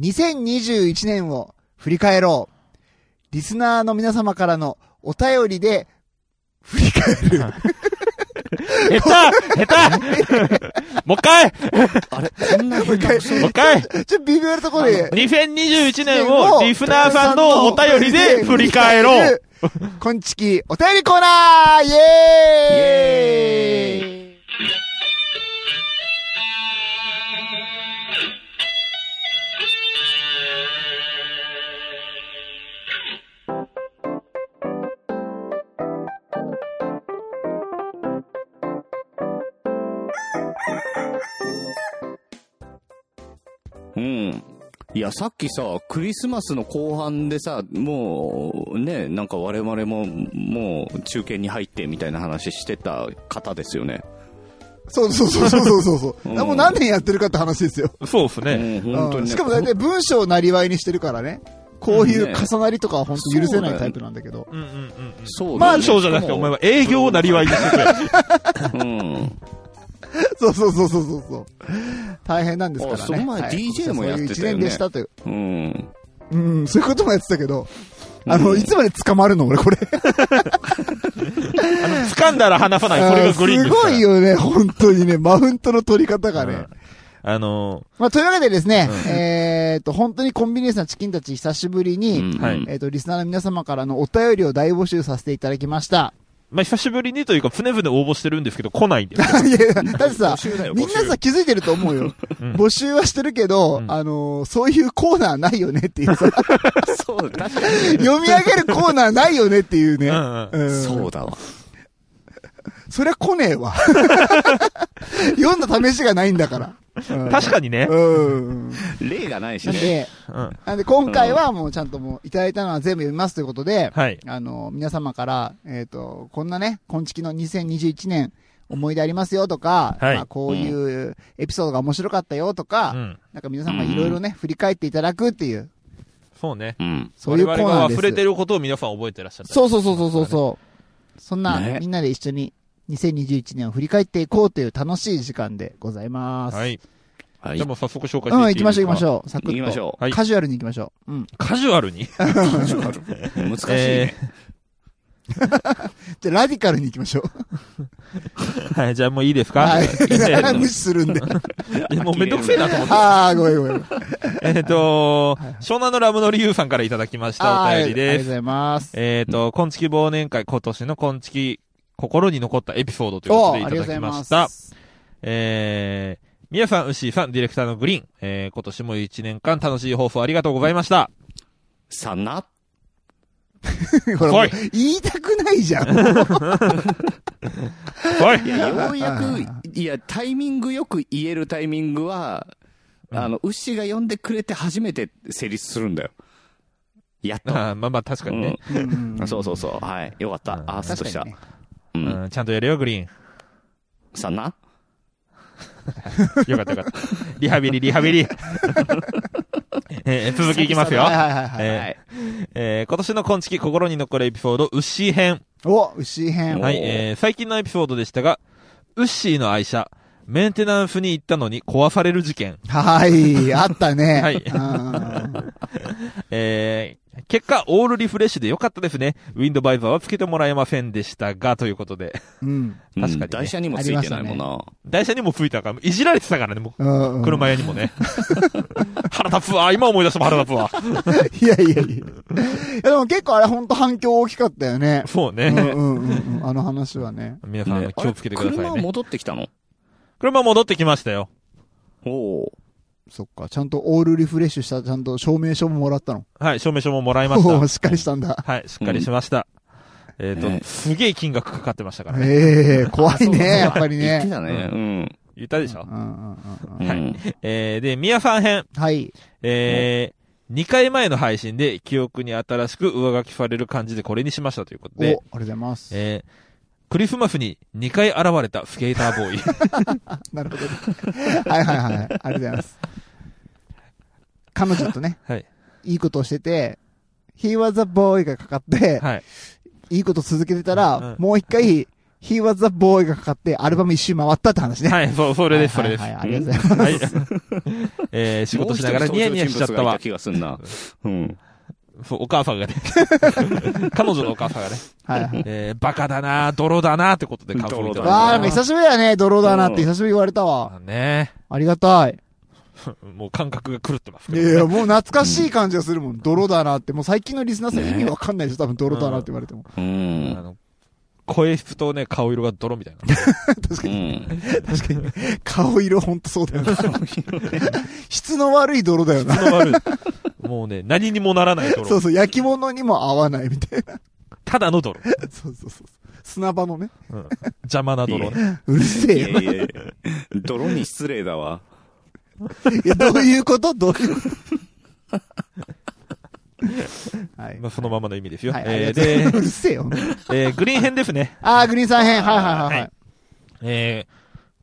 2021年を振り返ろう。リスナーの皆様からのお便りで振り返る。下手下手もう一回あれこんな変なもう一回ちょっと微妙なところで。 2021年をリフナーさんのお便りで振り返ろう。 こんちきお便りコーナーイエーイうん。いや、さっきさ、クリスマスの後半でさ、もう、ね、なんか我々も、もう、中堅に入ってみたいな話してた方ですよね。そうそうそうそうそうそう。うんもう何年やってるかって話ですよ。そうですうね。ん、本当うにんね。しかも大体文章をなりわいにしてるからね。こういうんうね重なりとかは本当許せなそうだよねいタイプなんだけど。うんうんうんうん。そうマだねンションじゃなくて、お前は営業をなりわいにしてくれ。うん。 そうそうそうそうそうそう。大変なんですからね。あその前はい DJ もやそってたよねういう一年でしたという。うん。うん、そういうこともやってたけど。あうの、んいつまで捕まるの俺これ。あの、掴んだら離さない、これがグリーンすですかごら。いよね、本当にね。マウントの取り方がうねん。あのまあ、というわけでですね、えっと、本当にコンビニエンスなチキンたち久しぶりに、うんはいえっと、リスナーの皆様からのお便りを大募集させていただきました。ー、まあ、久しぶりにというか、船船応募してるんですけど、来ないんですよ。 いや、だってさ募集だ、よみんなさ気づいてると思うよ。うん募集はしてるけど、うんあのーそういうコーナーないよねっていうさ、そう、確か 読み上げるコーナーないよねっていうね。うんううに。んそうだわ。そりゃ来ねえわ。 読んだ試しがないんだから。うん確かにね。うん。例がないしなんね。で、うん。なんで今回はもうちゃんともういただいたのは全部読みますということで、はい。あの、皆様から、えっ、と、こんなね、今月の2021年思い出ありますよとか、はいまあ、こういうエピソードが面白かったよとか、うん。なんか皆様いろいろね、振り返っていただくっていう、そうね。うん。そういうコー我ナ々ーがです。溢れてることを皆さん覚えてらっしゃった。そうそうそうそうそうそう。そんな、ねみんなで一緒に2021年を振り返っていこうという楽しい時間でございます。はい。はいじゃあ。もう早速紹うん、介してい行っていきましょう行きまいしょう。サクッと。行きましょうはいカジュアルに行きましょう。うん。う。カジュアルに。う。難しいえね。じゃあラディカルに行きましょう。ーはい、じゃあもういいですかはい。 無視するん で。いやもうめんどくせえなと思って。あー、ごめんごめん。 えっと、湘南のラムの理由さんからいただきましたあおー便りありがとでうごす。ざいます。えっと、今月忘年会、今年の今月、心に残ったエピソードということでいーあたりがとうごだざいきまましすた。。えー、宮さん、牛井さん、ディレクターのグリーン、えー、今年も一年間楽しい放送ありがとうございました。さな。 ほら、もおうい言いたくないじゃ ん。 はいい や、ようやく、いや、タイミングよく言えるタイミングは、あの、牛が呼んでくれて初めて成立するんだよ。やっと。あーまあまあ確かにね。うんうん、そうそうそう。はい。よかった。あ、スッと確しかたに。ね。う。うんん、ちゃんとやれよ、グリーン。さんなよかったよかった。 リハビリ、リハビリ。 えー、続きいきますよ は。いはいはいはい。えーはい。えー今年の今月心に残るエピソード、ウッシー編。お、牛編。おはい、えー最近のエピソードでしたが、ウッシーの愛車、メンテナンスに行ったのに壊される事件。はい、あったね。 はいうんえー結果、オールリフレッシュで良かったですね。ウィンドバイザーはつけてもらえませんでしたが、ということで。うん。確うんかにね台車にもついてないもんな。台車にも吹いたから、いじられてたからね、もうん。う、車屋にもね。腹立つわ、今思い出しても腹立つわ。いやいやいや。いやでも結構あれ本当反響大きかったよ ね。そうんううね。んうんうん。あの話はね。皆さん、ね気をつけてくださあれい車ね。戻ってきたの車戻ってきましたよ。おおそっか。ちゃんとオールリフレッシュした、ちゃんと証明書ももらったの。はい、証明書ももらいましおお、た。しっかりしたんだ。はい、しっかりしました。えっ、と、ねすげえ金額かかってましたからね。ええ、怖いー。ね、やっぱり言 ってね。たね。うん。言ったでしょうんうんうんうはいん。えー、で、ミヤさん編。うんはい。えー、2回前の配信で記憶に新しく上書きされる感じでこれにしましたということお、ありがでと、うございます。えー、クリスマスに2回現れたスケーターボーイ。なるほどね。はいはいはい。ありがとうございます。彼女と ね、はい。いいことをしてて、He was a boy がかかって、はい。いいこと続けてたら、うんもう一回、 He was the boy がかかって、アルバム一周回ったって話ね。はい、そう、それです、それです。はいはいははいいありがとうございます。 えー仕事しながらニヤニヤしちゃったもうわ一。人登場人物がいた気がすんな。うん。そう、お母さんがね。 彼女のお母さんがね、はいはい。えーバカだな、泥だな、ってことで感想をいただきましたわあ、なんか久しぶりだね、ドローだなって久しぶり言われたわ。ねありがたい。もう感覚が狂ってますいけやどね、いや、もう懐かしい感じがするもん。泥だなって。もう最近のリスナーさん意味わかんないでしょ、多分泥だなって言われても。うあん。の、声質とね、顔色が泥みたいな。うん。確かに。顔色ほんとそうだよね。質の悪い泥だよ な。質の悪い。もうね、何にもならないそ泥う。そう、焼き物にも合わないみたいな。ただの泥。 そうそうそう。砂場のね。うん邪魔な泥ね。うるせいえやよ。いやいや泥に失礼だわ。いや、どういうことどういうことはい。まあ、そのままの意味ですよ。はい、えーありがとうございますで、うるせえよ。えーグリーン編ですね。あー、グリーンさん編。はいはいはい。はい、えー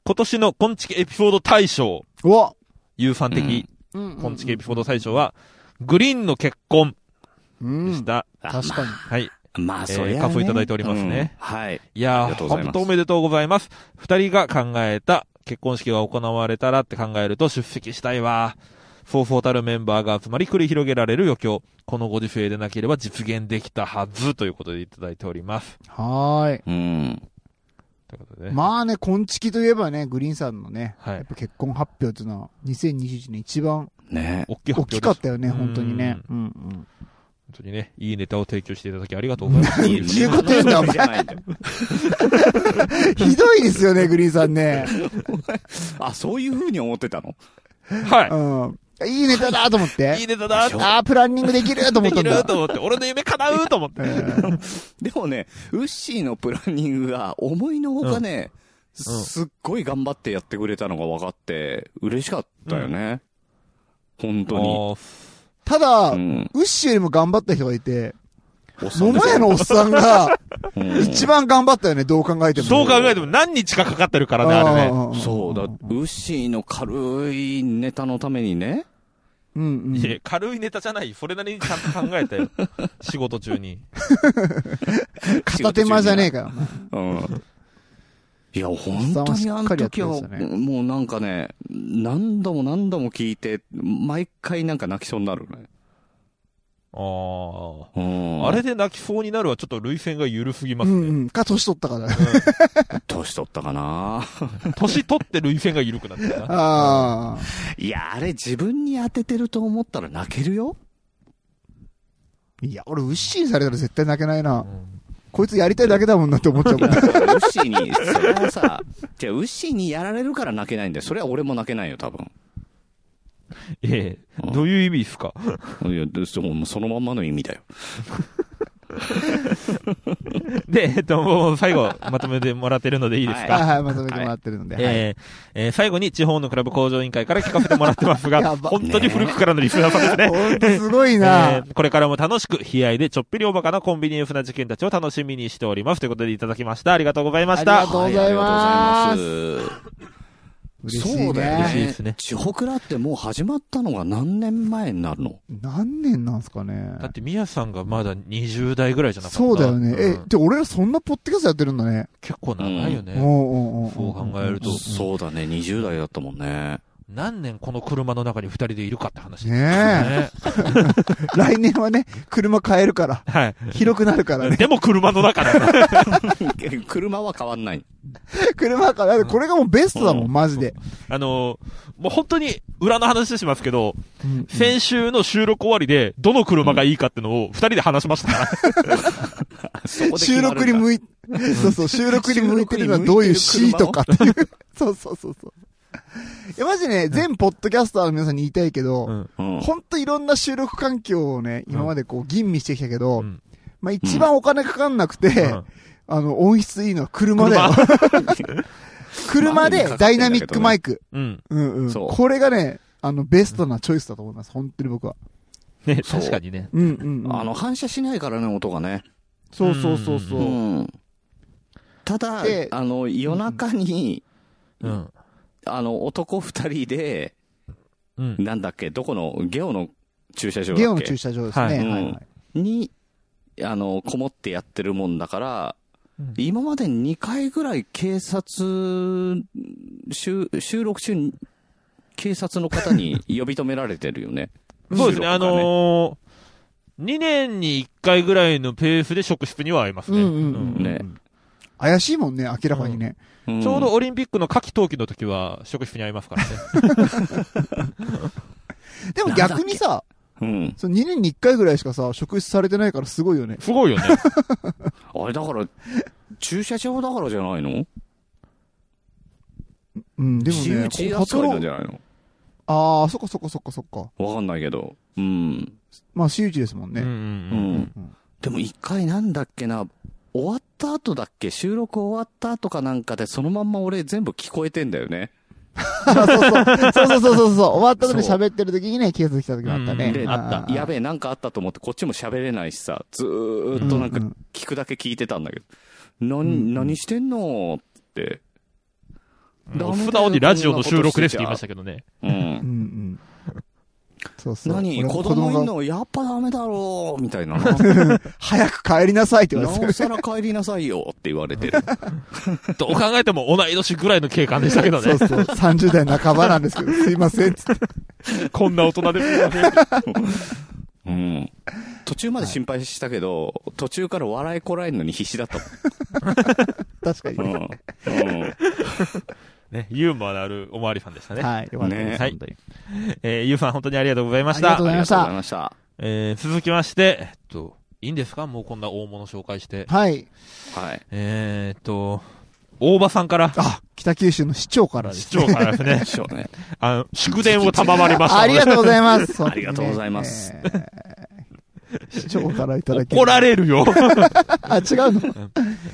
今年のコンチキエピソード大賞、お有産的うんうんうんコンチキエピソード大賞は、グリーンの結婚うんでした。確かに。はい。まあ、それえー感想いただいておりますね。うんはい。いあやー、りがとうございま本す当おめでとうございます。二人が考えた結婚式が行われたらって考えると出席したいわ。そうそうたるメンバーが集まり繰り広げられる余興。このご時世でなければ実現できたはずということでいただいております。はーい。うん。ということでね。まあね、コンチキといえばね、グリーンさんのね、はやいっ。ぱ結婚発表っていうのは、2021年一番ね大きい大発表きです。かっ本たよね、うん本当にね。うんうん。当にね、いいネタを提供していただきありがとうございます。いいそういうこと言うんだお前じゃないんだよひどいですよね、グリーンさんね。あ、そういう風に思ってたのはうん。いいネタだと思っい。いいて。ネタだでしょああ、プランニングできると思でったきんだる。と思って、俺の夢叶うと思って。うんでもね、ウッシーのプランニングが思いのほかね、うんすっごい頑張ってやってくれたのが分かって、嬉しかったよね。本当に。もうただう、ん。ウッシーよりも頑張った人がいて、おっさんで桃すよ屋のおっさんがうん一番頑張ったよね、どう考えても。そう考えても何日かかかってるからね、あれね。あーそうだ、ウッシーの軽いネタのためにね、うんうん。いや、軽いネタじゃない。それなりにちゃんと考えた よ。仕事中に。片手間じゃねえかよ。うん。いや、本当におっさんあの時は、はしっかりやってましたねもうなんかね、何度も何度も聞いて、毎回なんか泣きそうになるね。あうん。あ。あれで泣きそうになるはちょっと類線が緩すぎまうすんうね。ん。か、年取ったから。年取ったかなうん年取って類線が緩くなってる な。ああ。いや、あれ自分に当ててると思ったら泣けるよ。いや、俺、ウッシーにされたら絶対泣けないなう。んこいつやりたいだけだもんなって思っちゃうもウん。あッシーに、それはさ、 じゃあウッシーにやられるから泣けないんだよ。それは俺も泣けないよ、多分。えうえ、んどういう意味ですかいや、でそもうそのまんまの意味だよ。で、えっと、もう最後、まとめてもらってるのでいいですはいかはい、まとめてもらってるので。はいえええー、最後に地方のクラブ工場委員会から聞かせてもらってますやが、ば 本当に古くからのリスナーさんですね。ほんとすごい えな。ーこれからも楽しく、悲哀でちょっぴりおバカなコンビニエンスな事件たちを楽しみにしております。ということでいただきました。ありがとうございましあたり。がとうございますはいありがとうございます。嬉しそいうだよ嬉しいね。ですね地方クラってもう始まったのが何年前になるの何年なんすかねだ。って、みやさんがまだ20代ぐらいじゃなかったそうだよね。えん、で、俺らそんなポッドキャストやってるんだね。結構長いおようね。おうおうそう考えるとそうだね、20代だったもんね。何年この車の中に二人でいるかって話。 ねねえ。来年はね、車変えるから。はい。広くなる からね。でも車の中だ。 車は変わんない。車から、これがもうベストだも、うんマジで。 あのーもう本当に裏の話しますけど、うん先週の収録終わりで、どの車がいいかってのを二人で話しましたから。収録に向い、そうそう、収録に向いてるのはどういう収録 C に向いてる車をとかっていう。 そうそうそうそう。いや、マジね、全ポッドキャスターの皆さんに言いたいけど、うんうんほんといろんな収録環境をね、今までこう吟味してきたけど、うんまあ一番お金かかんなくて、うんあの、音質いいのは車だよ。 車まあでダイナミックマイク。うん。うんうん。そうこれがね、あの、ベストなチョイスだと思います。本当に僕は。ね、そう確かにね。うんうん、うん。あの、反射しないからね、音がね。そうそうそううそうう。ん。ただ、あでの、夜中に、うん。あの、男二人で、うん。なんだっけ、どこの、ゲオの駐車場だっけゲオの駐車場ですね。ははいい、うんはいはいに、あの、こもってやってるもんだから、うん今まで2回ぐらい警察、収収録中に、警察の 方に呼び止められてるよね。そうですね、収あ録がのー、2年に1回ぐらいのペースで職質には合いますね。うんね怪しいもんね、明らかにね。うんちょうどオリンピックの夏季冬季の時は職質に合いますからね。でも逆にさ、うん。その2年に1回ぐらいしかさ、職質されてないからすごいよね。 すごいよね。あれだから、駐車場だからじゃないのうん、でも私有ね、地パト扱いロなんンじ、ゃないのああ、そっかそっかそっかそっか。わかんないけど。うん。まあ、私有地ですもんうんうね。うんん。うんでも一回なんだっけな、終わった後だっけ収録終わった後かなんかで、そのまんま俺全部聞こえてんだよね。そうそうそうそうそうそうそう。終わった後に喋ってる時にね、警察来た時もあったうんね。あったやべえ、なんかあったと思って、こっちも喋れないしさ、ずーっとなんかうんうん聞くだけ聞いてたんだけど、んうん何、何してんのって。うん。ダメだよ素直にラジオの収録ですって言いましたけどね。ううんん。うん。そうそう。何俺も子供いんがのやっぱダメだろうみ たいな。早く帰りなさいって言なわれておさら帰りなさいよって言われてる。どう考えても同い年ぐらいの警官でしたけどそねう。そう。30代半ばなんですけど、すいませんっつって。 こんな大人ですよね。うん。途中まで心配したけど、途中から笑いこらえるのに必死だった確かにもん。 ね。うん。うん。 ね、ユーモアのあるおまわりさんでしたね。はい。よかったでねす。はい本当にえーゆうさん本当にありがとうございましありたがとう。ございましたありがとうございました。えー続きまして、えっと、いいんですかもうこんな大物紹介して。はい。はい。えーっと、大場さんから、あ、北九州の市長からです市。長からです ねで、しょうね。あの、祝電を賜りましたありがとうございます。ありがとうございます本当にね。えー市長からいただき。 怒られ るあ、よ。違うの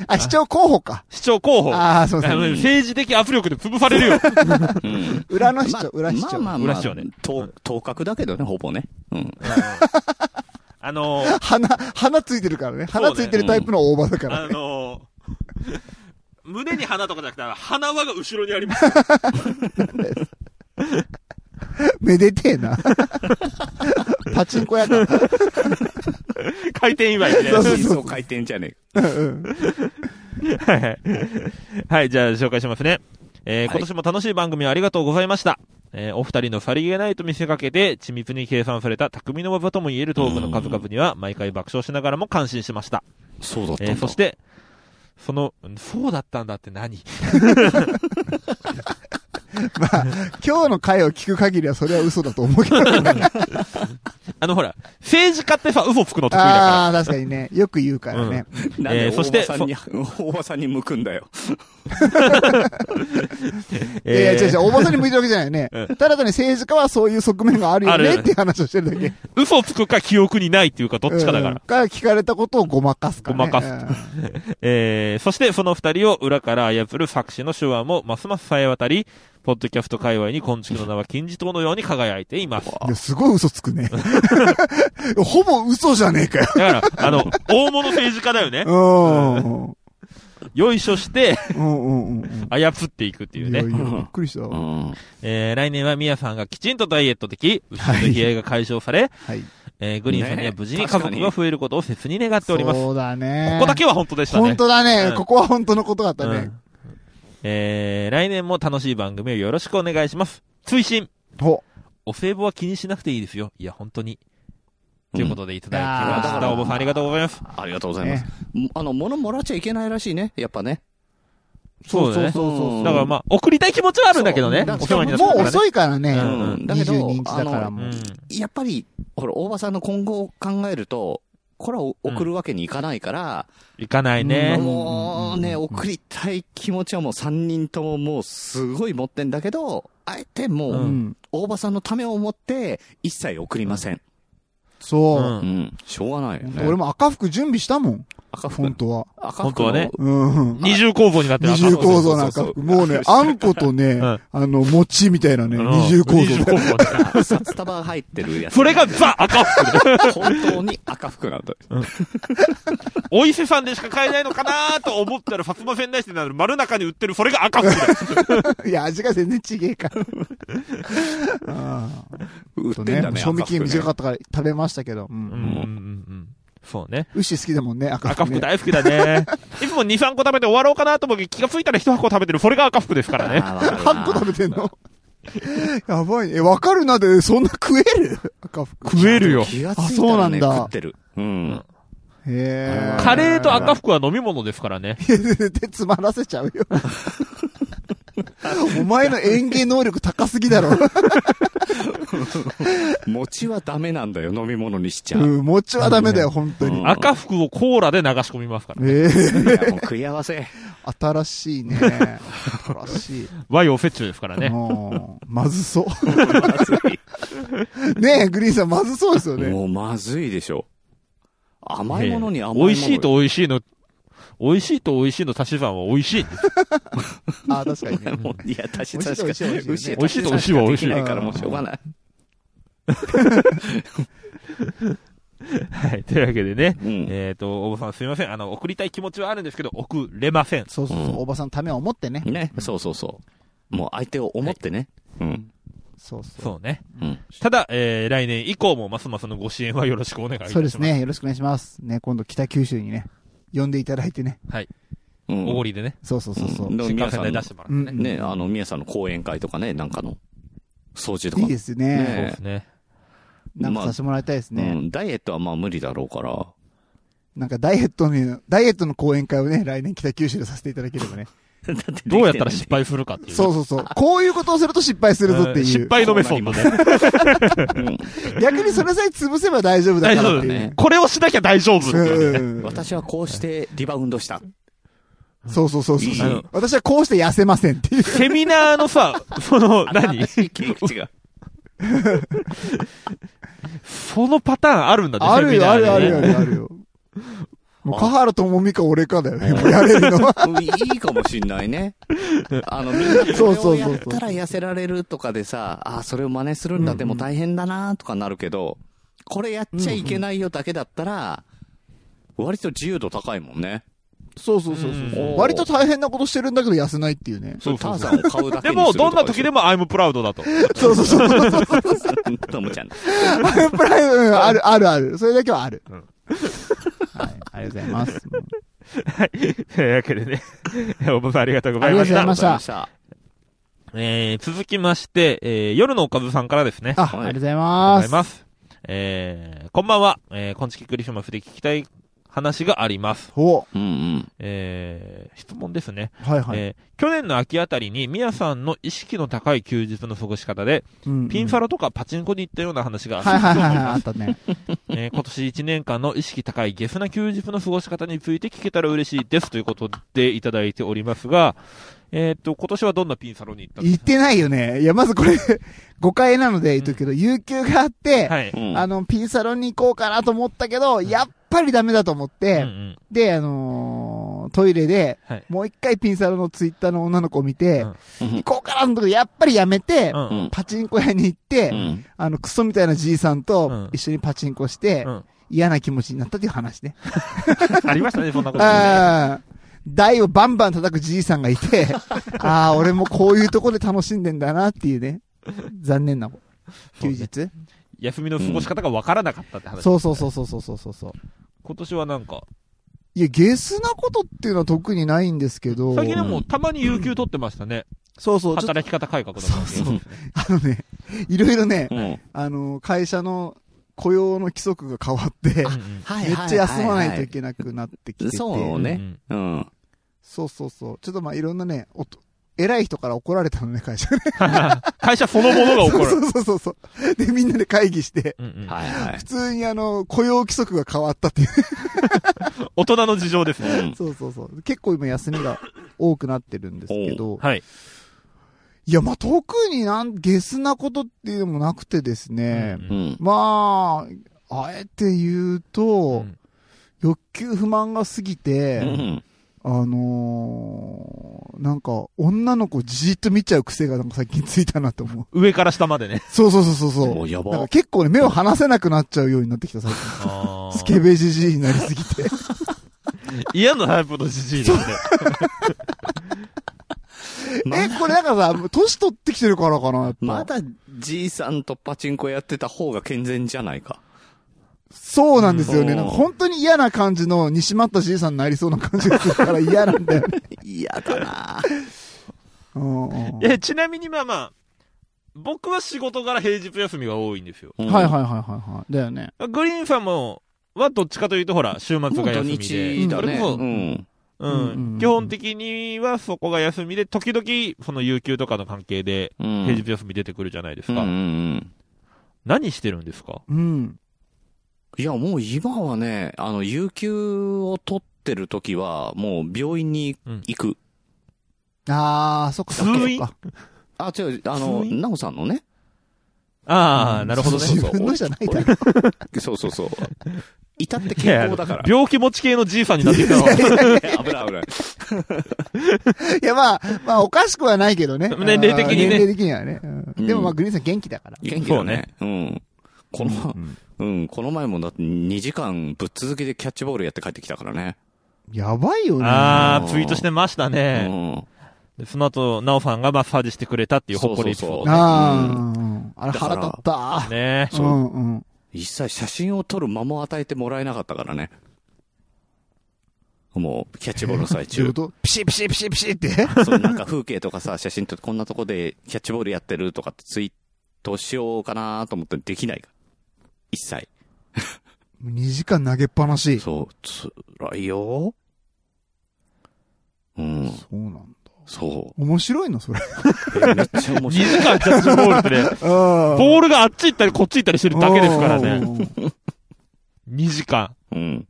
あ、市長候補か。市長候補。あああ、そうですのね。政治的圧力で潰されるよ。うん。裏の市まあ長、裏市長。まあ裏まあ市長まねあ、と頭角だけどね、ほぼね。うん。あ の、鼻、鼻ついてるからね。鼻ついてるタイプの大場だからあね。の、胸に花とかじゃなくて、花輪が後ろにあります。 めでてえな。パチンコ屋か。開店祝いでね。そうそう真相回転じゃね はいはい。はい、じゃあ紹介しますね。えーはい今年も楽しい番組をありがとうございました。えーお二人のさりげないと見せかけて、緻密に計算された匠の技とも言えるトークの数々には、毎回爆笑しながらも感心しました。えか。そうだったんえだ。ーそして、その、うんそうだったんだって何 まあ、今日の回を聞く限りはそれは嘘だと思う けど。あのほら、政治家ってさ、嘘つくの得意だから。ああ、確かにね。よく言うからね。なんでえーそして大場さんに、 大場さんに向くんだよ。いやいや、えー違う違う、大場さんに向いてるわけじゃないよね。うんただ単に政治家はそういう側面があるよあねるっていう話をしてるだけ。嘘つくか記憶にないっていうか、 どっちかだから。うんから聞かれたことをごまかすか、ね。ごまかすえー、そしてその二人を裏から操る作詞の手腕もますます冴え渡り、ポッドキャスト界隈に昆虫の名は金字塔のように輝いています。うんいや、すごい嘘つく ね。ほぼ嘘じゃねえかよ。だか ら、あの、大物政治家だよね。うん。よいしょして、うんうんうん。操っていくっていうやね。やびっくりしたわ。ん。えー、来年はミヤさんがきちんとダイエットでき、後ろの冷えが解消され、はい。えー、グリーンさんにはね無事に家族が増えることを切に願っております。こそうだね。こだけは本当でしたね。本当だね、うんここは本当のことだったうね。んえー、来年も楽しい番組をよろしくお願いします。推進ほ、お歳暮は気にしなくていいですよ。いや、本当に。ということでいただきあまーしだかた。らお坊さんありがとうございます。ありがとうございます。んあの、物もらっちゃいけないらしいね。やっぱね。そうだね。そうそうそうだんからまあ、送りたい気持ちはあるんだけどね。そうお世話になったもうからね。遅いからね。うんうんだけど22日だからうもう。ん。やっぱり、ほら、大場さんの今後を考えると、これはお送るわけにいかないから、行かないうんね。もうね、うん送りたい気持ちはもう3人とももうすごい持ってんだけど、あえてもう、ううん大場さんのためを思って、一切送りません。うそう。ん。しょうがないよね。俺も赤服準備したもん。赤服本、当は。赤服本当はねうん。二重構造になってる二重構造の赤そうそう服。もうね、あんことね、んあの、餅みたいなね、うん二重構二造重構造だの札束が入っ てるやつ。それがザ赤服で本当に赤服なんだ。お伊勢さんでしか買えないのかなと思ったら、薩摩仙台市でなる丸中に売ってる、それが赤服だよ。いや、味が全然違えから。ああ。売ってんねだ、ね。賞味期限短かっったから食べましたけど。ううんんうんうんうん。そうね。ウッシー好きだもんね、赤赤服、ね。服大好き だね。いつも2、3個食べて終わろうかなと思って気がついたら1箱食べてる。それが赤服ですからね。半個食べてんのやばいね。え、わかるなで、そんな食える赤服。食えるよ。気がつあいそたうならんね、だ食ってる。うん。へえ。カレーと赤服は飲み物ですから ね。 で詰まらせちゃうよ。 お前の演芸能力高すぎだろ。餅はダメなんだよ、飲み物にしちゃ。うん、餅はダメだよ、本当うに。ん赤服をコーラで流し込みますから。ええいやもう食い合わせ。新しいね。新しい。和洋折衷ですからね。うんまずそう。ねえ、グリーンさん、まずそうですよね。もうまずいでしょ。甘いものに甘いも美の。味しいと。美味しいの、美味しいと美味しいの足し算は美味しいんです。あ、確かにね。もういや、確かに。美味しいと美味しい美味しいと美味しいは美味しい美味しいと美味しいは美味しい。からもうしょうがない。 はい。というわけでね。うん。えっ、と、おばさんすみません。あの、送りたい気持ちはあるんですけど、送れません。そうそうそうう、んおばさんのためを思ってね。ね、そうそうそう。もう相手を思ってね。うん。そうそう。そうね。うん。ただ、えー、来年以降もますますのご支援はよろしくお願いいたします。そうです。ね。よろしくお願いします。ね、今度北九州にね、呼んでいただいてね。うんおごりでね。そうそうそうそううん。新幹線代出してもらってうね。んね、あの、みやさんの講演会とかね、なんかの、掃除とか。いいですそうね。ですね。なんかさせてもらいたいですうね。ん。ダイエットはまあ無理だろう から。なんかダイエットに、ダイエットの講演会をね、来年北九州でさせていただければね。どうやったら失敗するかっていう。そうそうそう。こういうことをすると失敗するぞってんいう失。敗のメソッド ね。うん逆にそれさえ潰せば大丈夫だ大か丈らっ夫ていうねね。。これをしなきゃ大丈夫。うん私はこうしてリバウンド した。そうそうそうそうそあのう。私はこうして痩せませんっていう。セミナーのさ、その、何新しい切り口が。そのパターンあるんだね、あるセミよ、ナあーでるねよ、あるよ、あるよあるよ。もう、かはらともみか俺かだよね。もうやれるのは。うんいいかもしんな いね。あの、みんなそうこそうそうそうれをやったら痩せられるとかでさ、あー、それを真似するんだってもう大変だなとかなるけど、これやっちゃいけないよだけだったら、割と自由度高いもんね。そうそうそううんそう。割と大変なことしてるんだけど痩せないっていうね。そうそターうそザう。ンを買うだけでにすも、るとどかんな時でも I'm proud だと。そうそうそう。うん ともちゃん。プライド、うんある、あるある。それだけはある。うんはい、ありがとうございます。というわけでね、 おばさんありがとうござあいりがましとうござい。たましたありがとうございました。えー、続きまして、えー、夜のおかずさんからですね。あ、ありはがいとうございごまざいす。ます。えー、こんばんは。えー、今月クリスマスで聞きたい話があります。おうんうん。えー、質問ですね。はいはい。えー、去年の秋あたりに、みやさんの意識の高い休日の過ごし方で、うんうんピンサロとかパチンコに行ったような話があはいはいとはい思はいい、あまっす。たね。 えー、今年1年間の意識高いゲスな休日の過ごし方について聞けたら嬉しいですということでいただいておりますが、えーっと、今年はどんなピンサロに行ったんで言すってないよね。いや、まずこれ、 誤解なので言っとくけど、有給があって、かはい。うんあの、ピンサロンに行こうかなと思ったけど、やっぱりダメだと思って、うんうんで、あのートイレで、はいもう一回ピンサロンのツイッターの女の子を見て、うん行こうかなと思ったけどやっぱりやめて、うんうんパチンコ屋に行って、うんあの、クソみたいなじいさんとうん一緒にパチンコして、うん 嫌な気持ちになったという話ね。ありましたね、そんなことね。ああ、台をバンバン叩くじいさんがい て、ああ、俺もこういうとこで楽しんでんだなっていうね。残念なそう休ね日休みの過ごし方がわからなかったって話。そうそうそうそうそうそうそうそう。今年はなんか、いや、ゲスなことっていうのは特にないんですけど、最近でもたまに有給取ってましたね。そうそう、ちょっと、働き方改革だったんでそうそうあのね、いろいろね、うんあの、会社の雇用の規則が変わって、うんうんめっちゃ休まないといけなくなってきてて、そうねんうん。そうそうそう。ちょっとまあいろんなね、おと偉い人から怒られたのね、会社で。会社そのものが そ怒うそる。うそうそうそう。で、みんなで会議して、うんうんはいはい普。通にあの、雇用規則が変わったっていう。大人の事情ですね。うんそうそうそう。結構今休みが多くなってるんですけど、はい。いや、まあ特になん、ゲスなことっていうのもなくてですね、うんうん。まあ、あえて言うと、うん欲求不満が過ぎて、うんあのー、なんか、女の子じーっと見ちゃう癖がなんか最近ついたなと思う。上から下までね。そうそうそうそうそう。おやばなんか結構ね、目を離せなくなっちゃうようになってきた、最 近。あースケベじじいになりすぎて。嫌なタイプのじじいなんで。まえ、 これなんかさ、年取ってきてるからかな、やっぱ。まだじいさんとパチンコやってた方が健全じゃないか。そうなんですよね。うんなんか本当に嫌な感じの、西まったじいさんになりそうな感じがするから嫌なんだよね。嫌だな うんうんえ、ちなみにまあまあ、僕は仕事柄平日休みが多いんですよ。はいはいはいはいはいはい。だよね。グリーンさんも、はどっちかというとほら、週末もうが土休みで。日だそね。れこそうん。うんううんん基本的にはそこが休みで、時々、その有給とかの関係で、うん平日休み出てくるじゃないですうんうか。んうん。何してるんですかうん。いや、もう今はね、あの、有給を取ってる時は、もう病院に行く。あー、そっかそっかそっか。あ、違う、あの、通院なおさんのね。ああ、うんなるほどね。そうそう自分のじゃないだろ俺 そうそうそう。いたって健康だから。病気持ち系のじいさんになってきたの。危ない危ない。いや、まあ、まあ、おかしくはないけどね。年齢的 うにねん年齢的にはね。うんでもまあ、グリーンさん元気だから。元気だね。うん。 この、うん、この前もだって2時間ぶっ続けでキャッチボールやって帰ってきたからね。やばいよね。ああ、ツイートしてましたうね。ん。でその後、なおさんがマッサージしてくれたっていうほっこりエピソードそうそうあーううんあれだか腹ら立った。ねそううんうん。一切写真を撮る間も与えてもらえなかったからね。もう、キャッチボールの最仕 中。事ピシピシピシピシって。 そう、なんか風景とかさ、写真撮ってこんなとこでキャッチボールやってるとかってツイートしようかなと思ってできないから。一切。 2時間投げっぱなし。そそう、つらいよ。うん、うなんだ。そ面白いのそれ。う。 えめっちゃ2面白い。時間キャッチボールってね、ボボールがあっち行ったりこっち行ったりしてるだけですからね。。2時間。うん。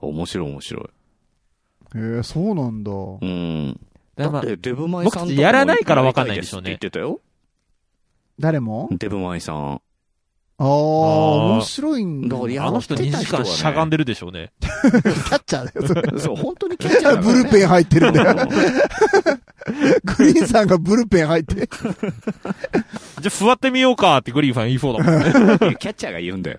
面白い面白い。へえ、そうなんだ。うん。だまっあて、デブマイさんと僕たちやらないからわかんないでしょうねやりたいですって言って誰もたよ。デブマイさん。ああ、面白いんだ。だからキやあの人2時間しゃがんでるでしょうね。ャッチャーだよそれそう、本当にキャッチャーだか。らブルペン入ってるん だよ。ねグリーンさんがブルペン入って。じゃあ座ってみようかってグリーンさん言いそうだもん。うんキャッチャーが言うんだよ。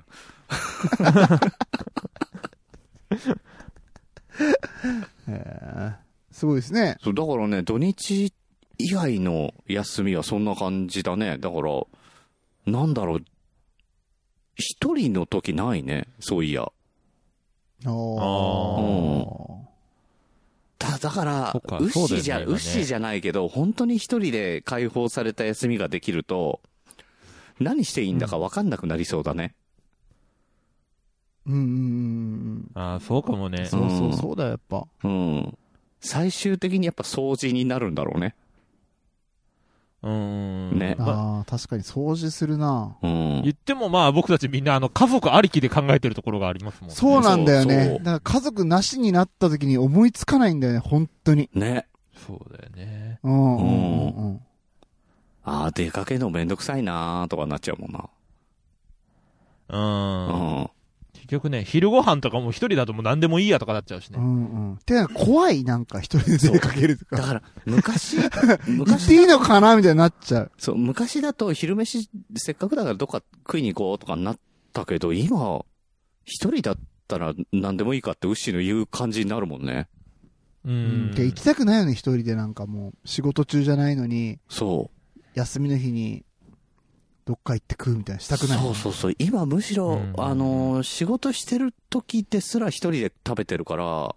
へえすごいですね。そう、だからね、土日以外の休みはそんな感じだね。だから、なんだろう。一人の時ないね。そういや。あーだ、だからそっか、うっそうだしよねーじゃ、今うねっしーじゃないけど、本当に一人で解放された休みができると、何していいんだかわかんなくなりそうだね。うんうんうんああ、そうかもねうん。。そうそう、そうだよ、やっぱ。うん。最終的にやっぱ掃除になるんだろうね。うん。ねまあああ、確かに掃除するな。うん。言ってもまあ僕たちみんなあの家族ありきで考えてるところがありますもんね。そうなんだよそうね。そだうから家族なしになった時に思いつかないんだよね、本当に。ね。そうだよね。うんうんうんうん。ああ、出かけるのめんどくさいなーとかなっちゃうもんな。うん。うん。結局ね、昼ご飯とかも一人だともう何でもいいやとかなっちゃうしうね。んうん。てか怖い、なんか一人で出かけるとだか。から、昔、 行っ昔ていいのかなみたいになっちゃう。そう、昔だと昼飯、せっかくだからどっか食いに行こうとかになったけど、今、一人だったら何でもいいかって、ウッシーの言う感じになるもんね。ううんん。てか行きたくないよね、一人でなんかもう。仕事中じゃないのに、そ休みの日に、どっか行って食うみたいなしう。たくない。そうそうそう。今むしろ、うんあのー仕事してる時ですら一人で食べてるから、あ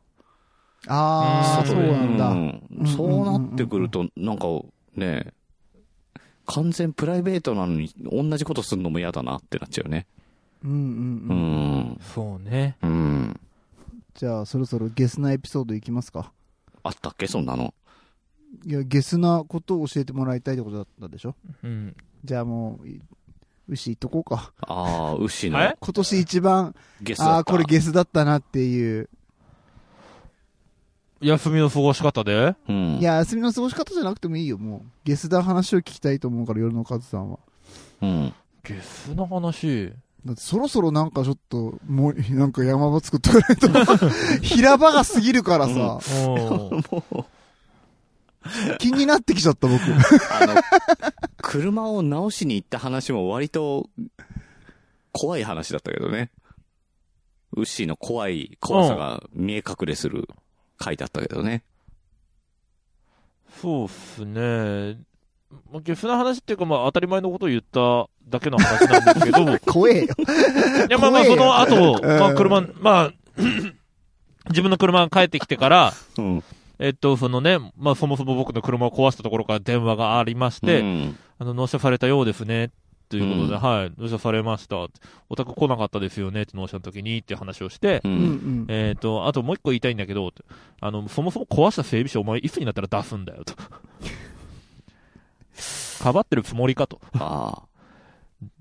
あ、うんそうなんだ。うんんそうなってくると、なんか、ね、完全プライベートなのに同じことするのも嫌だなってなっちゃうね。うんうんううん。ん。そうね。うん。じゃあ、そろそろゲスなエピソードいきますか。あったっけそんなの。いや、ゲスなことを教えてもらいたいってことだったでしょうん。じゃあもう、い牛行っとこうか。ああ、ウッシーのえ 今年一番、ゲスだった。ああー、これゲスだったなっていう。休みの過ごし方でうん。いや、休みの過ごし方じゃなくてもいいよ、もう。ゲスだ話を聞きたいと思うから、夜のカズさんは。うん。ゲスの話。だってそろそろなんかちょっと、もう、 なんか山場作ってくれないと。 平場が過ぎるからさ、 うん。気になってきちゃった僕。あの、車を直しに行った話も割と、怖い話だったけどね。ウッシーの怖い怖さが見え隠れする回だったけどね。そうっすね。まあゲフな話っていうか、まあ、当たり前のことを言っただけの話なんですけど、い怖えよ。や、まあまあ、怖えよその後、うんまあ、車、まあ、 自分の車が帰ってきてから、うん。えっと、そのね、まあ、そもそも僕の車を壊したところから電話がありまして、うんあの、納車されたようですね。ということで、うんはい、納車されました。お宅来なかったですよね、って納車の時に、っていう話をして、う。うんんえっ、と、あともう一個言いたいんだけど、あの、そもそも壊した整備士お前いつになったら出すんだよ、と。かばってるつもりかと。あ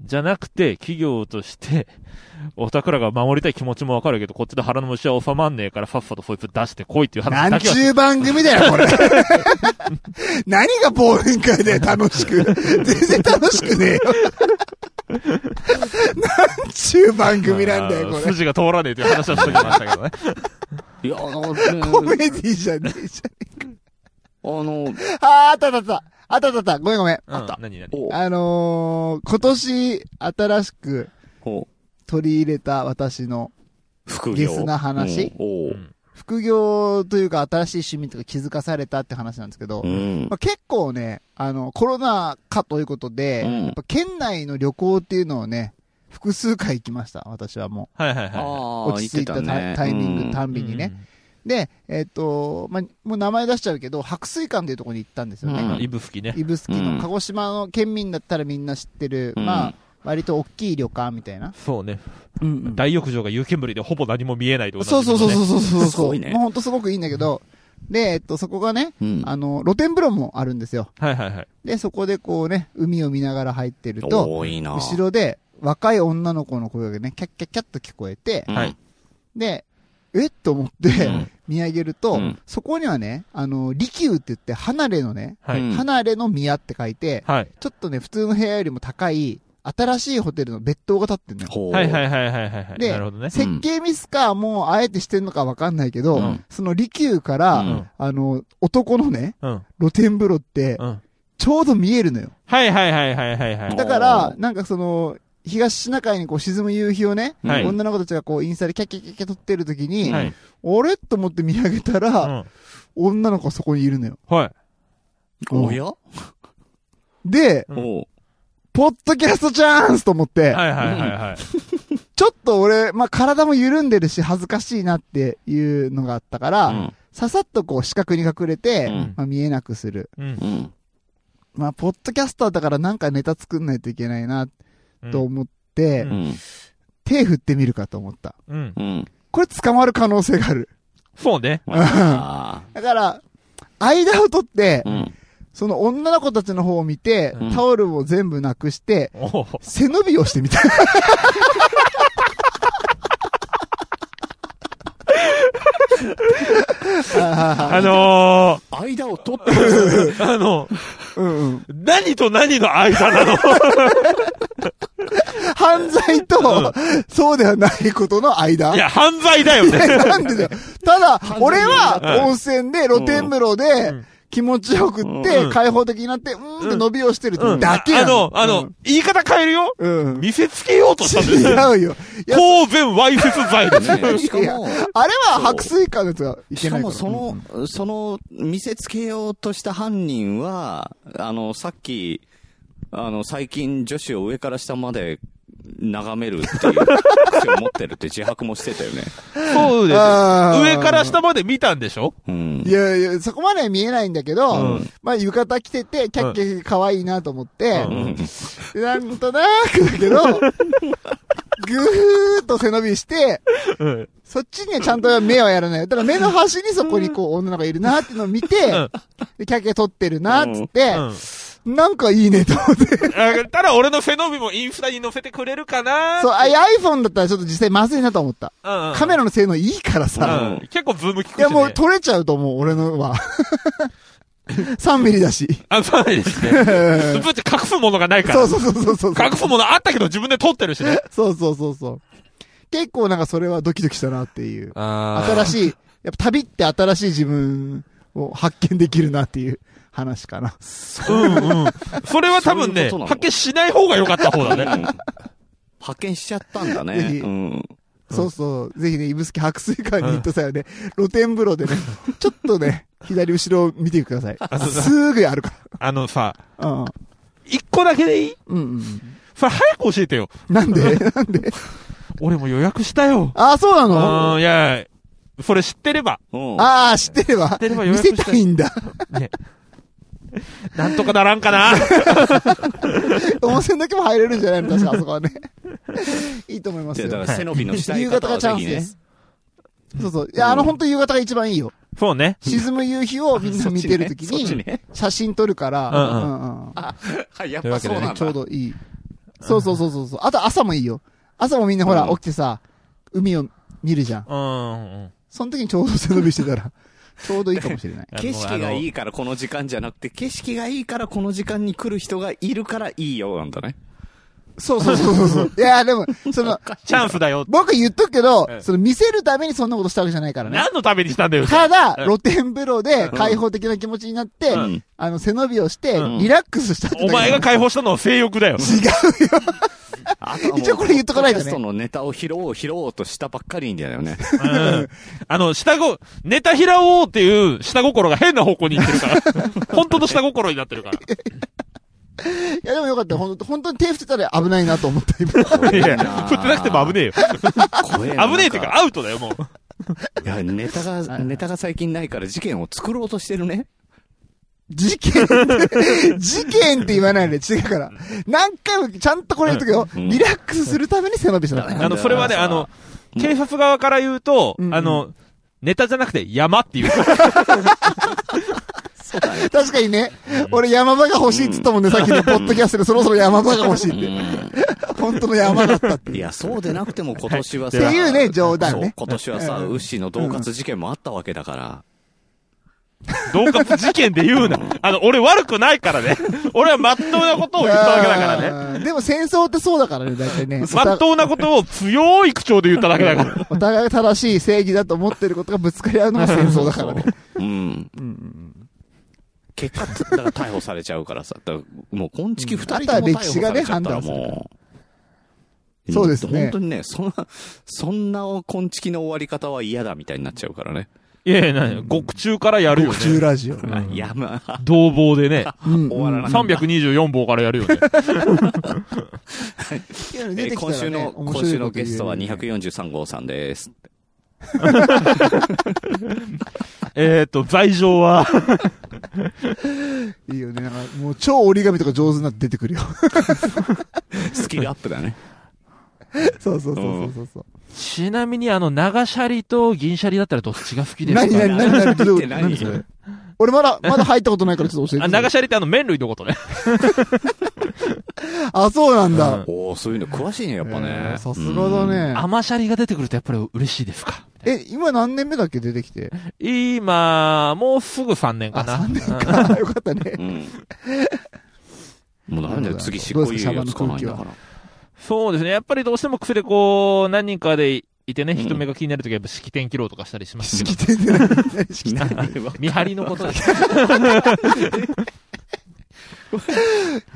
じゃなくて、企業として、おたくらが守りたい気持ちもわかるけど、こっちで腹の虫は収まんねえから、さっさとそいつ出してこいっていううん。話なんだけちは。ゅう番組だよ、これ。 何が忘年会だよ、楽しく。全然楽しくねえよ。 なんちゅう番組なんだよ、まあこれ。筋が通らねえという話はしときましたけどね。あ。いや、あ の、コメディじゃねえじあの、ゃん。あー、あったあったあった。あったあった あった。ごめんごめん。あった何何お、あのー、今年新しくお、取り入れた私の副業。ゲスな話おうお。ん副業というか新しい趣味とか気づかされたって話なんですけど、うんまあ、。結構ね、あの、コロナ禍ということで、うんやっぱ県内の旅行っていうのをね、複数回行きました、私はもはいはいはい。う。ああ、落ち着いた言ってタイタイねミング、たうんびにね。で、えっ、と、まあ、もう名前出しちゃうけど、白水館というところに行ったんですようん。ね。うんイブフキね。指宿うんの鹿児島の県民だったらみんな知ってる、うんまあ、割と大きい旅館みたいな。そうね。うん大浴場が湯煙でほぼ何も見えないと同じそうそうそうそううそうそう。すごいねもうほんとすごくいいんだけど、で、えっと、そこがね、うん。あの、露天風呂もあるんですよ。はいはいはい。で、そこでこうね、海を見ながら入ってると、多いな。後ろで若い女の子の声がね、キャッキャッキャッと聞こえて、うん。はいで、えっと思って、うん見上げると、うんそこにはね、あの、利休って言って、離れのね、はい。うん離れの宮って書いて、はい。ちょっとね、普通の部屋よりも高い、新しいホテルの別棟が建ってんのよ。ほう。。はいはいいはいはいはいはい。でなるほどね。設計ミスか、もうあえてしてんのかわかんないけど、うんその利休から、うんあの、男のね、うん。露天風呂って、うん。ちょうど見えるのよ。はいはいはいはいはいはい。だかおら、ーなんかその、東シナ海にこう沈む夕日をね、はい女の子たちがこうインスタでキャッキャッキャッキャ撮ってる時に、はい。あれと思って見上げたうら、ん。女の子そこにいるのよ。はい。おやで、うんおう。ポッドキャストチャンスと思って、はいはいはいはい。ちょっと俺、まあ、体も緩んでるし恥ずかしいなっていうのがあったから、うんささっとこう視角に隠れて、うんまあ、見えなくする。うんうん。まあ、ポッドキャスターだからなんかネタ作んないといけないなうんと思って、うんうん。手振ってみるかと思った。うん。うん。これ捕まる可能性がある。そうね。あだから、間を取ってあ。う、ん。その女の子たちの方を見て、うんタオルを全部なくして、おお。背伸びをしてみた。ああの間を取って。ー、あの、ーうんうん何と何の間なの犯罪と、そうではないことの間いや、犯罪だよ ね。なんでだよ。ただ、俺はいは温泉で露天風呂うでん気持ちよくっうてん開放的になって、うーんって伸びをしてるうん。だけあなの、あの、、言い方変えるよ。うんうん。見せつけようとしたんですよ。違うよ。 いや公然わいせつ罪です ね。ねしかいやも、あれは白水館のやつがいしけかないかもら。その、その、見せつけようとした犯人は、あの、さっき、あの、最近女子を上から下まで眺めるっていう癖を持ってるって自白もしてたよね。そうです。あー上から下まで見たんでしょうんい。やいや、そこまでは見えないんだけど、うんまあ浴衣着てて、キャッキャッ可愛いなと思って、ううんなんとなくだけ ど、ぐーっと背伸びして、うん。そっちにはちゃんと目はやらない。だから目の端にそこにこう女の子がいるなっていうのを見て、んでキャッキャ撮ってるなっつってう、ん。なんかいいねと思って。あただ俺の背伸びもインスタに載せてくれるかなそう、あ iPhone だったらちょっと実際まずいなと思った。うんうんカメラの性能いいからさ、うん結構ズーム効くし、いね。やもう撮れちゃうと思う、俺の は。3ミリだし。あ、そうですね。ズームって隠すものがないから。そうそうそうそうそう。隠すものあったけど自分で撮ってるしね。そうそうそうそう。結構なんかそれはドキドキしたなっていう。あ新しい、やっぱ旅って新しい自分を発見できるなっていう話かな。うんうん。それは多分そういね、うことなの発見しない方が良かった方だ ね。うん発見しちゃったんだぜねひ。うん。そうそう。ぜひね、指宿白水館に行った際はね、露天風呂でね、ちょっとね、左後ろを見てください。あそうだすぐやるかあのさ、ら。うん。一個だけでいいうんうん。それ早く教えてよ。なんでなんで俺も予約したよ。あ、そうなうのん、いやいや、それ知ってれば、うん。ああ、知ってれば。てれば予見約しせたいたいんだ。ね。なんとかならんかな温泉だけも入れるんじゃないの確か、あそこはね。 いいと思いますじゃあよだか。ら背伸びのしたい夕方方がはチぜャンひスねね。。そうそう。いや、あの、本当夕方が一番いいよ。そうね。沈む夕日をみんな見てるときそっちに、ね。写真撮るから、うんううんうんはい、やっというわぱけそでねうなんだ。ちょうどいい。そうそうそうそうそう。あと朝もいいよ。朝もみんなほら、うん起きてさ、海を見るじゃん。うんうん。うんその時にちょうど背伸びしてたら、ちょうどいいかもしれない。景色がいい。いからこの時間じゃなくて、景色がいいからこの時間に来る人がいるからいいよなんだね。そうそうそうそう。 いや、でも、その、チャンスだよ。僕言っとくけどう、んその見せるためにそんなことしたわけじゃないからね。何のためにしたんだよ。ただ、うん露天風呂で開放的な気持ちになって、うんあの、背伸びをして、うんリラックスしたってだおけだ前が解放したのは性欲だよ。あとはもう一応これ言っとかないとねポッドキャストのネタを拾おう、拾おうとしたばっかりんだ よね。うんあの、下ご、ネタ拾おうっていう下心が変な方向に行ってるから。本当の下心になってるから。いや、でもよかったよ。本当本当に手振ってたら危ないなと思った、今。いやいや、振ってなくても危ねえよ。怖えな危ねえっていうか、アウトだよ、もう。いや、ネタが、ネタが最近ないから事件を作ろうとしてるね。事件って、事件って言わないで、違うから。何回も、ちゃんとこれ言っとくよ。うんリラックスするために背伸びしたの。あの、それはね、あの、う警察側から言うと、うんうんあの、ネタじゃなくて山っていう。確かにね、俺山場が欲しいって言ったもんね、さっきね、ポッドキャストでそろそろ山場が欲しいって。本当の山だ ったって。いや、そうでなくても今年はさ、っていうね冗談ねそう今年はさ、うんウッシーの恫喝事件もあったわけだから。同喝事件で言うな。あの、俺悪くないからね。俺は真っ当なことを言っただけだからね。らね。でも戦争ってそうだからね、大体ね。真っ当なことを強い口調で言っただけだから。お互いが正しい正義だと思ってることがぶつかり合うのが戦争だからね。うん。結果、だから逮捕されちゃうからさ、だからもう、今月二人とも逮あ捕されちゃったらとは歴史がね判断するかもう。そうですね本当にね、そんな、そんな今月の終わり方は嫌だみたいになっちゃうからね。いやいや、何極中からやるよね獄。中ラジオ。んあやま、同房でね。うん終わらなかっ324房からやるよ出ね。てきたらね今週の、面今白い週このと言ゲうスよトはね243号さんです。えっと、罪状は、いいよね。なんか、もう超折り紙とか上手になって出てくるよ。 スキルアップだね。そうそうそうそうそう。ちなみにあの、長シャリと銀シャリだったらどっちが好きですか何何何何どうって何何それ俺まだ、まだ入ったことないからちょっと教あえて長。シャリってあの、麺類のことね。あ、そうなんうだん。おおそういうの詳しいね、やっぱえねー。さすがだうん。ね。甘シャリが出てくるとやっぱり嬉しいですかえ、今何年目だっけ出てきて。今、もうすぐ3年あ、かな。 3年か。 よかったね。うん。もうなんだよ、次執行猶予つかないんだから。そうですね。やっぱりどうしても癖でこう、何人かでいてね、うん人目が気になるときはやっぱ式典切ろうとかしたりしますけ式ど典で何何式典見張りのことです。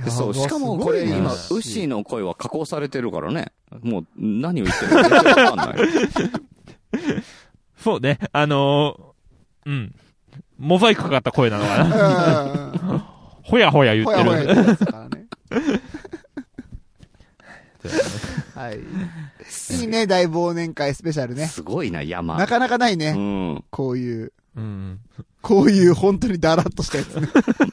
そう、しかもこれいや今、ウすごいッなシーの声は加工されてるからね。もう、何を言ってるか全然わかんない。 そうね。あのー、うん。モザイクかかった声なのか な。うんほやほや言ほってやる。ほや言ってますからね。 はい。いいね、大忘年会スペシャルね。 すごいな、山。なかなかないね。うん。こういう、うん。こういう本当にダラッとしたやつね。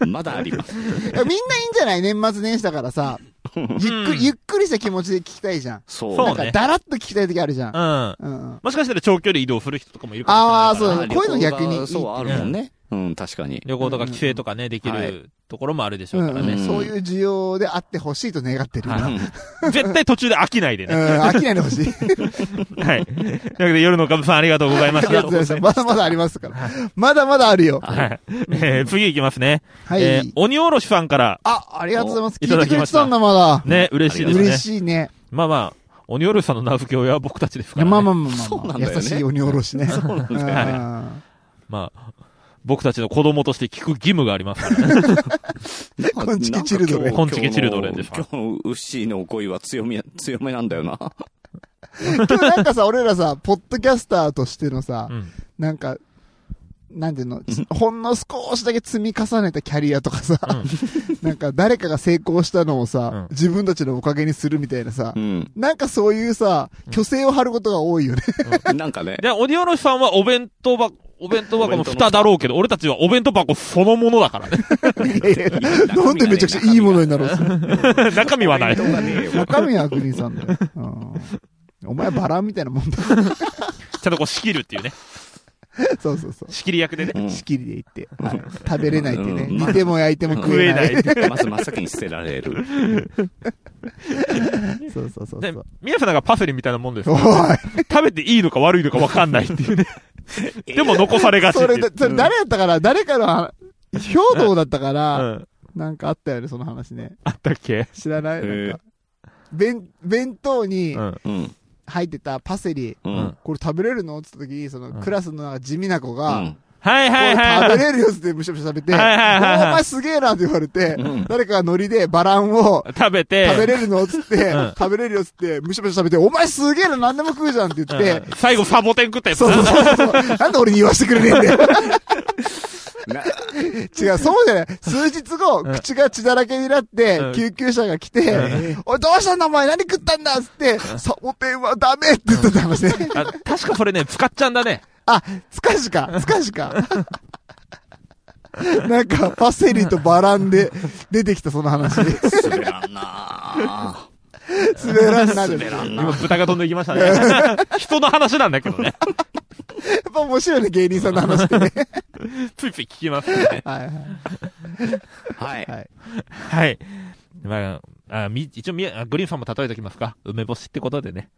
まだあります。いやみんないいんじゃない年末年始だからさ。ゆっくうんり、ゆっくりした気持ちで聞きたいじゃん。そう。そうなんかねダラッと聞きたい時あるじゃんう。ん。うんうん。もしかしたら長距離移動する人とかもいるかもしれないから。あーそうだねあーこういうの逆に旅行がそう、あるもんね。うん、確かに。旅行とか帰省とかね、できはるところもあるでしょううんからうね。ん、そういう需要であってほしいと願ってるよな。はうん、 絶対途中で飽きないでね。飽きないでほしい。 はい。というわけで、夜のカブさんありがとうございあまりしがとたうご。ざいました。 まだまだありますから。まだまだあるよ。はい。 えー次行きますね。はい。えー鬼おろしさんから、あ、ありがとうございます。お聞いてくれてたんだ、まだ。ね、嬉しいですね。嬉しいね。まあまあ、鬼おろしさんの名付け親は僕たちですいかやら、ね。まあまあまあまあまあ。そうなんだよね優しい鬼おろしね。そうなんだまあ、僕たちの子供として聞く義務がありますからね。こんちきチルドレンこんちきチルドレンです今日のウッシーの恋は強め、強めなんだよな。今日なんかさ、俺らさ、ポッドキャスターとしてのさう、ん。なんか、なんていうの、つほんの少しだけ積み重ねたキャリアとかさ、 なんか誰かが成功したのをさ、う自分たちのおかげにするみたいなさう、ん。なんかそういうさ、虚勢を張ることが多いよね。なんかね。で、鬼おろしさんはお弁当箱、お弁当箱のお弁当の蓋蓋だろうけど、俺たちはお弁当箱そのものだから ね。なんでめちゃくちゃいいものになろうと中身はない。中身がねえよ中身は悪人さんだよ。うんお前バラみたいなもんだ。 ちゃんとこう仕切るっていうね。そうそうそう。仕切り役でね。うん仕切りでいって、はい食べれないってね。うん煮ても焼いても食食ええな。ないい。まず真っ先に捨てられる。そうそうそうそでう。、皆さんがパセリみたいなもんですお。い食べていいのか悪いのか分かんないっ ていうね。でも残されがちってそいれ、う。それ誰やったから、誰かの、兵道だったかうら、ん。なんかあったよね、その話ね。あったっけ知らないへえなんか。弁、弁当にうん。うん。入ってたパセリ、うん。これ食べれるのって言った時に、その、うんクラスのなんか地味な子うが、ん。はいこはいれはい。食べれるよってむしゃむしゃ食べて、おはいはいはいはい前すげえなって言われてうん、誰かがノリでバランを、食べて、食べれるのっつってうん、食べれるよっつって、むしゃむしゃ食べて、お前すげえな何でも食うじゃんって言ってう、ん最後サボテン食ったやつそうそうそうそう。なんで俺に言わせてくれねえんだよ。な違う、そうじゃない。数日後、うん口が血だらけになってう、ん救急車が来て、おい、どうしたんだお前何食ったんだっつって、サボテンはダメって言ってた話ね。あ確かそれね、使っちゃんだね。 あ、つかしか、つかし か。なんか、パセリとバランで出てきたその 話。滑らんなあ滑らんな る。滑やらん今な豚が飛んでいきましたね。 人の話なんだけどね。っぱ面白いね、芸人さんの話ってね。ついつい聞きますね。 はいはい。はい。はい。はい。まあ、あみ一応みあグリーンさんも例えておきますか。梅干しってことでね。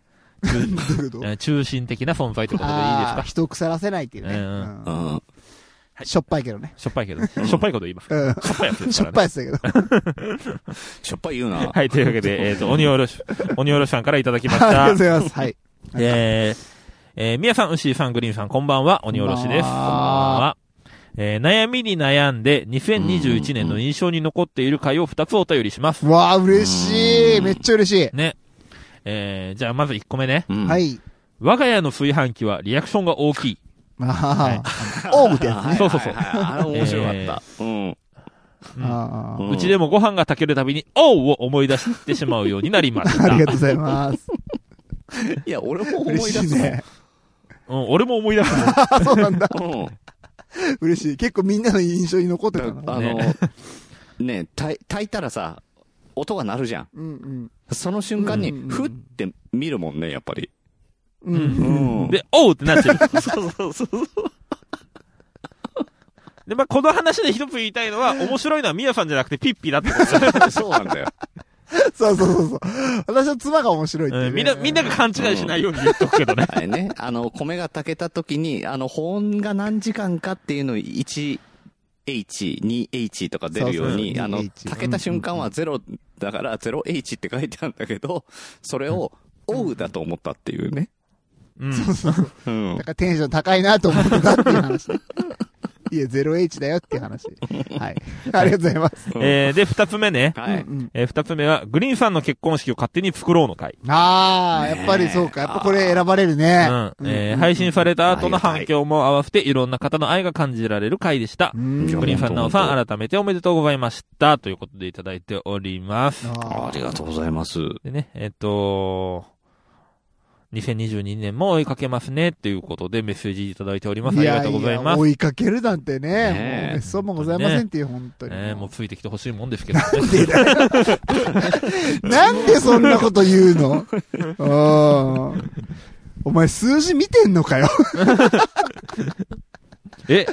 中どういう ことえー中心的な存在ってことでいいですああー、か。人を腐らせないっていうね。ううんうんんうん。しょっぱいけどね。しょっぱいけど、しょっぱいこと言いますか。うん。しょっぱいやつでしすょかっらぱいね。やつだけど。しょっぱい言うな。はい、というわけで、えっ、と、 鬼おろし、鬼おろしさんからいただきましありがと たうご。ざいます。はい。えー、えー、みやさん、うしーさん、グリーンさん、こんばんは、鬼おろしです。こんばんは。えー、悩みに悩んで、2021年の印象に残っている回を2つお便りします。わあ、嬉しい。めっちゃ嬉しね。えー、じゃあまず1個目ね。うんい。は。い。我が家の炊飯器はリアクションが大きい。あ あ、オーブってやつはいね。そうそうそうはいはいはいあれ面白かった。うん。うんあうんうちでもご飯が炊けるたびに、おうを思い出してしまうようになりましあ あた。りがとうございます。いや、俺も思い出嬉しいすもん。ね。うん、俺も思い出すもん。あ、そうなんだ。うん。嬉しい。結構みんなの印象に残ってだたあな。の、ねね炊い炊いたらさ、音が鳴るじゃん。うんうん。その瞬間に、うんふって見るもんね、やっぱり。うんううん。ん。で、おうってなっちゃう。そうそうそう。で、まあ、この話で一つ言いたいのは、面白いのはみやさんじゃなくてピッピだってことです、そうなんだよ。そうそうそうそう。私の妻が面 白いっていううんね。みんな、みんなが勘違いしないように言っとくけどね。あれね、あの、米が炊けた時に、あの、保温が何時間かっていうのを 1H、2H とか出るように、そうそうあの、 2H 炊けた瞬間は0だから 0H って書いてあるんだけど、それを、おうだと思ったっていうね。うん。うんだからテンション高いなと思ってたっていう話。いや、0H だよっていう話。はい。ありがとうございます。えー、で、二つ目ね。うはんい。うんえー、二つ目は、グリーンさんの結婚式を勝手に作ろうの会。ああ、やっぱりそうか。やっぱこれ選ばれるうね。ん。えー、配信された後の反響も合わせて、いろんな方の愛が感じられる会でしたう。んうんグリーンさん、なおさ本ん、改めておめでとうございました。ということでいただいております。あありがとうございます。でね、えっ、と2022年も追いかけますね、ということでメッセージいただいております。ありがとうございやまやす。追いかけるなんてね、ねもえうめっそうもございませんっていう、本当に。えー、もうついてきてほしいもんですけど ね。 なんでそんなこと言うのあーお前数字見てんのか よ。え、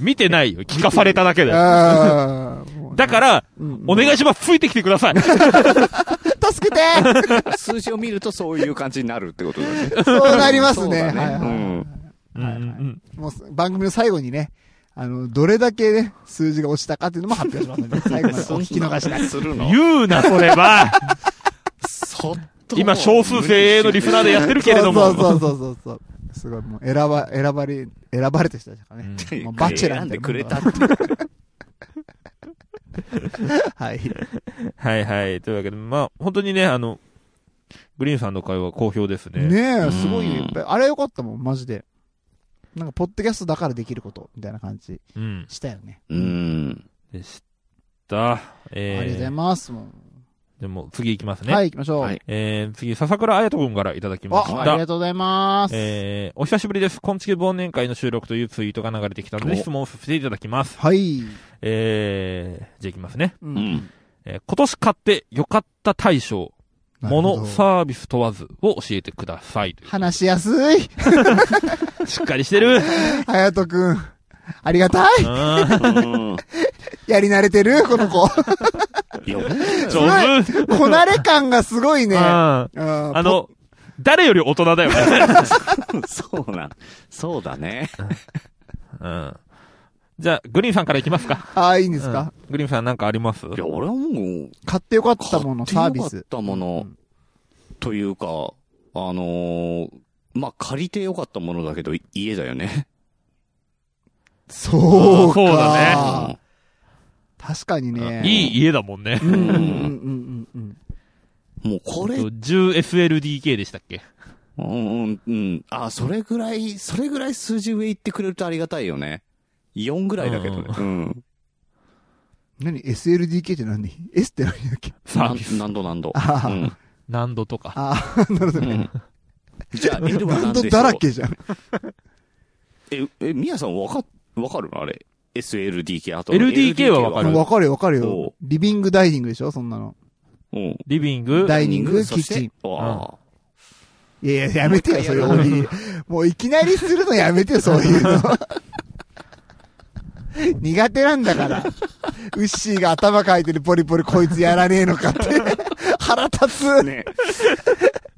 見てないよ。聞かされただけだよ。あーもうねだから、うんうんお願いします。ついてきてください。助け て数字を見るとそういう感じになるってことだね。そうなりますね。そうだはいはいうんうんうんうんもう番組の最後にね、あの、どれだけね、数字が落ちたかっていうのも発表しますの で、最後までお聞き逃しなく。するの言うな、それは。そっと今、少数精鋭のリスナーでやってる けれどそうそも。うそうそうそう。すごい、もう選ば、選ばれ、選ばれた人たちだからね。っていうもうバチェラー選んみたいでなくれた はい。はいはい。というわけで、まあ、本当にね、あの、グリーンさんの会は好評ですね。ねえ、すごいよいっぱい。あれよかったもん、マジで。なんか、ポッドキャストだからできること、みたいな感じうん。したよね。うん。でした。えー、ありがとうございます。もでも次行きますうね。はい、行きましょう。はいえー、次、笹倉彩人君からいただきましあ、ありたが。とうございます。えー、お久しぶりです。昆虫忘年会の収録というツイートが流れてきたのでお質問をさせていただきます。はい。えー、じゃあ行きますね。うう。ん。えー今年買って良かった大賞、なるほど物、サービス問わずを教えてください。話しやすい。 しっかりしてる。はやとくん。ありがたい。うんうんやり慣れてるこの子。いや、上手。こなれ感がすごいね。うんあああの、の、誰より大人だよね。そうなん。そうだ ね。うんじゃあ、グリーンさんからいきますか。ああ、いいんですかうんグリーンさんなんかありますいや、俺はもう、買ってよかったもの、サービ買っス。たもの、というか、あのーまあ、借りてよかったものだけど、家だよね。そうか。そうだあ確かにね。いい家だもんね。うんうんうんうんうん。もうこれ、 10SLDK でしたっけうんうん、うん。あ、それぐらい、それぐらい数字上行ってくれるとありがたいよね。4ぐらいだけどね。うん。何 ?SLDK って何 ?S って何だっけサなーんビス。何度何度。あうーん。何度とか。あー、なるほどうね。んじ ゃあ、L はバン何ドでしょうだらけじゃん。え、え、みやさんわか、わかるのあれ。SLDK あと。 LDK はわかるわかるよわかるよお。リビングダイニングでしょそんなの。うん。リビング、ダイニング、そキッしてチン。。わあいやいや、やめてよ、もう一それ回やる大喜利。もういきなりするのやめてよ、そういうの。苦手なんだから。ウッシーが頭かいてるポリポリこいつやらねえのかって。腹立つ。 ね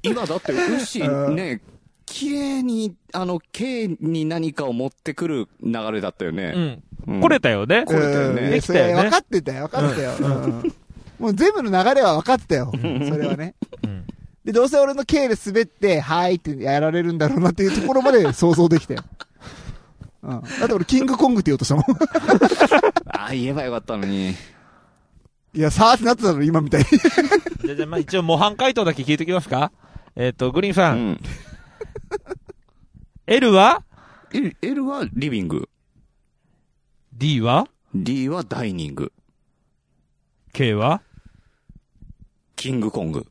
今だって、ウッシーね、綺麗に、あの、K に何かを持ってくる流れだったようね。ん。うん来れたよね。これだよねうんできたよねそれ分かってたよ、分かってたよ。うんもう全部の流れは分かってたよ。それはね。うんで、どうせ俺の K で滑って、はーいってやられるんだろうなっていうところまで想像できたよ。うん。だって俺、キングコングって言おうとしたもん。ああ、言えばよかったのに。いや、さーってなってたの、今みたいに。じゃあじゃあ、まあ一応模範解答だけ聞いておきますか。えっと、グリーンうさん、ん。 L は L L はリビング。 ?D は D はダイニング。 ?K はキングコング。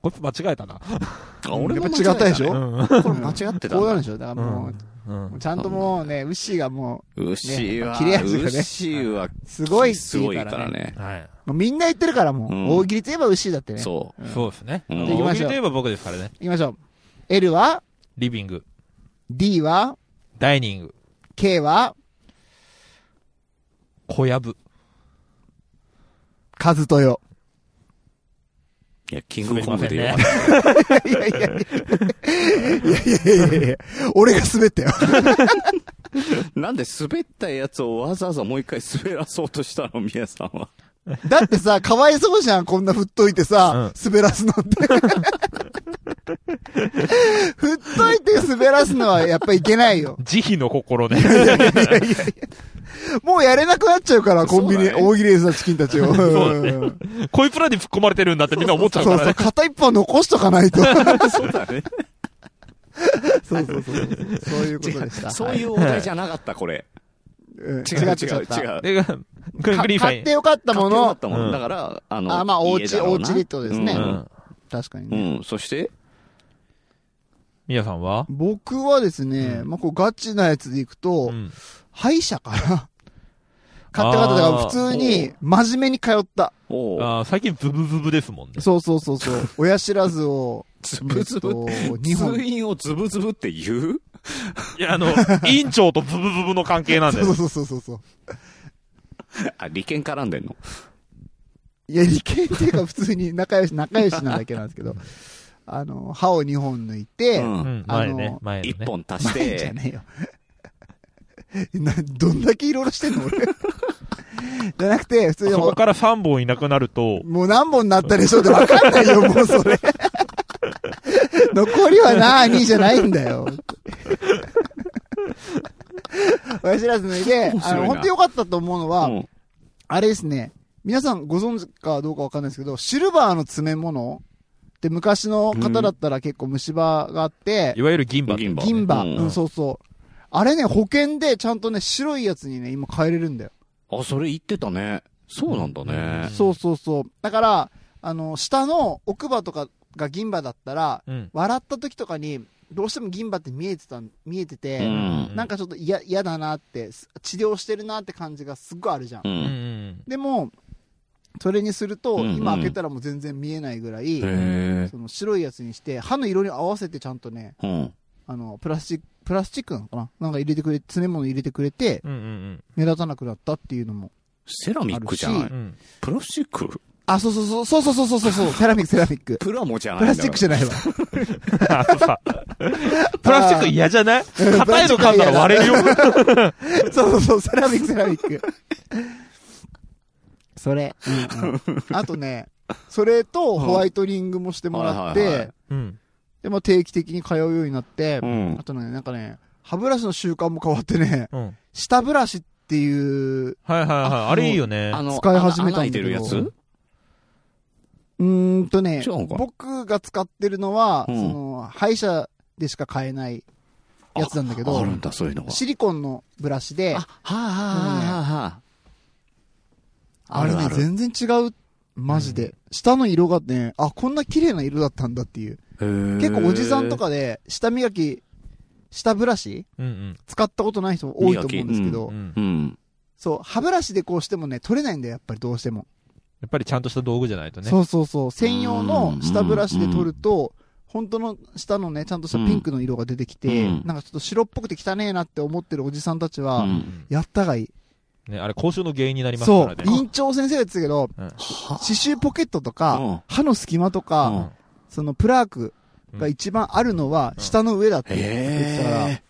こいつ間違えたな。あ、やっ間ぱ違え違ったでしうょん。これ間違ってたこうなるでんだ。しょだからもうんう、ちゃんともうね、ウッシーがもウッシーねは、切れウ味がねッシーは、う、すごいってす言ごういかかららね。ね。はい。もうみんな言ってるからもうんう、大喜利といえばウッシーだってね。そそうですね。う。うじゃあ行きんま大し喜ょう利といえば僕ですからね。行きましょう。L はリビング、 ?D はダイニング、 ?K は小籔。カズトヨ。いや、キングコングでよかっいやいやいや。いやいやいやいや俺が滑ったよ。た。なんで滑ったやつをわざわざもう一回滑らそうとしたの、宮さんは。だってさ、かわいそうじゃん、こんな振っといてさ、滑らすのって。振っといて滑らすのはやっぱいけないよ。慈悲の心ね。もうやれなくなっちゃうから、コンビそうニ、だね大喜利エースのチキンたちを。そうだねこいつらに突っ込まれてるんだってみんな思っちゃうそかうそらう、ね。片一方残しとかないと。そうだね。そうそうそうそう。そういうことでした。 そういうお題じゃなかった、これ。うん違っ違ちう違ゃっう違た。う。かで、グリーンさん買ってよかったもだのっ、たもうんん。だから、あの、あまあお家家だろうなお家でってことですねううんん。確かにうね。ん。そして、みやさんは僕はですね、うんまあ、こうガチなやつでいくとう、ん。歯医者か な。買ってよかった。だから普通に真面目に通った。おうあー最近ズブズブですもんね。そうそうそう そう。親知らずを、つぶつぶ。えっと通二本。院をズブズブって言ういや、あの、委員長とズブズブの関係なんだそよう。そうそうそうそう。あ、利権絡んでんのいや、理系っていうか普通に仲良し、仲良しなだけなんですけ ど、あの、歯を2本抜いて、ううん。ん、前あねの、前のね。一本足し前じゃて、ねえよ。 な、どんだけいろいろしてんの俺。 じゃなくて、普通にそもこから3本いなくなるとう、、もう何本なったでしょうってわかんない よ、もうそれ。残りはなーにじゃないんだよ。親知らず脱いで面白い、なあの、本当良かったと思うのは、うんあれですね、皆さんご存知かどうかわかんないですけど、シルバーの詰め物って昔の方だったら結構虫歯があって、いわゆる銀歯。銀歯。銀歯、ううんん、そうそう。あれね、保険でちゃんとね、白いやつにね、今変えれるんだよ。あ、それ言ってたね。そうなんだね。そうそうそう。だから、あの、下の奥歯とかが銀歯だったら、うん。笑った時とかに、どうしても銀歯って見えてた、見えてうて、ん。なんかちょっと嫌、嫌だなって、す治療してるなって感じがすっごいあるじゃん。う。うんん。でも、それにすると、うんうん今開けたらもう全然見えないぐらい、へえ。その白いやつにして、歯の色に合わせてちゃんとね、うん。あの、プラスチック、プラスチックなのかななんか入れてくれ、詰め物入れてくれて、うん。うん。目立たなくなったっていうのも。セラミックじゃなあういる ん。プラスチックあ、そうそうそう、そうそうそうそうそう、セラミックセラミック。プラモ じゃないプラスチックじゃない。ないわ。あとさ、プラスチック嫌じゃないうん硬いの噛んだら割れるよ。 そうそうそう、セラミックセラミック。それ。うんうん あとね、それとホワイトニングもしてもらっはいはいはいて、うん。で、まあ定期的に通うようになってう、んあ。とね、なんかね、歯ブラシの習慣も変わってね、 うん。舌ブラシっていう、はいはいはい。ああれいいよね。あの、使い始めた穴開んだけどいてるやつうーんとね違うの、か僕が使ってるのは、うそんの、歯医者でしか買えないやつなんだけあどる、んだ、そういうのが。シリコンのブラシで、あ、はあはあはあはあ。あれね、あるある全然違う。マジで。下の色がね、あ、こんな綺麗な色だったんだっていう。結結構おじさんと、かで、舌磨き、舌ブラシうん使ったことない人多いと思うんですけうど、ん。うん。うん。そう、歯ブラシでこうしてもね、取れないんだよ、やっぱりどうしても。やっぱりちゃんとした道具じゃないとね。そうそうそう。専用の舌ブラシで取ると、本当の舌のね、ちゃんとしたピンクの色が出てきて、うんなんかちょっと白っぽくて汚ねえなって思ってるおじさんたちは、うんやったがいい。ね、あれ、口臭の原因になりますかそうらね。。院長先生が言ってたけど、は歯周ポケットとあか、うん歯の隙間とうか、んそのプラークが一番あるのは、うん下の上だって言ってたから、へえ。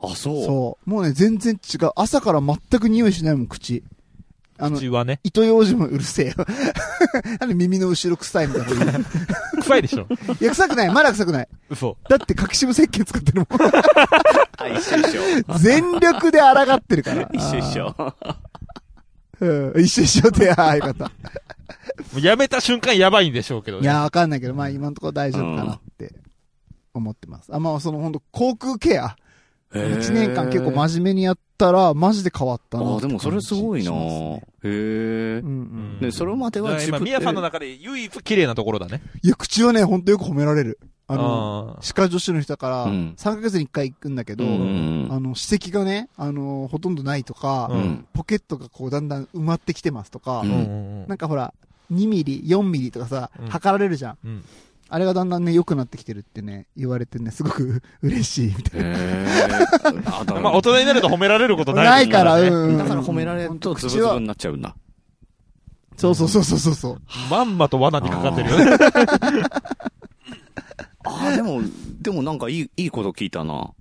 あ、そう。そう。もうね、全然違う。朝から全く匂いしないもん、口。あの、口はね、糸用紙もうるせえよ。 なんで耳の後ろ臭いみたいなこと言 う。臭いで しょ。いや、臭くない。まだ臭くない。嘘。だって隠し部石鹸使ってる もあ、一緒一緒。ん。全力で抗ってるから。一緒一緒。うん。一緒一緒って、ああ、よかった。もうやめた瞬間やばいんでしょ うけどいね。や、わかんないけど、まあ今のところ大丈夫かなって思ってます。あ、まあその本当口腔ケア。1年間結構ジ真面目にやったら、マジで変わったなって感あ、じでもそれすごいなしますへねえう。んうん。ね、それまでだはから自今、分ミヤさんの中で唯一綺麗なところだね。いや、口はね、ほんとよく褒められる。あの、あー歯科女子の人から、うん3ヶ月に1回行くんだけど、うんうんあの、歯石がね、あの、ほとんどないとか、うん。うんポケットがこう、だんだん埋まってきてますとか、うんうんうんなんかほら、2ミリ、4ミリとかさうん、測られるじゃん。うん。あれがだんだんね、良くなってきてるってね、言われてね、すごく 嬉しいみたいへ え。あ、だまあ、大人になると褒められることな。なないい。から、うねんうん。だから褒められるとズブ口ズブは、になっちゃうんだ。そうそうそうそうそうそう。まんまと罠にかかってるよね。あ、でも、でもなんかいい、いいこと聞いたな。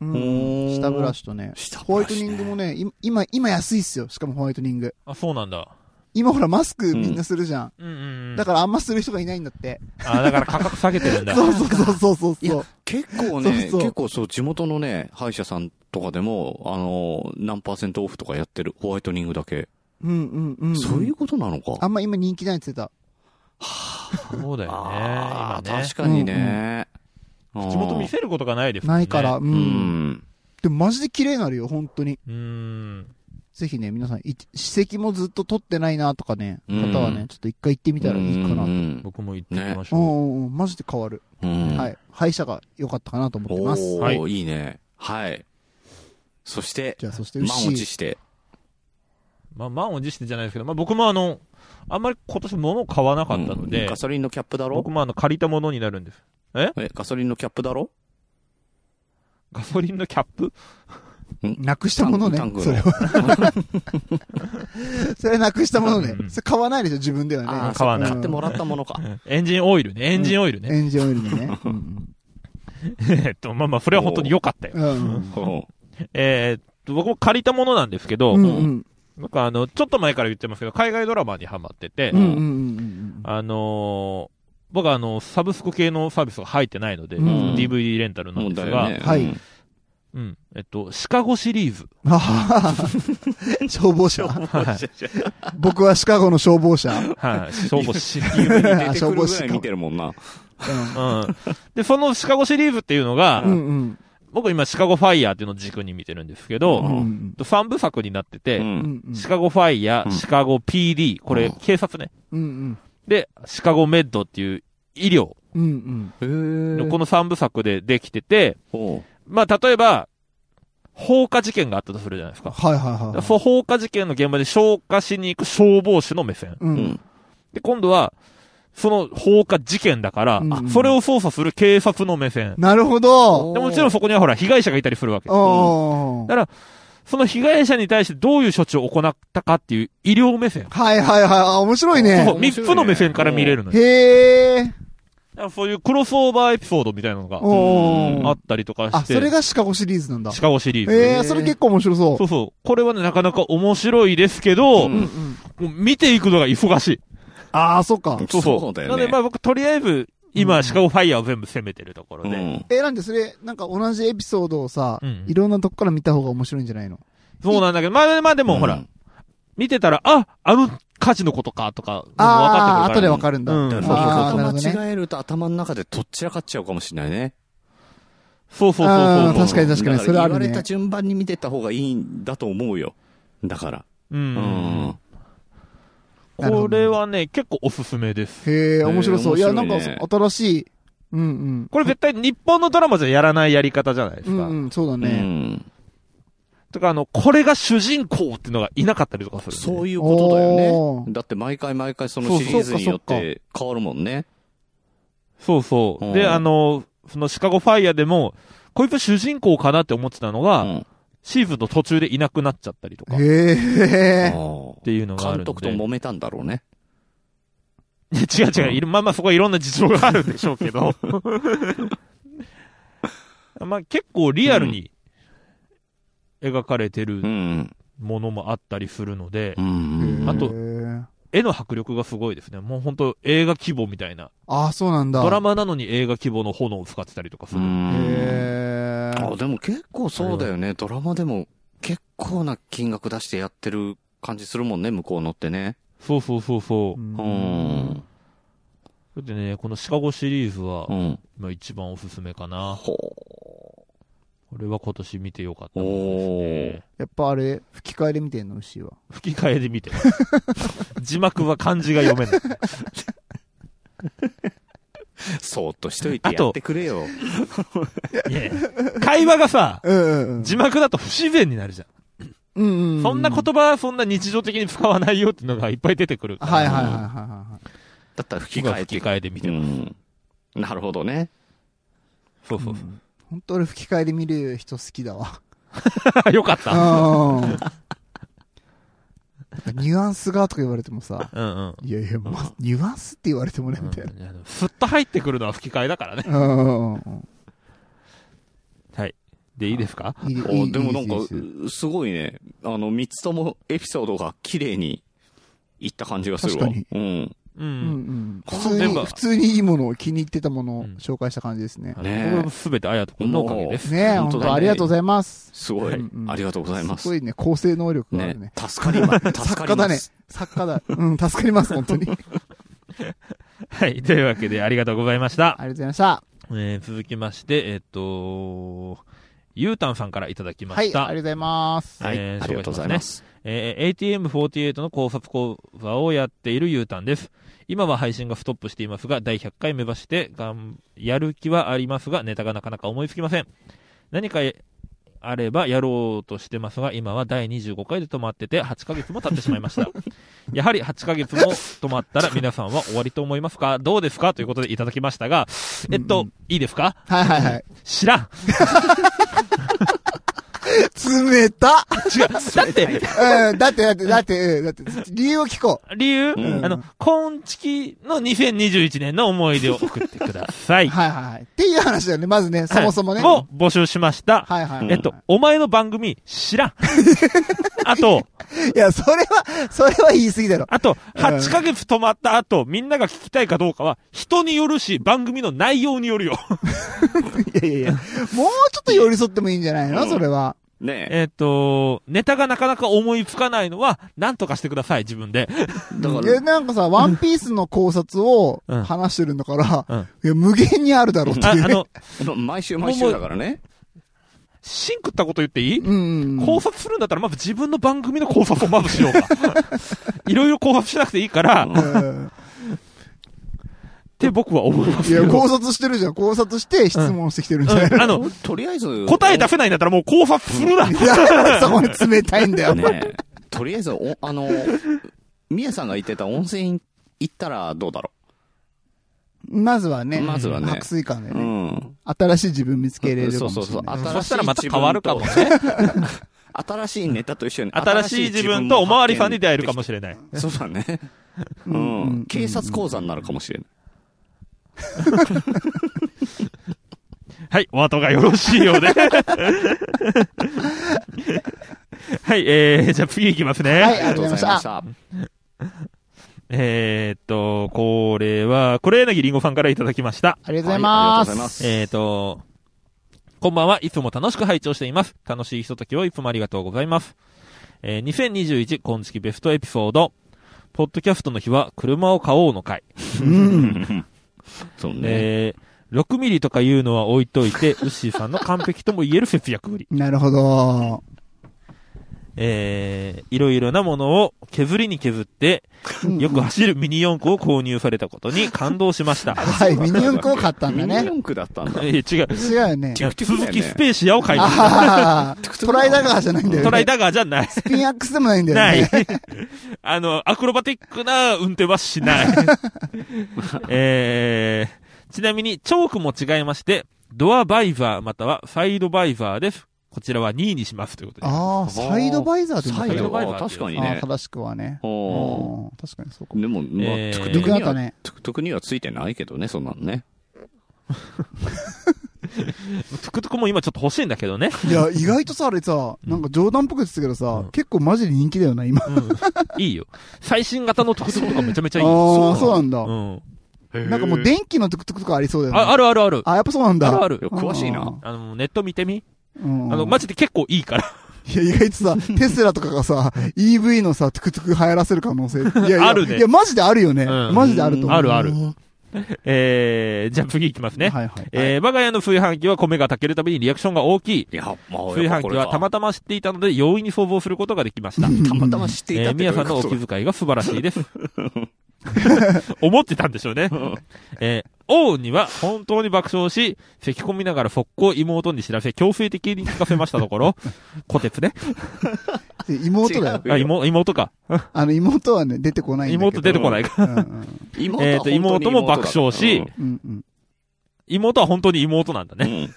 うーんん。下ブラシとね。下ブホワライトシねニングもね、い今、今安いっすよ。しかもホワイトニング。あ、そうなんだ。今ほらマスクみんなするじゃん。うんうんうん。だからあんまする人がいないんだって。あ、だから価格下げてるん だ。そうそうそうそうそういやそう。結構ね、そうそう結構そう、地元のね、歯医者さんとかでも、あの、何パーセントオフとかやってる、ホワイトニングだけ。うんうんうん。そういうことなのか。あんま今人気ないって言ってた。そうだよね。あ今ーね確。かにね。地元見せることがないですないから、。う。うんん。でもマジで綺麗になるよ、本当に。うーん。ぜひね、皆さん、い歯石もずっと取ってないなとかね、うん方はね、ちょっと一回行ってみたらいいかなと。うん僕も行ってきましうょんうんうん、マジで変わる。うん。はい。歯医者が良かったかなと思ってます。おはいー、いいね。はい。そして、じゃあ、そして、満を持牛。して。う。まあ、満を持してじゃないですけど、まあ僕もあの、あんまり今年物を買わなかったのうんでガ、ソリンのキャップだろ僕もあの、借りたものになるんです。え、ガソリンのキャップだろガソリンのキャップなくしたものねタン。クそタれンクのは。それはなくしたものねうん。それ買わないでしょ、自分ではね。あー買わないうん買ってもらったものか。エンジンオイルね、エンジンオイルね。エンジンオイルの ね。うんえっと、まあまあ、それは本当に良かったよ。うんうんうんえーっと、僕も借りたものなんですけど、うんうん僕あの、ちょっと前から言ってますけど、海外ドラマにハマってて、うんうんうんあのー僕はあの、サブスク系のサービスが入ってないので、うん DVD レンタルなもんうですだ が、よね。はいうんうん。えっと、シカゴシリーズ。あはは 消防車。僕はシカゴの消防車。うんはい。消防士。 夢に出てくるぐらい見てるもんな。。うん。で、そのシカゴシリーズっていうのが、うんうん僕今シカゴファイヤーっていうのを軸に見てるんですけうど、ん3部作になってて、うん。うんんうんシカゴファイヤー、うんシカゴ PD、こうれん警察ね。うんで、シカゴメッドっていう医療うん。うんへのーこの3部作でできてて、おうまあ例えば、放火事件があったとするじゃないですか。はいはいはいはい。そう放火事件の現場で消火しに行く消防士の目線。う。うんん。で、今度は、その放火事件だから、うんあそれを捜査する警察の目線。なるほど。でもちろんそこにはほら、被害者がいたりするわけ。おーだからその被害者に対してどういう処置を行ったかっていう医療目線。はいはいはい。あ、面白いそね。う、面三白いねつの目線から見れるのよ。へー。だからそういうクロスオーバーエピソードみたいなのがおうーんあったりとかして。あ、それがシカゴシリーズなんだ。シカゴシリーズ。えー、それ結構面白そそうそう。これはね、なかなか面白いですけう。うど、うんんうん。もう見ていくのが忙しい。ああ、そっか。そうそう。そうだよなねので、まあ僕、とりあえず、今、うんシカゴファイヤーを全部攻めてるところうで。ん。えー、なんでそれ、なんか同じエピソードをさうん、いろんなとこから見た方が面白いんじゃないのそうなんだけど、まあまあでも、ほら、うん見てたら、あ、あの火事のことか、とか、ああ、分かって後くでるわかから。るんだ。うんだあかーそらうそうそうなるほどそうね。間違えると頭の中でとっちらかっちゃうかもしれないね。そうそうそうあーそうそう。確かに確かにだらそれあるね言われた順番に見てった方がいいんだと思うよ。だから。う。うんん。なるほどこれはね、結構おすすめです。へえ、面白そう。いえーや、なん面か白いね新しい。うんうん。これ絶対日本のドラマじゃやらないやり方じゃないでうすか。んうん、そうだうね。ん。とか、あの、これが主人公っていうのがいなかったりとかする、ね。そういいうことだよおーね。だって毎回毎回そのシリーズによっそうそうて変わるもんね。そうそう。うんで、あの、そのシカゴファイヤーでも、こいつ主人公かなって思ってたのが、うんシーズンの途中でいなくなっちゃったりとか。っへあえ。ーていうのがあるの監で督と揉めたんだろうね。いや違う違う、いるまあまあそこはいろんな事情があるんでしょうけ ど。 まあ結構リアルに描かれてうるん。ものもあったりするので、うん。あとへー絵の迫力がすごいですね。もう本当映画規模みたいな。ああ、そうなんだ。ドラマなのに映画規模の炎を使ってたりとかすうる。ん。へーあ、でも結構そうだよね。ドラマでも結構な金額出してやってる感じするもんね、向こうのってね。そうそうそうそうう。うんん。だってね、このシカゴシリーズはう、ん。今一番おすすめかな。ほこれは今年見てよかったものですね。やっぱあれ、吹き替えで見てんの、牛は。吹き替えで見て。 字幕は漢字が読めない。ーそーっとしといてやってくれよ。いやいや会話がさ、うんうんうん。字幕だと不自然になるじゃん。うんうんうん。そんな言葉はそんな日常的に使わないよっていうのがいっぱい出てくるから。はいはいはいはいはい。だったら吹き僕は替え吹てき替えで見てうます。ん。なるほどね。そうそうそ本当俺吹き替えで見る人好きだわ。う。 よかった。うん。なんか ニュアンスがとか言われても さ、うんうん。いやいや、まあ、ニュアンスって言われてもね、みたいな。うんすっと入ってくるのは吹き替えだからね。うんうんうんはい。で、いいですかいいいいいおいでもなんかいいですいいです、すごいね。あの、三つともエピソードが綺麗にいった感じがするわ。確うん。う。うんんうんこ普の通メンにバー、普通にいいものを気に入ってたものをうん紹介した感じですね。ねえこれもすべてあやとくんのおかげです。ねえ、本本当だね当ありがとうございます。すごい。うんうんありがとうございますすご。いね、構成能力があるねね。。助かります。助 か作り家だまねす。。作家だ。うん、助かります、 本当に。ありがはい。というわけで、ありがとうございました。とうございました。えー続きまして、えっと、ゆうたんさんからいただきまはい、ありがとうごした。ざいます。ねえはい。ありがとうございます。えー ATM48 の考察講座をやっているゆうたんです。今は配信がストップしていますが、第100回目指してがん、やる気はありますが、ネタがなかなか思いつきません。何かえあればやろうとしてますが、今は第25回で止まってて、8ヶ月も経ってしまい ました。やはり8ヶ月も止まったら皆さんは終わりと思いますかどうですかということでいただきましたが、えっと、うんいいですかはいはい はい。知らん冷た違うだって、うん、だって、だって、だって、うんだって、理由を聞こ理由、うんあの、今月の2021年の思い出を送ってください。はいはいはい。っていう話だよね、まずね、 そもそもね。を募集しました。はいはい。えっと、お前の番組知らん。 あと、いや、それは、それは言い過ぎだろ。あと、うん8ヶ月止まった後、みんなが聞きたいかどうかは、人によるし、番組の内容に よるよ。いやいやいや。もうちょっと寄り添ってもいいんじゃないのうんそれは。ねえ。えっと、ネタがなかなか思いつかないのは、なんとかしてください、自分で。だかいらや、、なんかさ、ワンピースの考察をうん話してるんだから、 うんいや、無限にあるだろうってあ、あいうね。の、毎週毎週だからね。シンクったこと言っていいうんうん。考察するんだったら、まず自分の番組の考察をまずし ようか。いろいろ考察しなくていいから、っうんて僕は思いまいすけや、ど。考察してるじゃん。考察して質問してきてるんじゃないのうんあの、とりあえず、答え出せないんだったらもう考察するな。いや、 そこに冷たいんだよ。ねえ。 とりあえず、おあの、みやさんが言ってた温泉行ったらどうだろまずはね、まずはね白水館でう。うね、ん。新しい自分見つけれるかもしれなそうい。そうそううん新しいそしたらまた変わるかもね。新しいネタと一緒に。新しい自分とおまわりさんに出会えるかもしれない。れない。そうだね。ううんん。警察講座になるかもしれない。 はい、お後がよろしいようで。 はい、えー、じゃあ次行きますはね。いありがとうございましたた。えー、っと、これは、黒柳りんごさんからいただきました。ありがとうございます。はいありがとうございますえー、っと、こんばんはいつも楽しく拝聴しています。楽しいひとときをいつもありがとうございます。えー、2021今月ベストエピソード、ポッドキャストの日は車を買おうの回。そうね。えー、6ミリとかいうのは置いといて、ウ ッシーさんの完璧とも言える節約ぶり。なるほど。えー、いろいろなものを削りに削って、よく走るミニ四駆を購入されたことに感動しました。はい、ミニ四駆を買ったんだミニね。四駆だったんだ。えー違う。違うよね。ティクティクだ鈴木よねスペーシアを買いました。ああ、トライダガーじゃないんだよね。トライダガーじゃない。スピンアックスでもないんだよないね。。あの、アクロバティックな運転はし ない。えー、ちなみに、チョークも違いまして、ドアバイザーまたはサイドバイザーです。こちらは2位にしますということで。ああ、サイドバイザーってサイイドドバイバイザーザー。っていう確かにああ、ね。正しくはね。おうん確かにそうか。でも、まえーあ、トゥクトゥクよくなっにたは、ねトゥクトゥクにはついてないけどね、そんなのね。トゥクトゥクも今ちょっと欲しいんだけ どね。いや、意外とさ、あれさ、なんか冗談っぽく言ってたけどさうん、結構マジで人気だよな、今。あうん。いいよ。最新型のトゥクトゥクとかめちゃめちゃあいいよ。ー、そうなんだう。ん。なんかもう電気のトゥクトゥクとかありそうだよね。あ、あるあるある。あ、やっぱそうなんあだ。るある。る。いや詳しいな。あの、ネット見てみ。うん。あの、マジで結構いいから。いや、意外とさ、 テスラとかがさ、EV のさ、トゥクトゥク流行らせる可能性。いやいや あるねいや、マジであるよね。うんマジであると思う。あるあるうんえー、じゃあ次行きますね。はいはい。えー、我が家の炊飯器は米が炊けるたびにリアクションが大きい。いや、まあ、炊飯器はたまたま知っていたので容易に想像することができました。たまたま知っていえたー、って宮どさういうんのおことだ気遣いが素晴らしいです。思ってたんでしょうね。えー、王には本当に爆笑し、咳込みながら速攻妹に知らせ、強制的に聞かせましたところ、虎鉄ね。 で妹だよ。あ、妹、妹か。あの、妹はね、出てこないんだけ妹ど。出てこないか。 うんうん妹えーと妹も爆笑しうんうん。妹は本当に妹なんだうね。ん。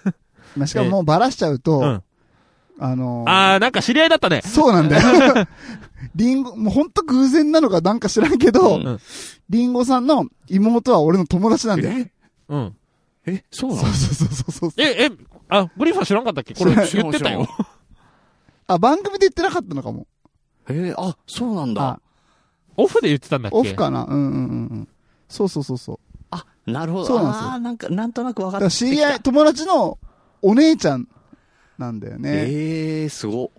まあ、しかももうバラしちゃうと、うん。あのーあー、なんか知り合いだったね。そうなんだ よ。リンゴ、もうほんと偶然なのかなんか知らんけど、うんリンゴさんの妹は俺の友達なんだよ。えうん。え、そう なそうそうそうそうそう。え、え、あ、グリーンさん知らんかったっけこれ知ら言んってたよ。あ、番組で言ってなかったのかも。のえー、あ、そうなんあだ。、オフで言ってたんだっけオフかなうんうんうんうん。そうそうそうそう。あ、なるほど。そうなんですよあーなんか、なんとなく分かだっかてら知きた。り合い、友達のお姉ちゃんなんだよね。えー、すご。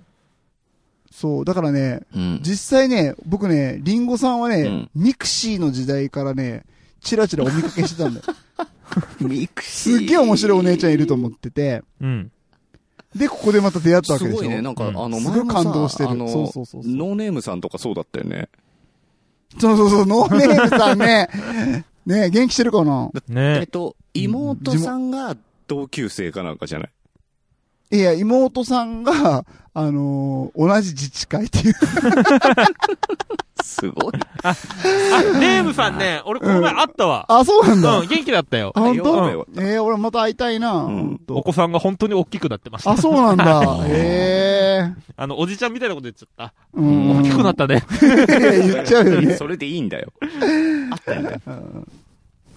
そう。だからね、うん。実際ね、僕ね、リンゴさんはね、うんミクシーの時代からね、チラチラお見かけしてたん だよ。ミクシすっげえ面白いお姉ちゃんいると思ってて、うん。で、ここでまた出会ったわけすでしょ。ごいね。なんか、うんあの、すごい前もさ感動してるあのそうそうそうそうノーネームさんとかそうだったよね。そうそうそう、ノーネームさん ね。ね元気してるかなえっねと、妹さんが同級生かなんかじゃない。いや、妹さんが、あのー同じ自治会っていう。すごい。あ、レームさんね、俺この前会ったわ。あ、そうなんだ。うん、元気だったよあ、。本よかった当よかったえー、俺また会いたいな。ん本当お子さんが本当に大きくなってました。あ、そうなん だ。ええあの、おじちゃんみたいなこと言っちゃった。ー。う大きくなっ ったね。て言っちゃうよね。それでいいんだよ。あったよね。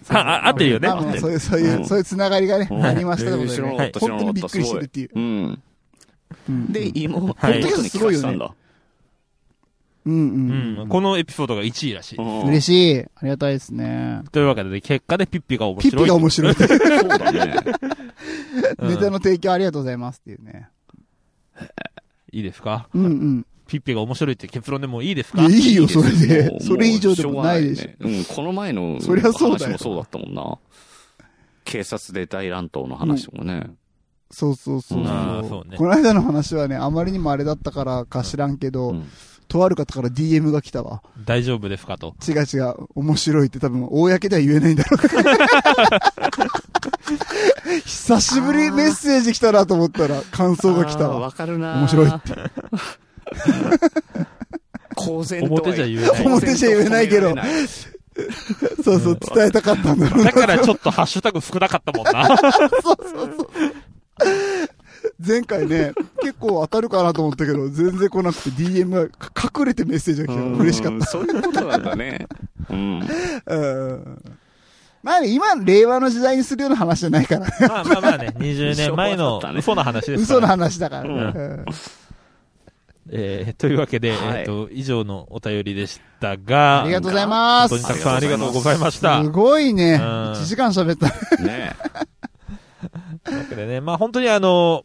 ああ合ってるよねまあまあ合ってるそういう、そういうう、んそういうつながりがね、うんありましたというこえーと知でらねなかった、知ら本当になびかっっくた、すりしてごるっい。ていう。うん。うんで、妹はいに聞かしたんだ。うんううんん。このエピソードが1位らしい。うん嬉しい。ありがたいですね。というわけでね、結果でピッピが面ピッ白ピいが。面白い。そうだね。うん ネタの提供ありがとうございますっていうね。いいですかうんうん。ピッピが面白いって結論でもういいですいかや、いいよ、ですそれもで。う それ以上でもないでしもうょうがないねうん、この前のそりゃそうだよ話もそうだったもんな。警察で大乱闘の話もね。ょ。そうそうそうあーそそううね。この間の話はね、あまりにもあれだったからか知らんけうど、んとある方から DM が来たわ。大丈夫ですかと。違う違う、面白いって多分、公では言えないんだろうから 久しぶりメッセージ来たなと思ったら、感想が来たあーわ。わかるな。面白いって公然とは表じゃ言えない。表じゃ言えないけど公然とは言えないそうそう、伝えたかったんだろうな。だからちょっとハッシュタグ少なかったもんな。 前回ね、結構当たるかなと思ったけど、全然来なくて DM がか隠れてメッセージが来たから嬉しかっうんそういうことなんだね。うん。た。うん。まあね、今、令和の時代にするような話じゃないから。まあまあまあね、20年前の嘘の話ですから嘘の話だからね。うんえーというわけで、はいえっ、と、以上のお便りでしたあが、りがと本うございま当にたす。くさんありがとうございました。すごいね。うん1時間喋った。ねというわけでね、まあ本当にあの、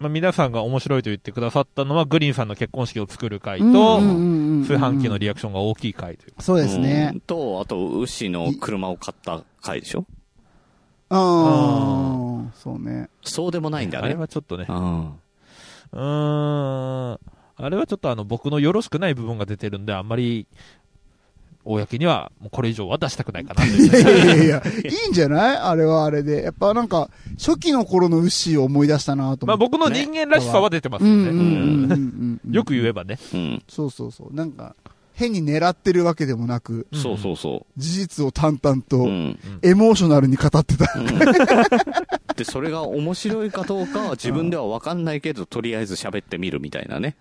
まあ皆さんが面白いと言ってくださったのは、グリーンさんの結婚式を作る回と、炊炊飯器のリアクションが大きい回という。そうですねう。んと、あと、牛の車を買った回でしょうん。そうね。そうでもないんだあれね。はちょっとね、うん。うーん、あれはちょっとあの、僕のよろしくない部分が出てるんで、あんまり、公には、もうこれ以上は出したくないかなとい。いやいうやいや、いいんじゃないあれはあれで。やっぱなんか、初期の頃のウッシーを思い出したなとま思あって。僕の人間らしさは出てますうよんね。ううんうんうんうんうんんよく言えばね。うん。そうそうそう。なんか、変に狙ってるわけでもなく、そうそうそ事実を淡々う。うと、ん。エモーショナルに語ってた。うんで、それが面白いかどうかは自分では分かんないけど、とりあえず喋ってみるみたいなね。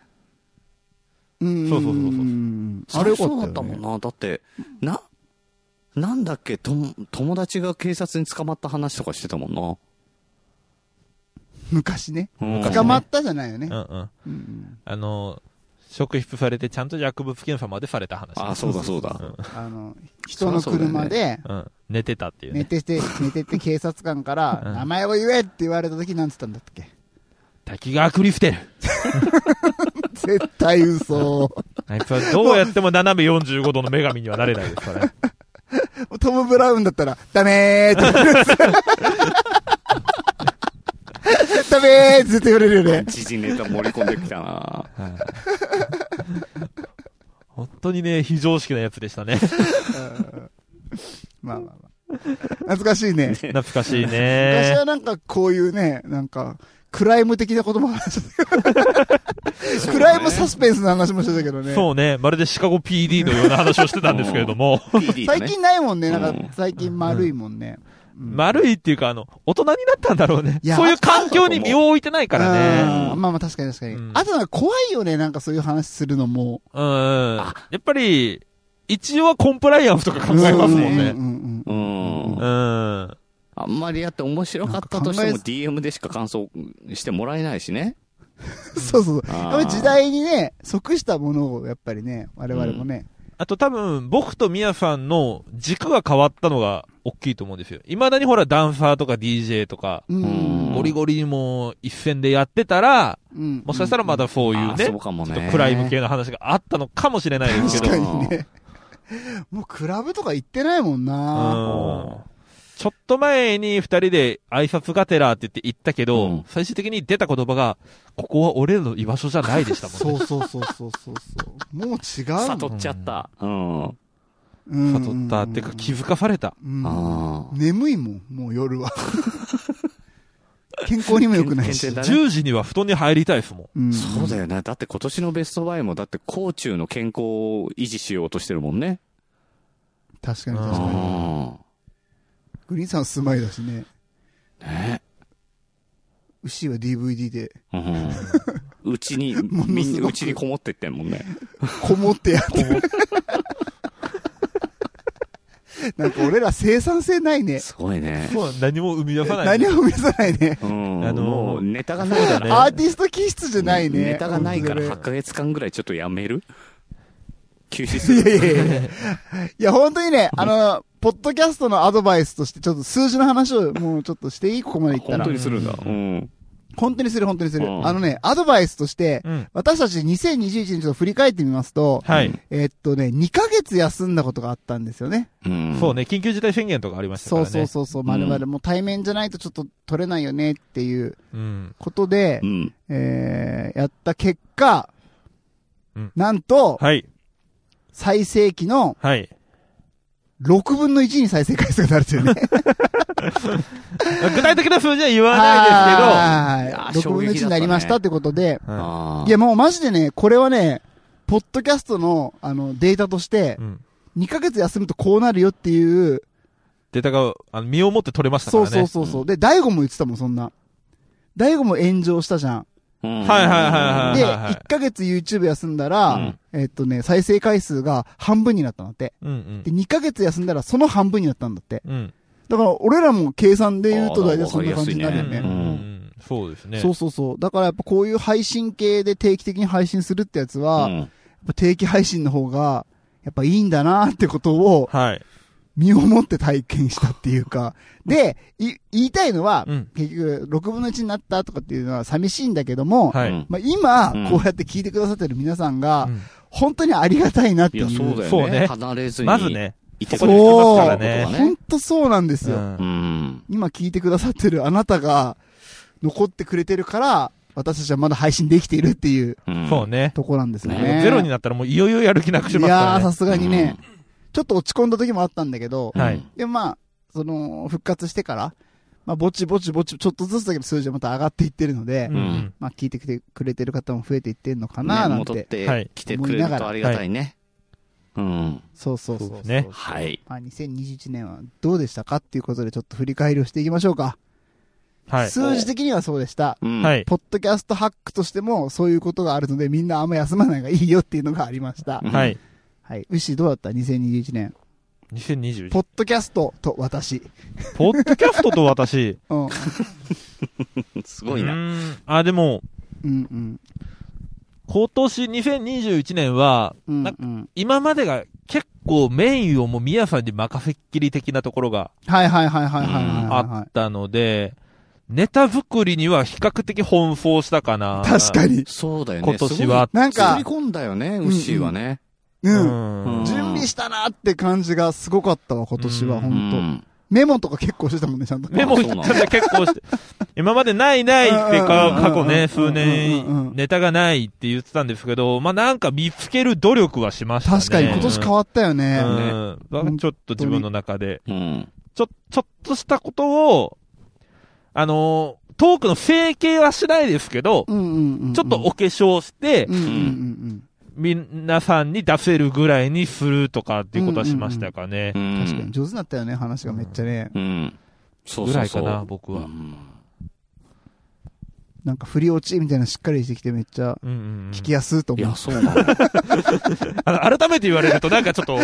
うん。そうそうそうそうんあれよかったそうよだね。ったもんな。だって、な、なんだっけ、とも友達が警察に捕まった話とかしてたもん昔ね。な。うん昔ね捕まったじゃないよねうん。うん。うんうんあの、職質されて、ちゃんと薬物検査までされた話。あ、そうだそうだ。あの、人の車で、うん。寝てたっていう寝ね。てて、寝てて警察官かうら、ん名前を言えって言われた時なんつったんだっけ滝川クリフテル。絶対嘘。あいつはどうやっても斜め45度の女神にはなれないですから。トム・ブラウンだったら、ダメーって言われる。ダメーって絶対言われるよね。時事ネタ盛り込んできたな。本当にね、非常識なやつでしたね。まあまあまあ。懐かしいね。懐かしい昔ねは。なんかこういうね、なんか、クライム的なことも話してた。クライムサスペンスの話もしてたけどね。そうね、まるでシカゴ PD のような話をしてたんですけれども、 PD だね最近ないもんね。なんうんか、最近丸いもんね。うん丸いっていうか、あの、大人になったんだろうねい。やそういう環境に身を置いてないからね。うんまあまあ確かに確かに。うんあとなんか怖いよね、なんかそういう話するのも。うん。やっぱり、一応はコンプライアンスとか考えますもんねうん。うんううんう。んん。あんまりやって面白かったとしても DM でしか感想してもらえないしね。そうそうそう。あーやっぱり時代にね、即したものをやっぱりね、我々もね。あと多分、僕とミヤさんの軸が変わったのが大きいと思うんですよ。未だにほら、ダンサーとか DJ とか、うんうんゴリゴリにもう一戦でやってたら、うんもしかしたらまだそういうあね、そうかもちょっねと。クライム系の話があったのかもしれないですけ確ど、かうんにね。 もうクラブとか行ってないもんな。ちょっと前に二人で挨拶がてらって言って行ったけど、うん最終的に出た言葉が、ここは俺らの居場所じゃないでしたもんね。そうそうそうそうそうそう。もう違う悟もん。っちゃった。うん。あうん悟ったっていうか気づかされた。うんあ。眠いもん、もう夜は。健康にも良くないし。健健全だね10時には布団に入りたいですもん。うんそうだよね。だって今年のベストバイも、だって、甲中の健康を維持しようとしてるもんね。確かにうん確うかに。ん。グリーンさんは住まいだしね。ね牛は DVD で、うん。うちに、ものすごくみんな、うちにこもってってんもんね。こもってやってる。 なんか俺ら生産性ないね。すごいね。そう何も生み出さない。何も見せないね。うん。ああのーのもうネタがないからねアーティスト気質じゃないね。ネタがないから8本ヶ月間ぐらいちょっとやめる休止当すにるい やいやいやいや、本当にね、あの、ポッドキャストのアドバイスとして、ちょっと数字の話をもうちょっとしていいここまでいった本ら当。にするんだ。うん。本当にする、本当にする。うんあのね、アドバイスとして、うん。私たち2021年ちょっと振り返ってみますと、はい。えっとね、2ヶ月休んだことがあったんですよね。うん。そうね、緊急事態宣言とかありましたかそうらね。そうそうそう、んまるまるもう対面じゃないとちょっと取れないよねっていううん。ことで、うん。えー、やった結果、うんなんと、はい。再生期のはい。 6分の1に再生回数がなるというね。具体的な数字は言わなはいいや6分の1になりましたってことで、いですけど。ああ。いやもうマジでね、これはね、ポッドキャストの、あの、データとしてう、ん。 2ヶ月休むとこうなるよっていう、データが、あの、身をもって取れましたかそらうね。そうそうそう。で、大悟も言ってたもん、そんな。大悟も炎上したじゃん。うん、はいはいはいはいで、1ヶ月 YouTube 休んだうらん、えっとね、再生回数が半分になったんだって。うんうんで、。2ヶ月休んだらその半分になったんだって。うん。だから、俺らも計算で言うと大体そんな感じにうなるよね。んうんそうですね。そうそうそう。だからやっぱこういう配信系で定期的に配信するってやつは、やっぱ定期配信の方が、やっぱいいんだなってことをはい。身をもって体験したっていう か。で、い言いたいのは、うん。結局、6分の1になったとかっていうのは寂しいんだけども、はい。うんまあ、今、うんこうやって聞いてくださってる皆さんが、うん本当にありがたいなっていいう。や、そうだよね。そうね離れずに。まず。ね。いてそこくれにるそ来うますからね。本当そうなんですよ。うんうん。今聞いてくださってるあなたが残ってくれてるから、私たちはまだ配信できているっていううんそうね。とこなんですよもね。うゼロになったらもういよいよやる気なくしいますやかー、らさね。すがにね、ちょっと落ち込んだ時もあったんだけど、はいうんでもまあ、その、復活してから、まあ、ぼちぼちぼち、ちょっとずつだけど数字はまた上がっていってるので、うんうんまあ、聞いてきてくれてる方も増えていってるのかな、ねなん。戻ってて、はい来てくれるとありがたいね。うん。そうそうそうそうそう。ですねはい。まあ、2021年はどうでしたかっていうことでちょっと振り返りをしていきましょうか。はい。数字的にはそうでした。うんは。い。ポッドキャストハックとしてもそういうことがあるのでみんなあんま休まない方がいいよっていうのがありましたう。んはい。はい。ウッシーどうだった ?2021 年。 2021ポ。ッドキャストと私。ポッドキャストと私。うん。すごいうな。んあ、でも、うんうん。今年2021年は、うんうなんん。今までが結構メインをもうみやさんに任せっきり的なところがはいはいはいはいはいはいはいあったので、ネタ作りには比較的奔放したかな。確かに。そうだよね。今年は。なんすごい。か作り、込んだよね、ウッシーはね。う。うんんうん準備したなって感じがすごかったわ、今年は、うんほうんと。ん。メモとか結構してたもんね、ちゃんと。メモ引っかけ結構して、今までないないってうんか、うんうん過去ね、数うんうんう年んネタがないって言ってたんですけど、まあなんか見つける努力はしましたね。確かに今年変わったよね。うんうんちょっと自分の中で、うん。ちょ、ちょっとしたことを、あのートークの整形はしないですけど、うんうんうんうん。ちょっとお化粧してうん、うんうん皆さんに出せるぐらいにするとかっていうことはしましたかねう。。うんん。確かに上手になったよね、話がめっちゃね。うん。そうそうそう。ぐらいかな、僕はう。んなんか振り落ちみたいなのしっかりしてきてめっちゃうんうんうん聞きやすいとい思うや、。そうなの。あの改めて言われるとなんかちょっ と、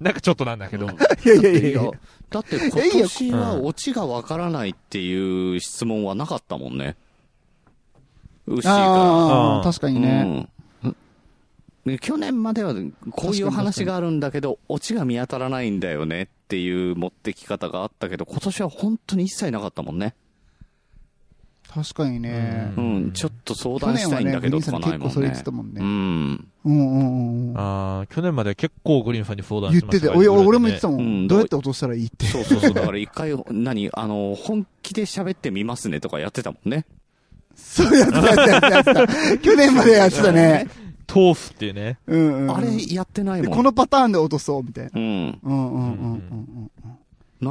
なんかちょっとなんだけど。 いやいだやいやっていいやや。だって今年はオチがわからないっていう質問はなかったもんね。ウッシーから。あうんあ、確かにね。うんね去年まではこういう話があるんだけど、オチが見当たらないんだよねっていう持ってき方があったけど、今年は本当に一切なかったもんね。確かにねううんん、ちょっと相去談し年たはいんね、だグけリーどンとさんかにない結構もんそれ言っねて。たもんうね。ん。うんうんうんうん。あー去年までは結構グリーンさんに相談言っしまて、してたおい俺も言ってたももうんん。どうやって落としたらいいって。そうそうそう。だから一回、何、あの、本気で喋ってみますねとかやってたもんね。そうやってたやってたやってた。去年までやってたね。ん。通すっていうね。うんうん。あれやってないでもん。このパターンで落とそう、みたいな。うん。うんうんうんうん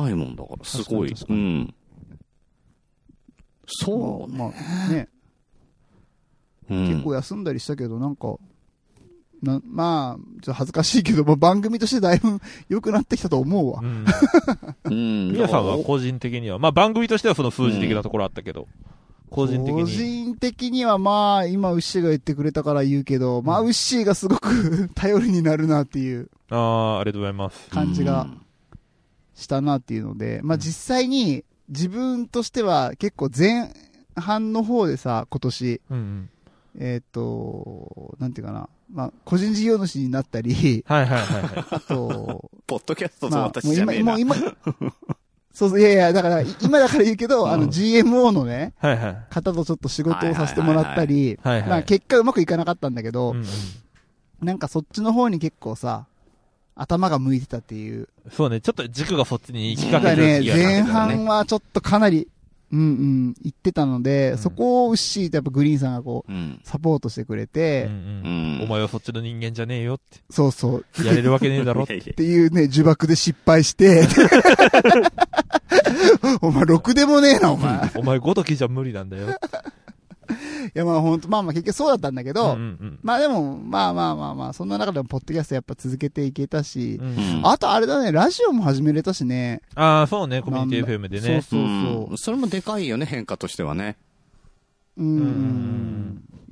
ないもんだから、すごい確。かうにん。うそん。まあ、まあね、う。う結ん構。休んだりしたけど、なんか、なまあ、ちょっと恥ずかしいけど、まあ番組としてだいぶ良くなってきたと思うわう。ん。うん。皆さんは個人的には、まあ番組としてはその数字的なところあったけど、個人的個に。人的にはまあ、今、ウッシーが言ってくれたから言うけど、まあ、ウッシーがすごく 頼りになるなっていうああ、ありがとうございます。感じがしたなっていうので、まあ実際に自分としては結構前半の方でさ、今年、うんうん。、えっ、と、なんていうかな、まあ、個人事業主になったり はいはいはいはい。あと、ポッドキャストとまあ、私もうじゃ今、ねえもなう。今、そうそう、いやいや、だから、い今だから言うけど、あうの、ん GMO のね、は いはい。方とちょっと仕事をさせてもらったり、はいまはあい。結果うまくいかなかったんだけど、うんうんなんかそっちの方に結構さ、頭が向いてたっていう。そうね、ちょっと軸がそっちに行きだかからけてるね、気がした前けどね半はちょっとかなり、うんうん、言ってたので、うんそこをうっしーとやっぱグリーンさんがこうう、。んサポートしてくれて、うんううんん。お前はそっちの人間じゃねえよっそうそう、て。やれるわけねえだろっ いやて。いやっていうね、呪縛で失敗して、 お前、ろくでもねえな、お前。いお前ごときじゃ無理なんだよって。や、まあほんと、まあまあ結局そうだったんだけうんど、うんまあでも、まあまあまあまあ、そんな中でもポッドキャストやっぱ続けていけたし、うんううんん。あとあれだね、ラジオも始めれたしね。ああ、そうね、コミュニティ FM でなんだね。そうそううんそれもでかいよね、変化としてはね。うんうんう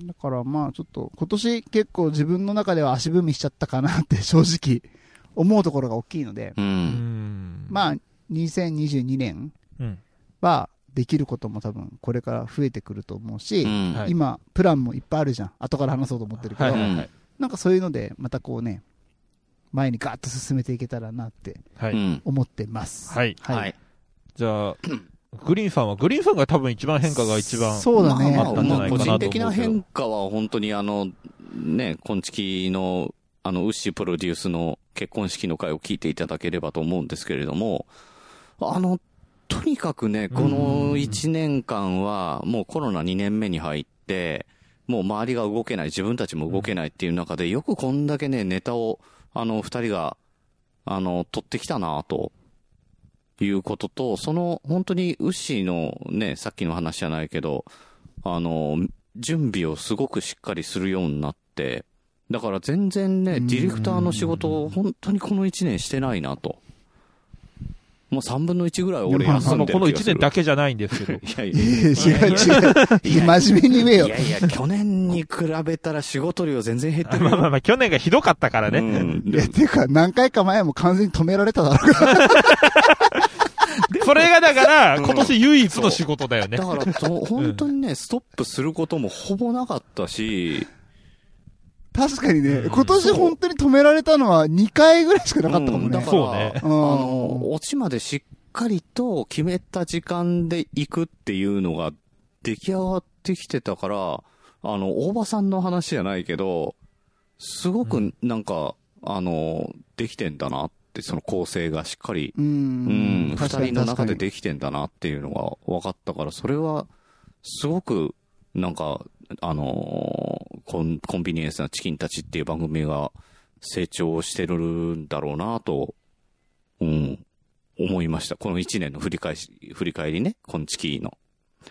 ん。だからまあちょっと今年結構自分の中では足踏みしちゃったかなって正直思うところが大きいので、う。うんん。まあ2022年うん。はできることも多分これから増えてくると思ううし、んはい今プランもいっぱいあるじゃん。後から話そうと思ってるけはいどは、いはい。なんかそういうのでまたこうね、前にガーッと進めていけたらなってはうい。ん。思ってます。はい。ははいい。じゃあ、グリーンさんは、グリーンさんが多分一番変化が一番。そうだね。まああまっあたんじゃないか個なと思人うけど的な変化は本当にあの、ね、今月の、あの、ウッシープロデュースの結婚式の会を聞いていただければと思うんですけれども、あの、とにかくね、こうんの1年間は、もうコロナ2年目に入って、もう周りが動けない、自分たちも動けないっていう中で、よくこんだけね、ネタを、あの、二人が、あの、取ってきたなと。いうことと、その、本当に、ウッシーのね、さっきの話じゃないけど、あの、準備をすごくしっかりするようになって、だから全然うね、んディレクターの仕事を本当にこの1年してないなと。もう3分の1ぐらいい俺やまあ休あんの、でこるの気1がする。年だけじゃないんです けど。いやいいやや違う違う。真面目に言えよい。やいや、去年に比べたら仕事量全然減ってるまあまあまあ、去年がひどかったからね。ね。ういんや、ていうか、何回か前も完全に止められただろうからそれがだから、うん今年唯一の仕事だよねだ。からと、本当にね、ストップすることもほぼなかったし、確かにねうん、今年本当に止められたのは2回ぐらいしかなかったかもうんだねか。ら、そうねあの、落ちまでしっかりと決めた時間で行くっていうのが出来上がってきてたから、あの、大場さんの話じゃないけど、すごうくなんか、あの、できてんだなって、その構成がしっかりううんん。、二確かに人の中で確かにできてんだなっていうのが分かったから、それは、すごく、なんか、あのーコン、コンビニエンスなチキンたちっていう番組が成長してるんだろうなと、うん、思いました。この一年の振り返し、振り返りね、このチキの。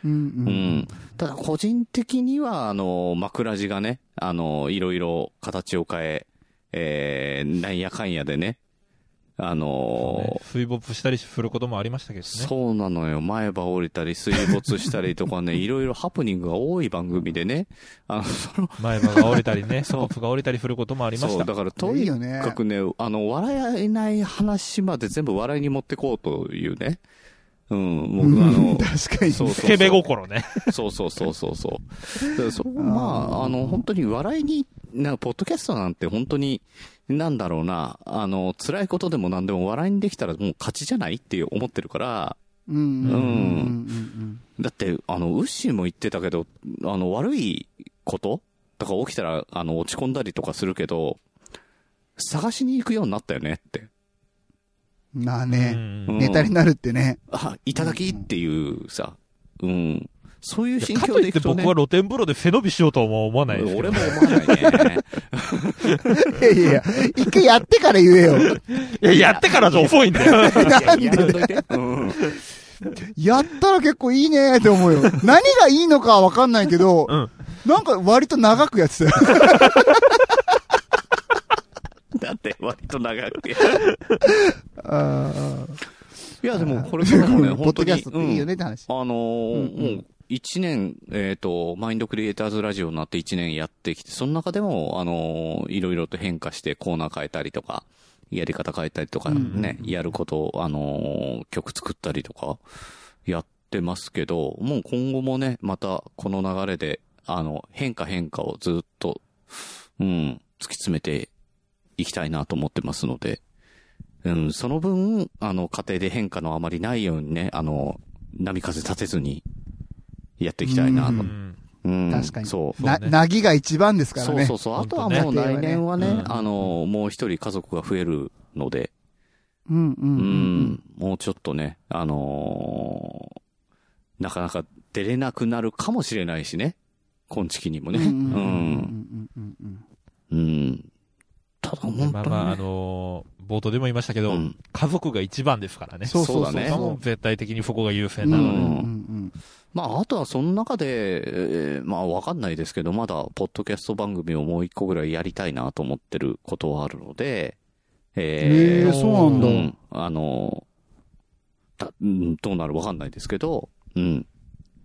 うんううんん。ただ個人的には、あの、枕地がね、あの、いろいろ形を変え、えー、なんやかんやでね、あのーね水没したりすることもありましたけどね。そうなのよ。前歯折れたり、水没したりとかね、いろいろハプニングが多い番組でね。あの、その、前歯が折れたりね、ス そうコップが折れたりすることもありましそう、た。だからといいによねかくね、あの、笑えない話まで全部笑いに持ってこうというね。うん、僕あうん。の、確かに。そうスケベ心ね。そうそうそうそうそう。だからそこまあ、あの、本当に笑いに、なんか、ポッドキャストなんて本当に、なんだろうな、あの、辛いことでも何でも笑いにできたらもう勝ちじゃないって思ってるから、うんうんうんうんうんだって、あの、ウッシーも言ってたけど、あの、悪いことだから起きたら、あの、落ち込んだりとかするけど、探しに行くようになったよねって。うん。まあうね、んうんネタになるってね。あ、いただきっていうさ、うん。そういう心か境といでっいてくと僕ね。は露天風呂で背伸びしようとは思わないですけ俺ど。も思わ ないね。いやいやいや、一回やってから言えよ。いや、やってからじゃ遅いんだよ。なんいやでやめといて。 うん。やったら結構いいねって思うよ。何がいいのかはわかんないけどうん、なんか割と長くやってたよ。だって、割と長く。いあーや、でも、これからもね、ポッ本ド当キに。ャストっていいよねって話。うんあのーうんうんもう、 1年、えっ、と、マインドクリエイターズラジオになって1年やってきて、その中でも、あのーいろいろと変化してコーナー変えたりとか、やり方変えたりとかね、やることを、あのー曲作ったりとか、やってますけど、もう今後もね、またこの流れで、あの、変化変化をずっと、うん、突き詰めていきたいなと思ってますので、うん、その分、あの、家庭で変化のあまりないようにね、あの、波風立てずに、やっていきたいなと。ううんうん確かにそう。な、そうねなぎが一番ですからそうね。そうそう。あ本と当はねもう来年はね、うんあの、もう一人家族が増えるので、うんうんう、うんんもうちょっとね、あのーなかなか出れなくなるかもしれないしね。今月にもうん。うね。うんうんうんん。うんうんうん。ただ本当に、ね。まあまあ、あのー冒頭でも言いましたけど、うん家族が一番ですからね。そうそうそうだねそこはもう絶対的にそこが優う先んうなのんで。うんまあ、あとはその中で、えーまあ、わかんないですけど、まだ、ポッドキャスト番組をもう一個ぐらいやりたいなと思ってることはあるので、ええ、そうなんうだ。ん、あの、だうんどうなるわかんないですけど、うん。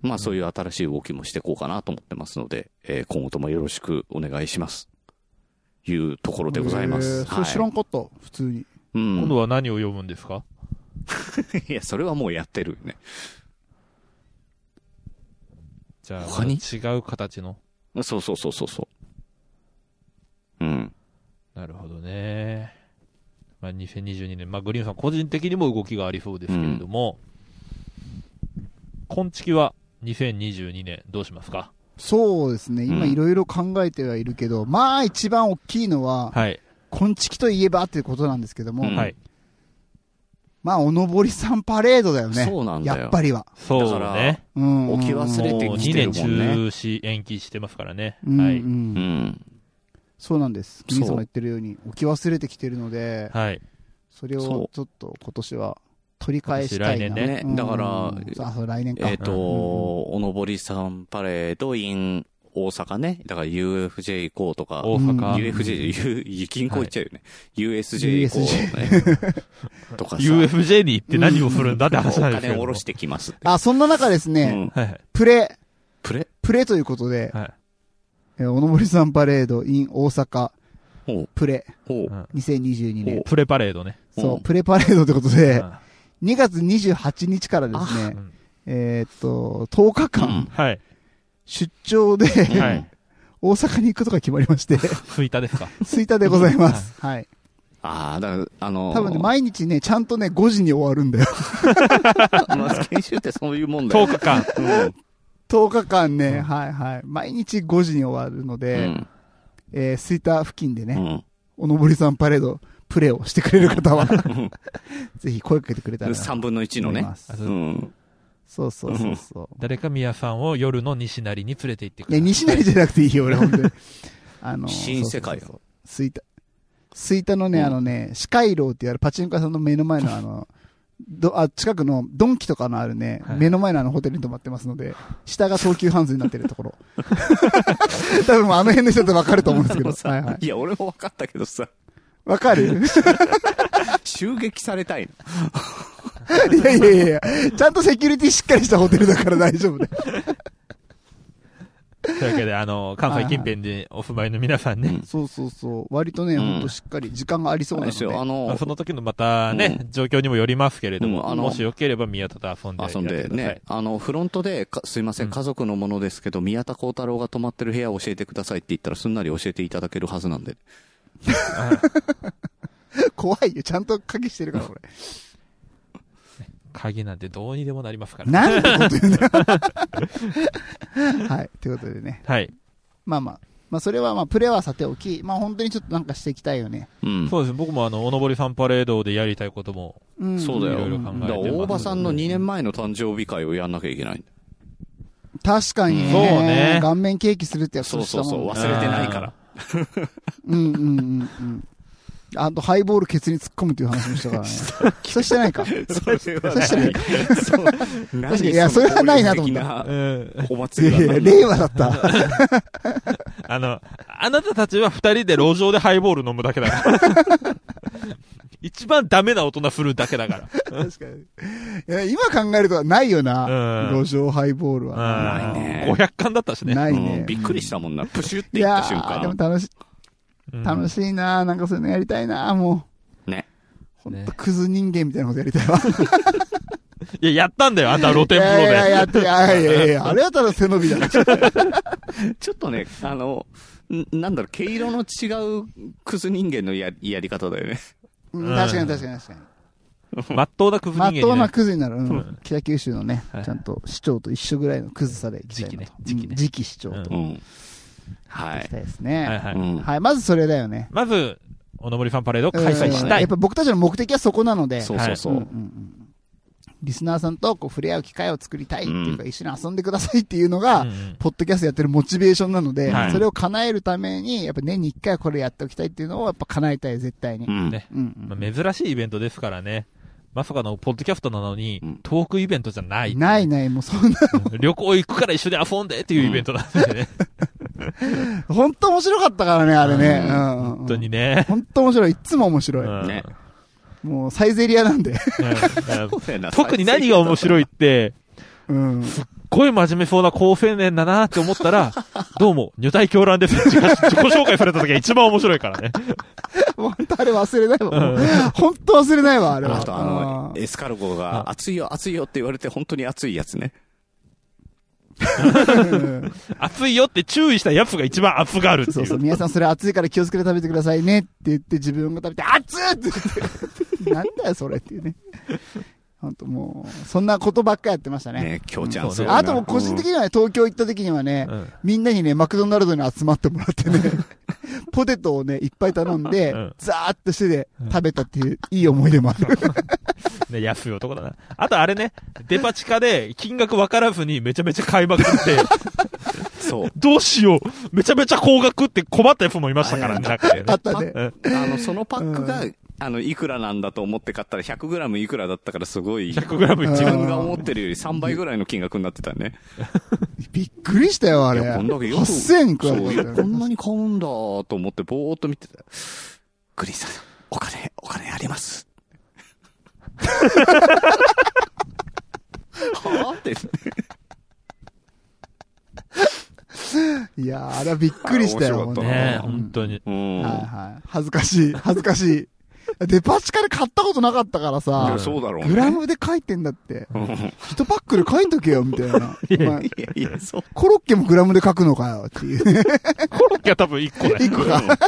まあそういう新しい動きもしていこうかなと思ってますので、えー今後ともよろしくお願いします。いうところでございまへす。ーそれ知らはいんかった、普通に。う今度ん。は何を読むんですか いや、それはもうやってるよね。じゃあ、他に違う形の。そうそうそうそうそう。うん。なるほどね。まあ、2022年、まあ、グリーンさん個人的にも動きがありそうですけれども、今月は2022年どうしますかそうですね。今うんいろいろ考えてはいるけど、まあ一番大きいのは、はい。昆虫といえばっていうことなんですけども、うんはい。まあおのぼりさんパレードだよね。そうなんだよやっぱりは。そうだからね。うん。置き忘れもうてき2年てる中もんね止、延期してますからね。うんはうんい。うん。そうなんです。そう兄さんが言ってるように置き忘れてきてるので、はい。それをそうちょっと今年は取り返したいな。今年来年ねね、だから、ら、あ、そう来年か。えっ、と、おのぼりさんパレード in 大阪ね。だから UFJ 行こうとか、大うん阪、 UFJ、ゆ、ゆ、銀行行っちゃうよね。USJ 行こ USJ う、ね。とかさ。 UFJ に行って何をするんだって話おなんですけど金をも。下ろしてきます。あ、そんな中ですうね、ん。はいはい。プレ、プレプレということで、はい。えーおのぼりさんパレード in 大阪ほう、プレほううん。 2022年。プレパレードね。そうう、んプレパレードってことで、あ2月28日からですうね、んえーっと、10日間はい。出張で、うんはい大阪に行くことが決まりま して、吹田ですか。吹田でございます。はい。ああ、だから、あのー、多分ね、毎日ね、ちゃんとね、5時に終わるんだよ。まあ研修ってそういうもんだよ。 10日間。うん10日間ね、うんはいはい。毎日5時に終わるのうで、ん。えー、吹田付近でうね、ん。おのぼりさんパレード、プレーをしてくれる方は、 ぜひ声かけてくれたらなと3分の1の思いねま。す。あそううん。そうそうそうそう。誰か宮さんを夜の西成に連れて行ってくね、れ。西成じゃなくていいよ、俺、本 当に。あの、新世界よそうそうそう吹田。吹田のね、うんあのね、四海楼っていうあるパチンコ屋さんの目の前のあの、どあ近くのドンキとかのあるね、はい目の前のあのホテルに泊まってますので、下が東急ハンズになってるところ。 多分もうあの辺の人だとわかると思うんですけど。はいはい。いや、俺も分かったけどさ、わか る襲撃されたいいの。やいやいやちゃんとセキュリティしっかりしたホテルだから大丈夫だよ。というわけで、あの、関西近辺でお住まいの皆さんね、そうそうそう。割とね、うんほんとしっかり時間がありそうなのあれで。ですよ、あまのあそ、の時のまたね、状況にもよりますけれども、うんあのもしよければ宮田と遊んで遊んやっでてくださいね、あの、フロントで、かすいませうんん、家族のものですけど、宮田幸太郎が泊まってる部屋を教えてくださいって言ったら、すんなり教えていただけるはずなんで。怖いよ。ちゃんと鍵してるから、俺。鍵なんてどうにでもなりますから。なんてこと言うんだよ。はい。ということでね。はい。まあまあ。まあそれはまあプレーはさておき、まあ本当にちょっとなんかしていきたいよね。うん。そうですね。僕もあの、おのぼりさんパレードでやりたいことも、うん。そうだよいろいろ考えてまだからす大場さんの2年前の誕生日会をやんなきゃいけないんだ。確かにね。そうね顔面ケーキするってやつそうそうそう、忘ねれてないから。うんうんうんうん。あと、ハイボールケツに突っ込むっていう話もしたからね。そうしてないか。それはない。それそう何確かにいやそれはないなと思ったう暴力ん。的なおい祭やいりや、だ令和だった。 あの、あなたたちは二人で路上でハイボール飲むだけだから。一番ダメな大人振るだけだから。確かに。いや、今考えるとないよな。うん路上ハイボールは。ないね500巻だったしね。ないねうんびっくりしたもんな。プシュっていいっやた瞬ー、でも間。楽し、うん楽しいなーなんかそういうのやりたいなーもう。ね。ほねんと、クズ人間みたいなことやりたい わ。いや、やったんだよ、あんた露い天風やいや、や呂って、いやいやいや、あれやったら背伸びだ。ちょっとね、あの、んなんだろう、毛色の違うクズ人間のややり方だよね。うん確かに確かに確かに。で。まっとうな工夫人ま間っにねとうなクズになる。うんうん北九州のね、はいちゃんと市長と一緒ぐらいのクズさでいきたいなと。時期ね時期ねうん次期市長と。うん行うん。はきい。たいですはいね。はいうんはい、まずそれだよね。まず、おのぼりファンパレードを開催しうんたやいっ。ぱ僕たちの目的はそこなので。そうそうそうんうんうう。んリスナーさんとこう触れ合う機会を作りたいっていうか、う一緒に遊んでくださいっていうのが、うんうんポッドキャストやってるモチベーションなので、はいそれを叶えるために、やっぱ年に一回はこれやっておきたいっていうのを、やっぱ叶えたい、絶対に。ううんん。ねうんまあ珍しいイベントですからね。まさかの、ポッドキャストなのにうん、トークイベントじゃない。ないない、もうそんな、 うん旅行行くから一緒に遊んでっていうイベントなんでね。本当面白かったからね、あれね。うんうんうん本当にね。本当面白い。いつも面白い。うんねもうサイゼリアなんで。うん特に何が面白いって、うん。 すっごい真面目そうな高青年だなって思ったら、どうも、女体狂乱です。自己紹介された時が一番面白いからね。本当あれ忘れないわう。本当忘れないわ、あれは。あとあの、うんエスカルゴが、熱いよ、熱いよって言われて本当に熱いやつね。うん熱いよって注意したやつが一番熱があるっていう。そうそう、皆さんそれ熱いから気をつけて食べてくださいねって言って自分が食べて、熱っって 言って、なんだよそれっていうね。本当もう、そんなことばっかやってましたね。ね、きょうちゃんすごいなあともう個人的にはね、東京行った時にはね、うんみんなにね、マクドナルドに集まってもら ってね、ポテトをね、いっぱい頼んでうん、ザーっとしてで食べたっていう、いい思い出もある。ね、安い男だな。あとあれね、デパ地下で金額分からずにめちゃめちゃ買いまくって、そう。どうしよう、めちゃめちゃ高額って困ったやつもいましたからね、中でねあったね。あの、そのパックがう、あの、いくらなんだと思って買ったら100グラムいくらだったからすごい、自 100g 一番。分が思ってるより3倍ぐらいの金額になってたね。びっくりしたよ、あれ。いやこんだけよく8000円食わそうれいやたこんなに買うんだと思ってぼーっと見てた。グリーンさん、お金、お金あります。はぁって。いやー、あれはびっくりしたよ、あれ面白かったなねえ、ほんと本当に。うん。はいはい。恥ずかしい、恥ずかしい。デパ地下で買ったことなかったからいさや、そうだろうね。グラムで書いてんだって。一パックで書いとけよ、みたいな。お前いやいや、そう。コロッケもグラムで書くのかよ、っていうね。コロッケは多分1個だよ一個が。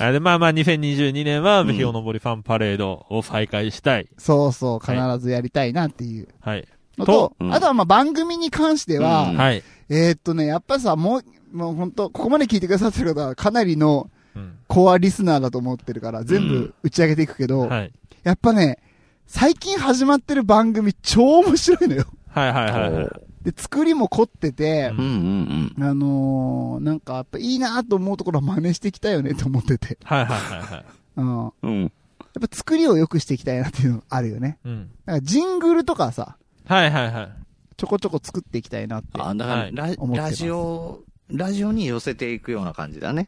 あで、まあまあ、2022年は、ぜひおのぼりファンパレードを再開したい。そうそう、必ずやりたいなっていうはい。のとと、うんあとはまあ番組に関してうはん、はい。えーっとね、やっぱりさ、もう、もう本当ここまで聞いてくださってる方はかなりのうんコアリスナーだと思ってるから、全部打ち上げていくけど、はい。やっぱね、最近始まってる番組超面白いのよ。 はいはいはいはい。で、作りも凝っててう、うんうんあのー、なんかやっぱいいなと思うところは真似していきたいよねと思って て。はいはいはいはい。うん。やうん。うん。っぱ作りを良くしていきたいなっていうのあるよね。うん。なんかジングルとかさ、はいはいはい。ちょこちょこ作っていきたいなって。あ、だから、はい思ってラますラジオ、ラジオに寄せていくような感じだね。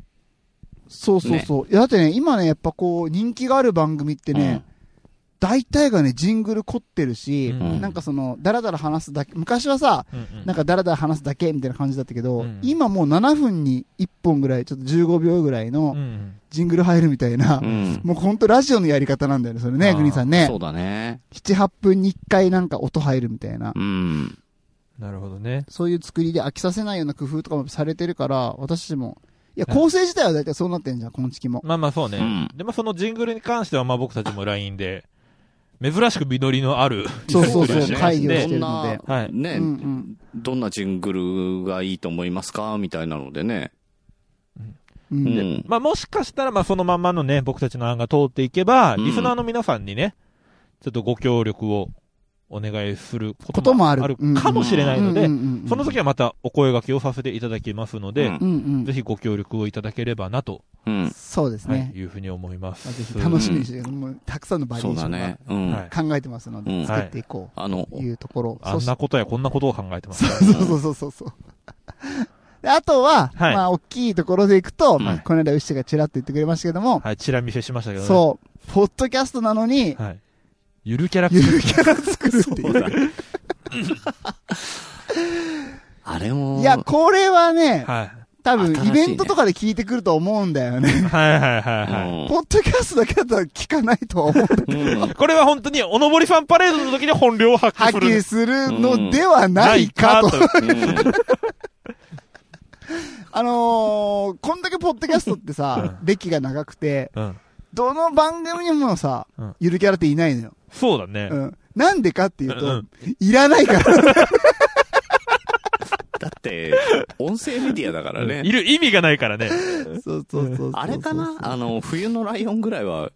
そうそうそう。いやだってね、今ね、やっぱこう、人気がある番組ってね、大体がね、ジングル凝ってるし、うんなんかその、だらだら話すだけ、昔はさ、うんうんなんかだらだら話すだけみたいな感じだったけど、うん今もう7分に1本ぐらい、ちょっと15秒ぐらいうんうのんジングル入るみたいな、ん。もうほんとラジオのやり方なんだよね、それあね、ーグリーンさんねそ。うだね。 7、8分に1回なんか音入るみたいな。うん。なるほどね。そういう作りで飽きさせないような工夫とかもされてるから、私たちも。いや、うん構成自体は大体そうなってんじゃん、今月も。、まあまあそうね。うんで、まあそのジングルに関しては、まあ僕たちも LINE で、珍しく実りのあるそうそうそうリクエスト会議をでしてるのでどんなはいうんね、うん。どんなジングルがいいと思いますかみたいなのでね。う。うんん。まあもしかしたら、まあそのまんまのね、僕たちの案が通っていけば、うんリスナーの皆さんにね、ちょっとご協力をお願いするここととももああるるかもしれないのでうんう、んうんその時はまたお声掛けをさせていただきますので、うんうんぜ。ひご協力をいただければなと、うん。そうですはいね。いうふうに思います。まあぜひ楽しみにして、もうたくさんのバリエそうーショだンがね。うん。はい考えてますのうで、ん作っていこあのうと、いうところ。あそんしなことやこんなことを考えてます。そうそうそうそうそう。であとは、はいまあ、大きいところでいくと、はいこの間、牛がちらっと言ってくれましたけども、はい、チラ見せしましたけどね。そう、ポッドキャストなの に、はい。ゆるキャラクタゆーるキャラ作るっていう。あれも、 いや、これはね、はい。多分、新しイいねベントとかで聞いてくると思うんだよね。はいはいはういはんポッドキャストだけだと聞かないとは思うんだけどい。これは本当に、おのぼりファンパレードの時に本領を発は揮っすきる。りするのではないかと。ないかうんうんあのー、こんだけポッドキャストってさ、歴が長くて、と。うん。どの番組にもさうん、ゆるキャラっていないのよ。そうだねう。ん。なんでかっていううとん、いらないから。だって、音声メディアだからいね。る意味がないからね。そうそうそうそう。あれかなあの、冬のライオンぐらいは、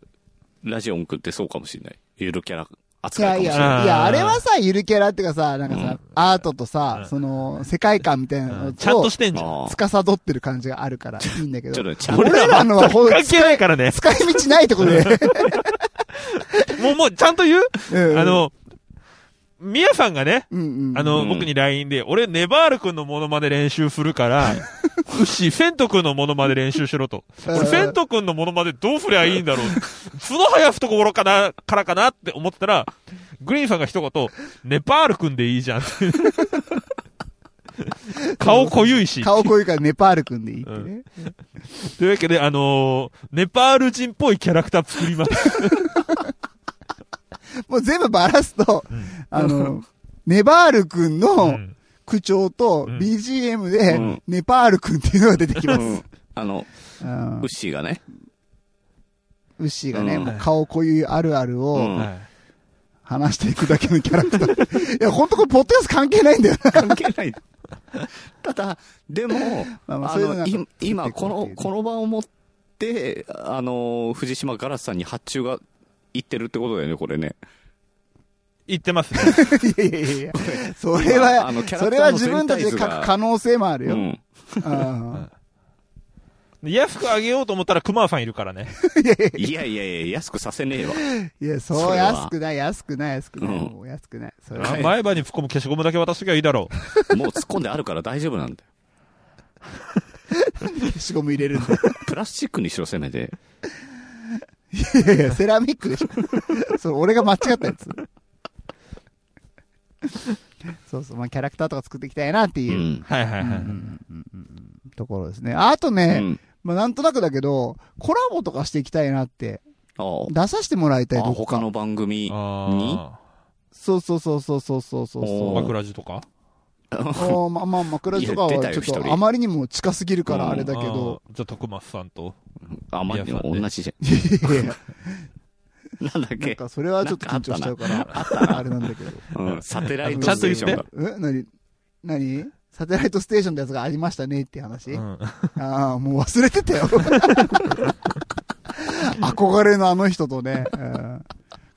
ラジオン君ってそうかもしれない。ゆるキャラい扱やいいかやもしれない。、いや、あれはさ、ゆるキャラっていうかさ、なんかうさ、アートとうさん、その、世界観みたいなうのんちゃんをとし、てんじゃん。あー司ってる感じがあるから、いいんだけちょどっ。とちゃんと俺らのは、ほん関係ないからね。使い道ないところで。もう、もう、ちゃんと言ううん あ、の、ミヤさんがね、うんうん。あの、うん僕に LINE で、俺、ネバール君のモノマネ練習するから、うっし、セント君のモノマネ練習しろと。うん俺、セント君のモノマネどうすりゃいいんだろう。角生やすところかな、からかなって思ったら、グリーンさんが一言、ネバール君でいいじゃんって。顔濃ゆいし。顔濃いからネパール君でいいってね。というわけで、あのーネパール人っぽいキャラクター作ります。もう全部ばらすと、あの、ネバール君うのん口調とうん BGM うでん、ネパール君っていうのが出てきます。うんあの、うんウッシーがね。ウッシーがね、うんもう顔濃ゆいあるあるうをんはい話していくだけのキャラクター。い や、ほんとこれ、ポッドキャスト関係ないんだよ な。関係 ない。ただ、でも、まあまああそういうのがの、い出今、こてくるっていうねの、この場を持って、あの、藤島ガラスさんに発注がいってるってことだよね、これね。言ってますね。 いやいやいやそれはあのキ、ャラそクタれーはの自分たちで書く全体図が可能性もあるうよ。うんん。あ安くあげようと思ったら熊さんいるからね。いやいやいや、安くさ せねえわ。ーいや、そそう、れは安くない、安くない、安くない。うんもう安くない。それはあ前歯に突っ込む消しゴムだけ渡しときゃいいだろう。もう突っ込んであるから大丈夫なんだよ。消しゴム入れるんだ。プラスチックにしろ、せめて。いやいや、セラミックでしょ。それ俺が間違ったやつ。そうそう、まあキャラクターとか作っていきたいなってういう、ん。はいはいはい。ところですね。あとね、うんまあなんとなくだけど、コラボとかしていきたいなって、ああ出させてもらいたいあどっか他の番組にあそうそうそうそうそうそうそうー。そおう。枕地とかおーまあまあ、枕とかはいや出たよちょっ一と人あまりにも近すぎるからあれだけど。。あーじゃあ、徳松さんと。あまりにも同じじゃいやいやん。 なんだっなんけかそれはちょっと緊張しちゃうから、あれなんだけど。うん。サテライちゃトんスとテ言っーてションが。え何何サテライトステーションってやつがありましたねっていう話、うん。ああ、もう忘れてたよ。 憧れのあの人とね。うん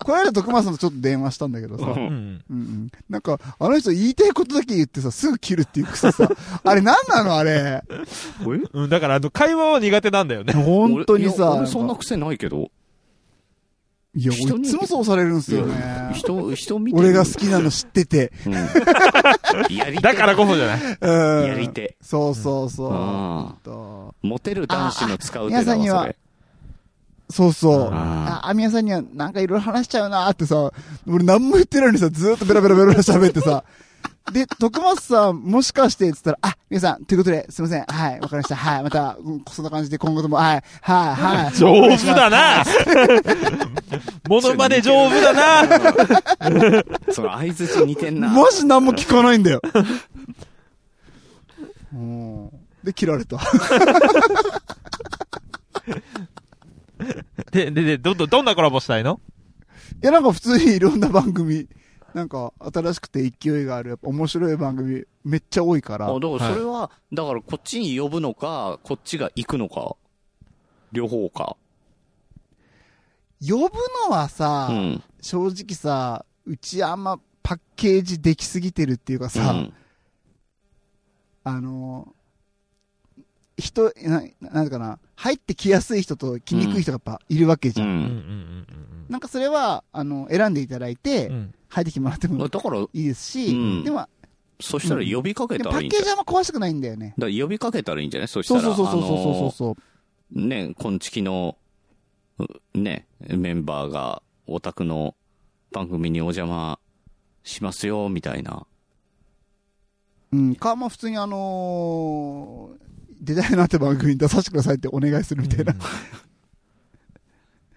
この間徳間さんとちょっと電話したんだけどさ。うんううん。んうん、なんか、あの人言いたいことだけ言ってさ、すぐ切るっていう癖さ。あれ何なのあれ。うん、だから、あの、会話は苦手なんだよね。本当に俺いやさ。俺そんな癖ないけど。いや、人俺いにつもそうされるんですよいやね。人、人見てる俺が好きなの知ってて。うんやりてだからこそじゃ ない。うん。やりてそうそうそう。ああとモテる男子の使う手あだあ皆さわ、そんにはれ。そうそう。ああ、アミヤさんにはなんかいろいろ話しちゃうなーってさ、俺何も言ってないのにさ、ずーっとベラベラベラベラ喋って さ。で、徳松さん、もしかして、つったら、あ、皆さん、ということで、すいません。はい、わかりました。はい、また、うんそんな感じで今後とも、はい、はい、はい。上手だ なモノマネ上手だな その相槌似てんな。マジ何も聞かないんだよ。うんで、切られた。 で、で、で、ど、ど、どんなコラボしたいのいや、なんか普通にいろんな番組、なんか新しくて勢いがある、やっぱ面白い番組めっちゃ多いから。あだからそれは、だからこっちに呼ぶのか、こっちが行くのか、両方か。呼ぶのはさ、うん。正直さ、うちあんまパッケージできすぎてるっていうかうさ、んあの、人、な、なんていうかな、入ってきやすい人と来にくい人がやっぱいるわけじうゃん。うんうんん。なんかそれは、あの、選んでいただいて、うんうん。入ってきてもらってもだから、いいですし、うんでも、そしたら呼びかけでたもパらいいんッじケージはゃない、あんま壊したくないんだよね。だから呼びかけたらいいんじゃないそしたそうら、そうそうそうそうあそうのそう。ね、こんちきの、うね、メンバーが、オタクの番組にお邪魔しますよ、みたいな。うん、か、まあ普通にあのー、出たいなって番組に出させてくださいってお願いするみたいな。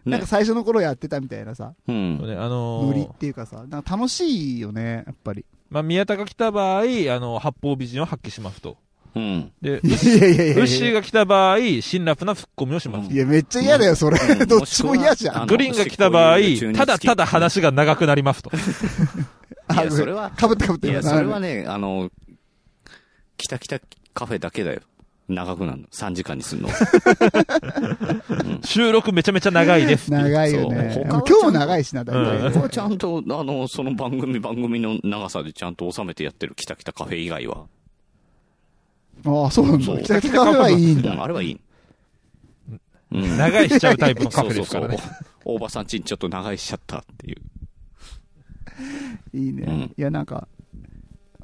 なんねか。最初の頃やってたみたいなさ、う。そうんねあのーノリっていうかさ、なんか楽しいよね、やっぱり。まあ、宮田が来た場合、あの、八方美人を発揮しますと。うん。 で、いやいやいやいや。ウッシーが来た場合、辛辣なツッコミをします。いや、めっちゃ嫌だよ、それう。んどっちも嫌じゃあん。のグリーンが来た場合おしっこ入れる中、にただただ話が長くなり ますと。いや、それは、かぶってかぶっいて。や、それはね、あの、きたきたカフェだけだよ。長くなるの。3時間に するの。収録めちゃめちゃ長いです。長いよね。そう今日も長いしな、だいたい僕はちゃんと、あの、その番組、番組の長さでちゃんと収めてやってる、きたきたカフェ以外は。ああ、そうなんそだ。う北北カフェはいいんうだ。ん、あれはいい。うん。長いしちゃうタイプのカフェですからそねう。そうそう。大場さんちにちょっと長いしちゃったっていう。いいうねん。いや、なんか、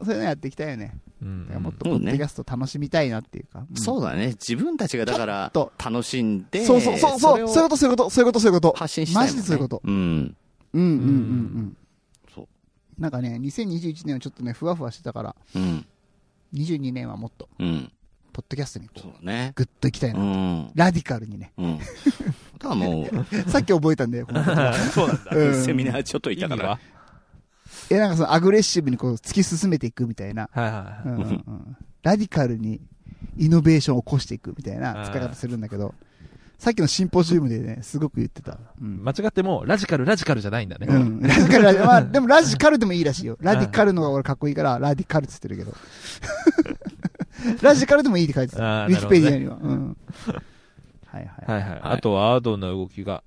そういうのやっていきたいよね。うんだからもっとポッドキャスト楽しみたいなっていうか。うんそうだね。自分たちがだからちょっ、楽しんで、そうそうそう、そうそういうれこと、そういうこと、そういうこと、そういうこをと。発信したいもん、ね。マジでそういうことうん。うんうんうんうん。そう。なんかね、2021年はちょっとね、ふわふわしてたから、うん。 22年はもっと、うん。ポッドキャストにこそうう、だね。ぐっといきたいうな。ん。ラディカルにね。うん。 ただもさっき覚えたんだよ、この言葉そうなんだ。うう、んセミナーちょっとい意た味から。はえ、なんかそのアグレッシブにこう突き進めていくみたいな。はいはういんうんはうん、 ラディカルにイノベーションを起こしていくみたいなあー使い方するんだけど、さっきのシンポジウムでね、すごく言ってた。うい。ん。間違っても、ラジカル、ラジカルじゃないんだね。うん、ラディカル、 ラディまあ、でもラジカルでもいいらしいよ。ラディカルの方が俺かっこいいから、ラディカルって言ってるけど。 ラジカルでもいいって書いてた。あウーィキなるほどねペディアには。うん。はいはい。 はいはい。あとは、どんな動きが。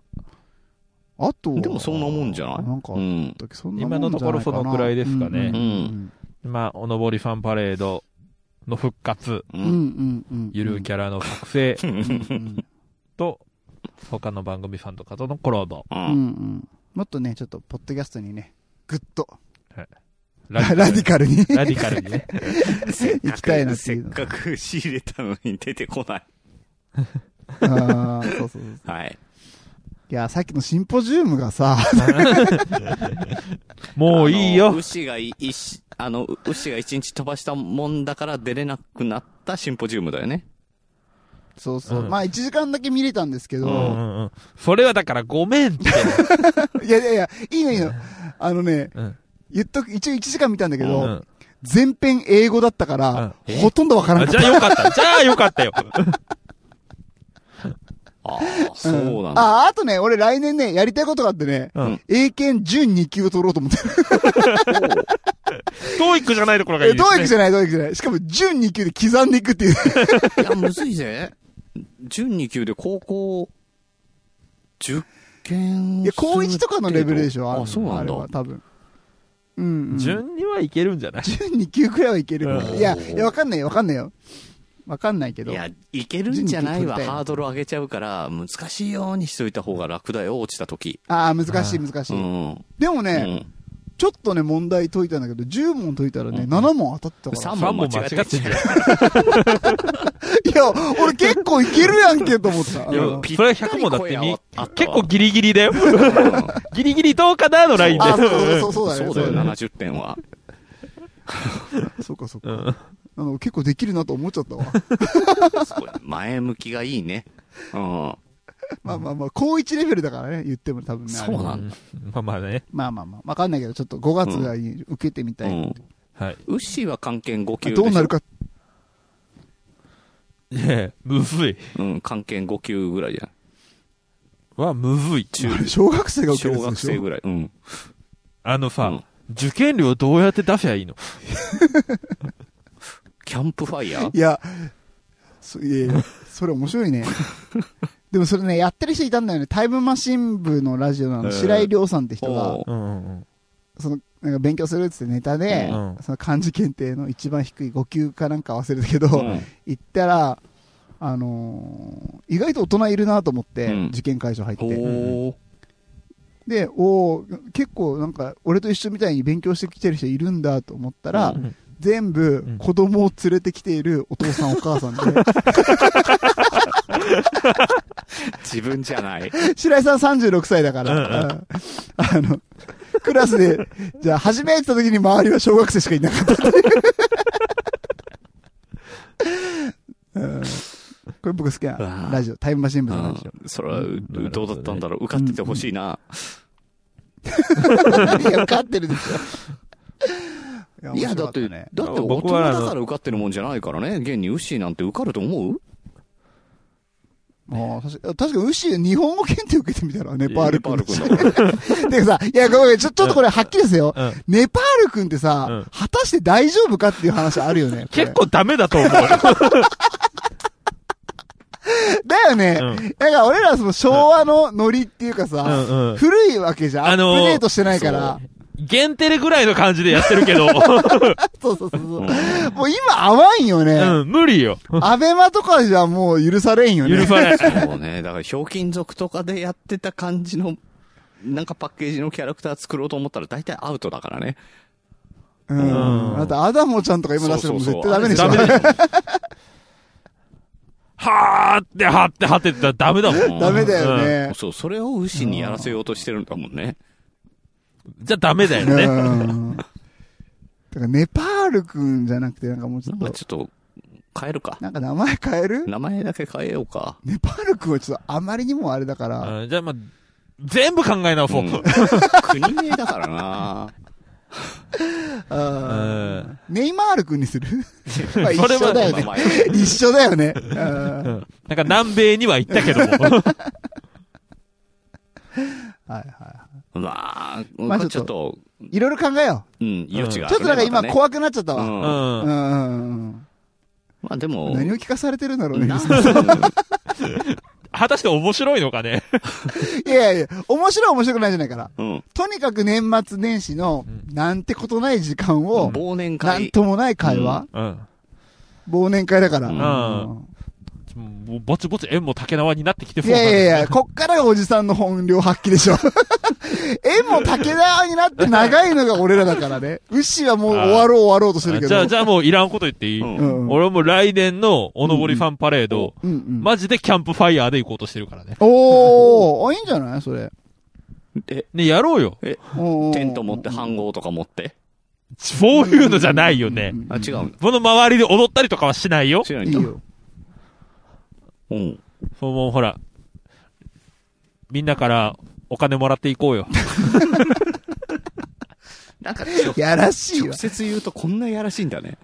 あとはでもそんなもんじゃないなんかあっうん。たっけ、そんなもんじゃないかな今のところそのくらいですかねうんまあ、おのぼりファンパレードの復活、ううんうん。うん。うんうんうん。ゆるキャラの作成うんうんと、他の番組さんとかとのコラボ。ううんん。うん、もっとね、ちょっと、ポッドキャストにね、ぐっと、ララディカルにラディカルにね。 行きたいなってせいっうの。かく仕入れたのに出てこない。ああ、そうそうそう。はい。いや、さっきのシンポジウムがさ、 もういい あのよ。牛がいいし、あの、牛が一日飛ばしたもんだから出れなくなったシンポジウムだよね。そうそう。うんまあ、1時間だけ見れたんですけうど、んうんうん。それはだからごめんって。 いやいやいや、いいのいいの。あのね、うん言っとく、一応1時間見たんだけうど、ん。全編英語だったから、うんほとんどわからあなかじっゃあよかった。じゃあよか ったよ。ああ、そた。うなんんだ。あ、あとね、俺来年ね、やりたいことがあってね、うん英検準2級を取ろうと思ってる。トーイックじゃないところがいえいですどね。ういうじゃない、どういうじゃない。しかも準2級で刻んでいくっていう。いや、むずいぜ。準2級で高校、10件。いや、高1とかのレベルでしょ、あ、そうなんれだ。は多分。うん、うん。順順にはいけるんじゃないに9くらいはいけるかうら。んいや、いや、わかんないよ、わかんないよ。わかんないけど。いや、いけるんじゃない12級取りわ。たいなハードル上げちゃうから、難しいようにしといた方が楽だよ、落ちた時。ああ、難しい、う難しうい。ん。でもうね、んちょっとね、問題解いたんだけど、10問解いたらね、うん7問当たったか三ら。 3問問間間違違っっててるんじゃんいや、俺結構いけるやんけと思った。 いやうんそれは100問だってみぴったり声合わあった結わ構ギリギリだよ。うんギリギリどうかなのラインで。あ、そうそうそうだよそね。うだよ、ね。 70点は。そうか、そううか。んあの結構できるなと思っちゃ ったわ。すごい前向きがいいね。うん。まあまあまあ、高1レベルだからね、言っても多分ね。あれそうなんだ。まあまあね。まあまあまあ、わかんないけど、ちょっと5月ぐらいに受けてみたうい。ん。はい。ウッシーは関係5級でしょどうなるか。ねえむずい。うん、関係5級ぐらいじゃん。は、むずい。小学生が受ける小やつ学でしょ生ぐらい。うん。あのさ、うん受験料どうやって出せばいいのキャンプファイヤーいや、そいやいやそれ面白いね。でもそれね、やってる人いたんだよね。タイムマシン部のラジオのあのえー白井亮さんって人がお、うんうんその、なんか勉強するっつってネタで、うんその漢字検定の一番低い5級かなんか忘れたけど、うん行ったら、あのー意外と大人いるなと思って、うん受験会場入っおて。ーで、おー結構なんか、俺と一緒みたいに勉強してきてる人いるんだと思ったら、うん。全部うん子供を連れてきているお父さんお母さんで、自分じゃない。白井さん36歳だから、うんあの、クラスで、じゃあ初めて行った時に周りは小学生しかいなかったっていう。うんこれ僕好きなラジオ、タイムマシン部のラジうんそれは、うどうだったんだろう。受かっててほしいな。オ。いや、受かってるでしょ。いや、だって、面白かねだって大僕人はあだのから受かってるもんじゃないからね。現にウッシーなんて受かると思うああ、確か確かに、ウッシー、日本語検定受けてみたら、ネパール君。ネパール君だか ら。てかさ、いや、ごめん、ちょ、ちょっとこれはっきりですよ。うん。ネパール君ってさ、うん果たして大丈夫かっていう話あるよね。これ 結構ダメだと思うよ。だよね。うんだから俺らその昭和のノリっていうかうさ、んうん。古いわけじゃん。アあップのーデートしてないから。限定ぐらいの感じでやってるけど、 そうそうそうそうう。んもう今甘いよね。うん、無理よ。アベマとかじゃもう許されんよ許ね。さない。そうね。だから、ひょうきん族とかでやってた感じの、なんかパッケージのキャラクター作ろうと思ったら大体アウトだからね。う。うんんあとアダモちゃんとか今出してもそう絶そうそ対うダメでしダょメ。でしょ。はーって、はって、はってって言ったらダメだもん。 ダメだよね。そう、それをウッシーにやらせようとしてるんだもんね。じゃあダメだようね。ん。だからネパール君じゃなくてなんかもうちょなっんかと、ちょっと、変えるか。なんか名前変える名前だけ変えようか。ネパール君はちょっとあまりにもあれだから、うんじゃあまあ、全部考え直そうう。んうん国名だから なうんネイマール君にするまあ一それは緒だよね。まあまあ一緒だよね。うんなんか南米には行ったけども。はいはまあ、まあちょっとちょっと、い。いろいろ考えようん、余地う。があるちょっね。となんか今またね怖くなっちゃったわ。う。ううんんんうんうん。まあでも、何を聞かされてるんだろうね。な果たして面白いのかね。 いやいやいや、面白い面白くないじゃないから。うん。とにかく年末年始の、なんてことない時間を、忘年なん会。ともない会話、うん。忘年会だから。うんうんもうぼちぼち縁も竹縄になってきていそうやいやいなや、こっからがおじさんの本領発揮でしょ。 絵も竹田になって長いのが俺らだからね。ウッシーはもう終わろう終わろうとしてるけど。じゃあ、じゃあもういらんこと言っていいうんうん俺はもう来年のおのぼりファンパレード、うんうん。マジでキャンプファイヤーで行こうとしてるからね。おー、あいいんじゃないそれ。え、ね、やろうよ。おーテント持って、飯号とか持って。そういうのじゃないよねう。んあ、違うんだ。この周りで踊ったりとかはしないよ。しないいいんだ。よ。うん。そう、もうほら。みんなからお金もらっていこ うよ。なんか、やらしいわ直。接言うとこんなやらしいんだね。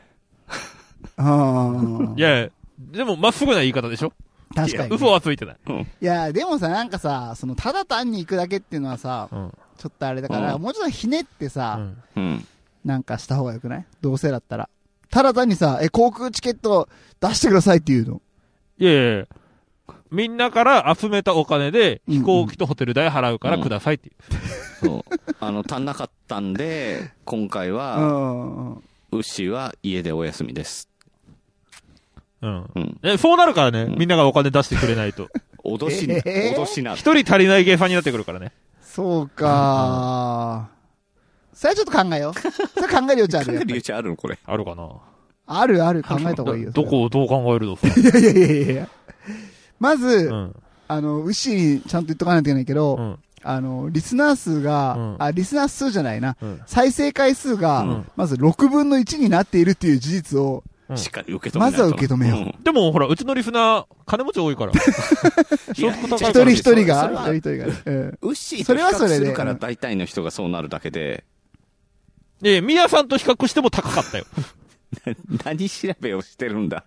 ああ。いやいや、でもまっすぐな言い方でしょ確かにね。嘘はついてない。うん。いや、でもさ、なんかさ、その、ただ単に行くだけっていうのはさ、うん。ちょっとあれだから、うんもうちょっとひねってさ、うんうん。なんかした方がよくないどうせだったら。ただ単にさ、え、航空チケット出してくださいっていうの。いやいやいやみんなから集めたお金で飛行機とホテル代払うからくださいっていう。そう。あの、足んなかったんで、今回うは、ん。うん牛は家でお休みです。うん。うん。え、そうなるからね、うんみんながお金出してくれない と。脅しな、えー脅しな。一人足りない計算になってくるからね。そうかそれはちょっと考えよう。それ考える余地あるかよな。り値あるのこれ。あるかなあるある考えた方がいいよ。どこをどう考え るのそれはいやいやいやいや。まず、うん。あの、牛にちゃんと言っとかないといけないけど、うん。あの、リスナー数が、うんあ、リスナー数じゃないな。うん。再生回数が、うんまず6分の1になっているっていう事実を、うんしっかり受け止めないとまずは受け止めようんでもほら、うちのリスナー、金持ち多 いから。所得高一いか人一ら。人それが、は一人一人がね、うんウッシーそとれ比はそれ較でするから大体の人がそうなるだけで、いやいや、ミヤさんと比較しても高 かったよ。何調べをしてるんだ。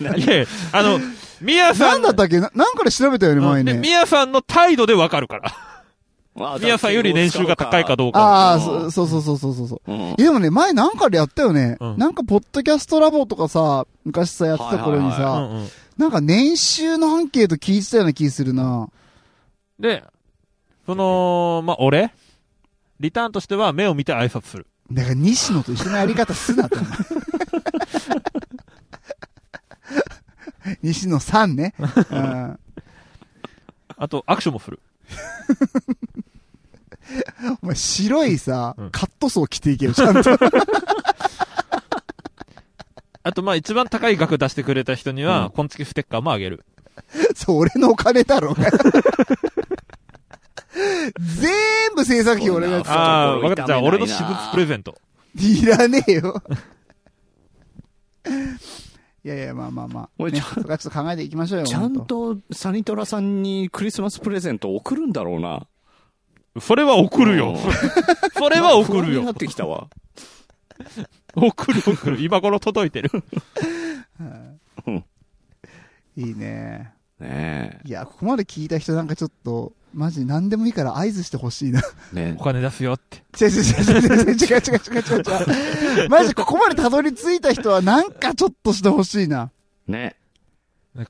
いやいや、あの、ミヤさなんん。だったっけななんかで調べたよね、前で、ね。ミヤさんの態度でわかるから。まあミヤさんより年収が高いかどうか。ああ、うそんそうそうそうそうそうそう。うん。いやでもね、前なんかでやったよね。うんなんか、ポッドキャストラボとかさ、昔さ、やってた頃にはいはうさ、んうん。なんか年収のアンケート聞いてたような気するな。で、その、まあ、俺リターンとしては目を見て挨拶する。だから、西野と一緒のやり方すなって。西野さんね。うんあと、握手もする。お前白いさうん、カットソー着ていけよ、ち ゃんと。あと、まあ、一番高い額出してくれた人にうんは、こんつきステッカーもあげる。そう、俺のお金だろ。全部制作費俺がそうああ、心分かった。痛めないなじゃあ、俺の私物プレゼント。いらねえよ。いやいや、まあまあまあ。おいねちゃんそこはちょっと考えていきましょうよ。ちゃんほと。とサニトラさんにクリスマスプレゼント送るんだろうな。それは送るようん。 それは送る不安にな っよ。てきたわ。送る送る。今頃届いてる。いいね。ねいや、ここまで聞いた人なんかちょっと、マジ何でもいいから合図してほしいな。え。ねお金出すよって。違う違う違う違う違う違う違う違う違う。マジここまでたどり着いた人はなんかちょっとしてほしいな。え。ね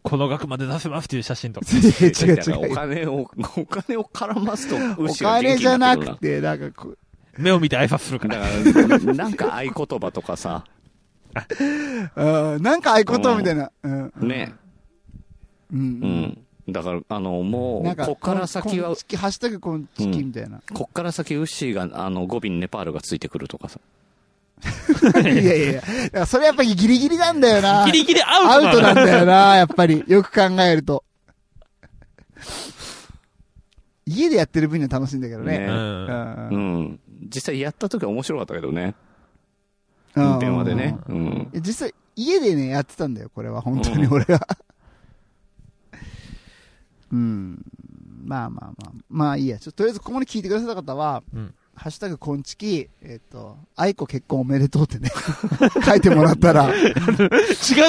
この額まで出せますっていう写真とか。違う 違うだから違おう。金を、 お金を絡ますと、お牛が元金気じゃにななってくるくて、なんかこう、目を見て挨拶するから。な。だから、なんか合言葉とかさ、うんなんか合言葉みたいな。うん。ねうん。う。ん。だから、あの、もなんう、こっから先こはんち、きハッシュタグこんちきみたいな。こっから先、ウッシーが、あの、語尾にネパールがついてくるとかさ。いやいやいや。だからそれやっぱりギリギリなんだよな。ギリギリアアウウトトなんなんだ。だよな、やっぱり。よく考えると。家でやってる分には楽しいんだけどね。ねううんんう。ん。実際やった時は面白かったけどね。うん電話でね。。うん。いや実際、家でね、やってたんだよ、これは。本当に俺は。うん。まあまあまあ。まあいいや。ちょっととりあえず、ここまで聞いてくださった方は、うんハッシュタグ、こんちき、えっ、と、愛子結婚おめでとうってね、 書いてもらったら、違う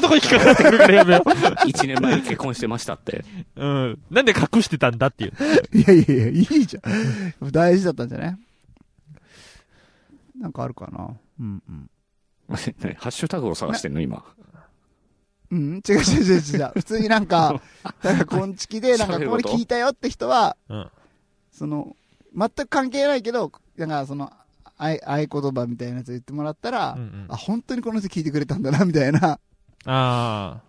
とこに引っかかってくるからやめよ一年前に結婚してましたって。 う。うん。なんで隠してたんだっていう。いやいやいや、いいじゃん。大事だったんじゃないなんかあるかなうんうん。ねハッシュタグを探してんの、今。うん違う違う違う違う。普通になんか、なんか、こんちきで、なんか、そういうここれと聞いたよって人は、うん。その、全く関係ないけど、なんか、その、あい、合言葉みたいなやつ言ってもらったら、うんうんあ、本当にこの人聞いてくれたんだな、みたいな。ああ。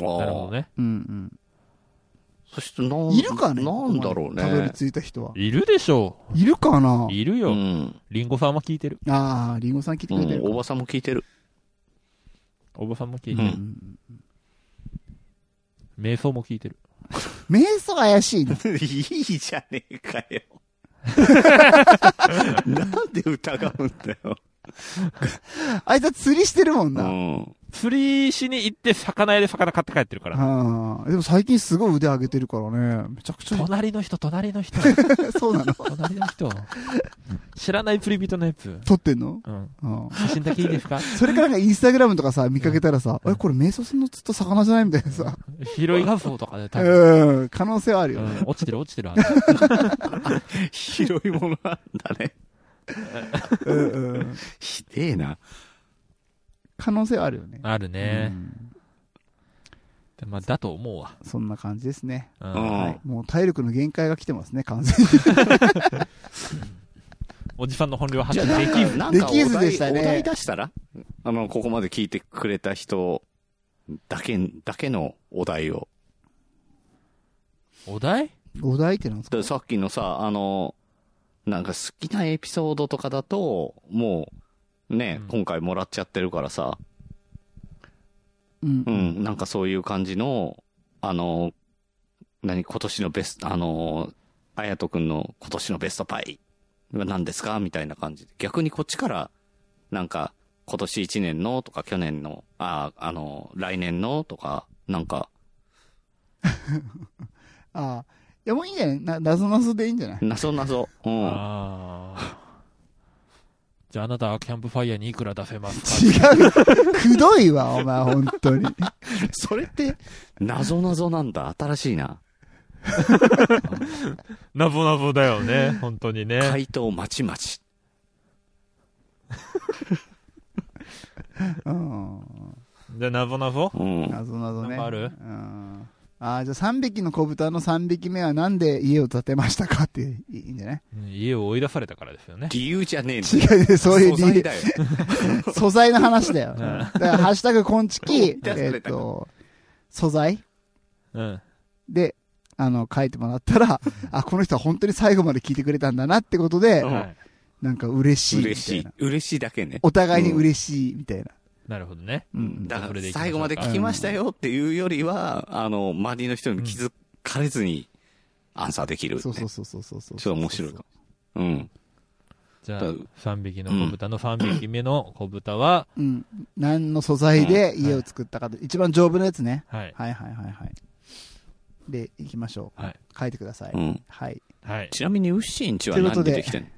なるほどああ。ね。うんそしてな、うんん。いるかねなんだろうたどりね。着いた人は。いるでしょいるかなう。いるうよ。ん。リンゴさんも聞いてる。ああ、リンゴさん聞いてうくれてんる。かおばさんも聞いてる。 おばさんも聞いてるう。うん瞑想も聞いてる。瞑想怪しいな。いいじゃねえか よ。なんで疑うんだよ。あいつは釣りしてるもんうな。ん。釣りしに行って魚屋で魚買って帰ってるから。ああ、でも最近すごい腕上げてるからね。めちゃくちゃ、隣の人、隣の 人、 そうなの隣の人。知らない釣り人のやつ。撮ってんのうん。うん。写真だけいいです かそれからなんかインスタグラムとかさ、見かけたらさ、え、これ瞑想するのずっと魚じゃないみたいなさ。拾い画像とかで多分。うん、可能性はあるうよね。ん、落ちてる落ちてる。広いものなんだね。うんうん。ひでえな。可能性はあるよね。あるねう。んでまあ、だと思うわ。そんな感じですね。うんうんはい。もう体力の限界が来てますね、完全に。 おじさんの本領発じ揮ゃあなでんきか、ず。なんかお題できずでしたねお題出したらあの、ここまで聞いてくれた人だけ、だけのお題を。お題お題ってなんですかでさっきのさ、あの、なんか好きなエピソードとかだと、もう、ね、うん今回もらっちゃってるからさ、うんう。ん、なんかそういう感じの、あの、何、今年のベスト、あの、あやとくんの今年のベストパイは何ですかみたいな感じで。逆にこっちから、なんか、今年1年のとか去年の、あ、あの、来年のとか、なんか、ああ。いや、もういいんじゃないな、なぞなぞでいいんじゃないなぞなぞ。うん。ああ。じゃああなたはキャンプファイヤーにいくら出せ ますか違うよ。くどいわ、お前、本当に。それって、なぞなぞなんだ。新しいな。なぼなぼだよね。本当にね。回答まちまち。うん。じゃあなぼなぼうん。なぞなぞね。なんかあるうん。ああ、じゃあ3匹の小豚の3匹目はなんで家を建てましたかっていいいいんじゃないうん家を追い出されたからですよね。理由じゃねえんだよ。違う、そういう理素材由。だよ。素材の話だよ。んだから、ハッシュタグ、こんちき、出さえれったからと、素材うん。で、あの、書いてもらったら、あ、この人は本当に最後まで聞いてくれたんだなってことでう、んはい。なんか嬉しいみたいな。嬉しい。嬉しいだけね。お互いに嬉しいみたいな。なるほどね。うん。だそかれでいきましょうらか最後まで聞きましたよっていうよりは、あの、周りの人に気づかれずにアンサーできる、ね。そうそうそうそうそうそう。ちょっと面白いかも。うん。じゃあだ、 3匹の子豚の3匹目の子豚は、うん。何の素材で家を作ったかと、一番丈夫なやつね。はい。はいはいはいはい。で、行きましょう。はい。書いてください。うんはい。はい。ちなみに、ウッシーんちはということ何で出てきてん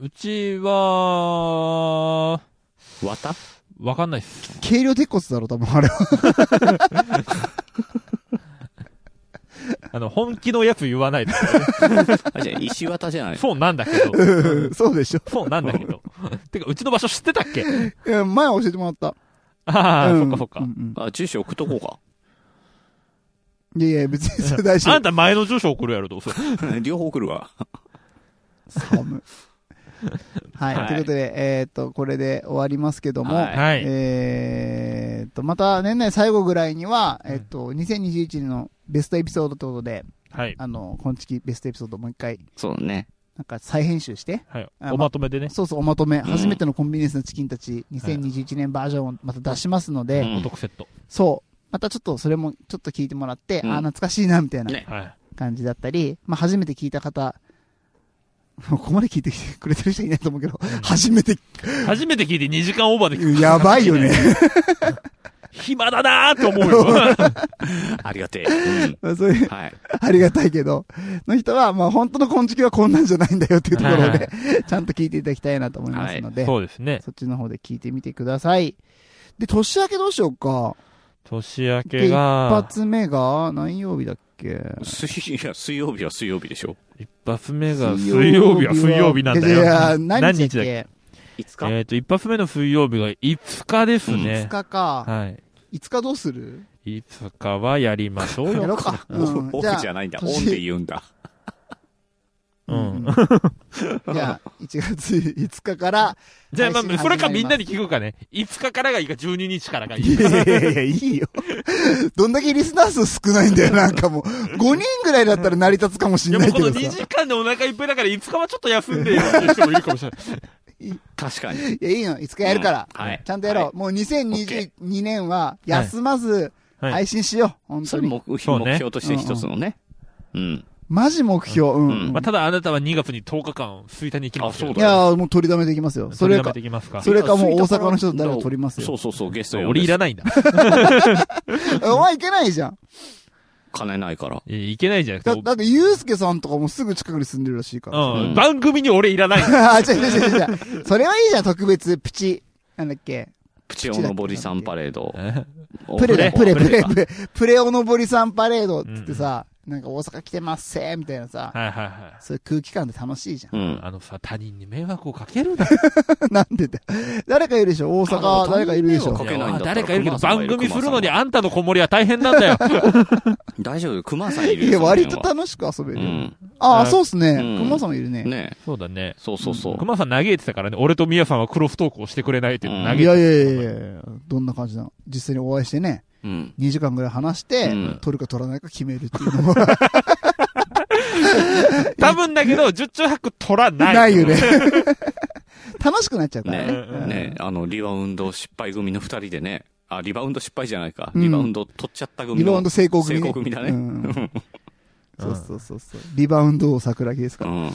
うちは、の綿わかんないっす。軽量鉄骨だろ、多分あれは。あの、本気のやつ言わないで。あ、じゃあ石綿 じゃない。そうなんだけど。 そうでしょ。そうなんだけど。てか、うちの場所知ってたっけうん前教えてもらった。ああ、うそっんかそっかうん。うんあ、住所送っとこうか。いやいや、別にそれ大丈あ夫 ん。た前の住所送るやろ、どうせ。両方送るわ。 寒いはい、はいということで、えっ、と、これで終わりますけども、はいはい。えっ、と、また年内最後ぐらいには、えっ、と、2021年のベストエピソードということで、はい。あの、今月ベストエピソードもう一回、そうね。なんか再編集して、はい。あおまとめでね。そうそう、おまとめ、ん初めてのコンビニエンスのチキンたち、2021年バージョンをまた出しますので、うんお得セット。そう、またちょっとそれもちょっと聞いてもらって、うんああ、懐かしいな、みたいなね。はい。感じだったり、まあ、初めて聞いた方、 もうここまで聞いてくれてる人いないと思うけど、初めて、初めて聞いて2時間オーバーで聞く。やばいよ ね。 暇だなーって思うよ。 ありがてえ。うん。そういう、はい。ありがたいけど、の人は、まあ、本当の昆虫はこんなんじゃないんだよっていうところはをいはね、 ちゃんと聞いていただきたいなと思いますので、そうですね。そっちの方で聞いてみてください。で、年明けどうしようか。年明で、け一が、発目が、何曜日だっけ水、いや、水曜日は水曜日でしょ。一発目が水曜日は水曜日なんだいやいよ。や、何日だっ何け5日えっと、一発目の水曜日が5日ですね ?5。日か。はい。 5日どうする5日はやりましょうやよ。ろうか。オフうんオフじゃないんだ。オンで言うんだ。ううんん。じゃあ、1月5日から、 じゃあ、ま配信あ、それか始まりますみんなに聞くかね。5日からがいいか、12日からがいいい。やいやいや、いいよ。 どんだけリスナー数少ないんだよ、なんかもう。5人ぐらいだったら成り立つかもしいんや、なもいうこけのど 2さ。時間でお腹いっぱいだから、5日はちょっと休んでよっていう人もいるかも しれない。確かに。いや、いいの、5日やるから。うんはいちゃんとやろう。はもう2022年は休まずはい配信しよう、本そ当れに。目目そうね標として一つのね。うん。マジ目標。うん。うんまあ、ただあなたは2月に10日間、吹田に行きますよあそういだよやーもう取りだめていきますよ。それ取りやめかて、いきますか。それかもう大阪の人と誰か取りますよそうそうそう、ゲスト呼んで俺いらないんだ。お前いけないじゃん。金ないから。いやいけないじゃん。だだって、ゆうすけさんとかもすぐ近くに住んでるらしいから。う。うんん番組に俺いら ないん だ。あ、違う違う違う違う。それはいいじゃん、特別、プチ。なんだっけ。プチオのぼりさんパレード。プレだ、おプレ、プレ、かプレ、プレおのぼりさんパレードっつってさ、なんか大阪来てますせーみたいなさ、はいはいはそういう空気感で楽しいじゃん。うい。ん。あのさ、他人に迷惑をかけるな。なんでだ誰かいるでしょ大あ阪、の誰かいるでし他ょ人迷惑かけないんだったら誰かいるけど、熊さんが番いる組するのに熊さんあんたの子守は大変なんだよ。大丈夫、熊さんいるいや、よその辺割と楽しく遊べはるうよ。ん。ああ、あそうっすね。うん熊さんもいるね。ね そうだね。そうそうそう。熊さん嘆いてたからね、俺と宮さんはクロストークをしてくれないっていうのいや嘆いいてやたいやいやいやどんな感じなの実際にお会いしてね、うん。 2時間ぐらい話してうん、取るか取らないか決めるっていうのは多分だけど、十中八九取らない。ないよね。楽しくなっちゃうからね。ねねあの、リバウンド失敗組の二人でね。あ、リバウンド失敗じゃないか。うんリバウンド取っちゃった組の。リバウンド成功組ね。成功組だねうん。そうそうそうそう。リバウンドを桜木ですから。うん。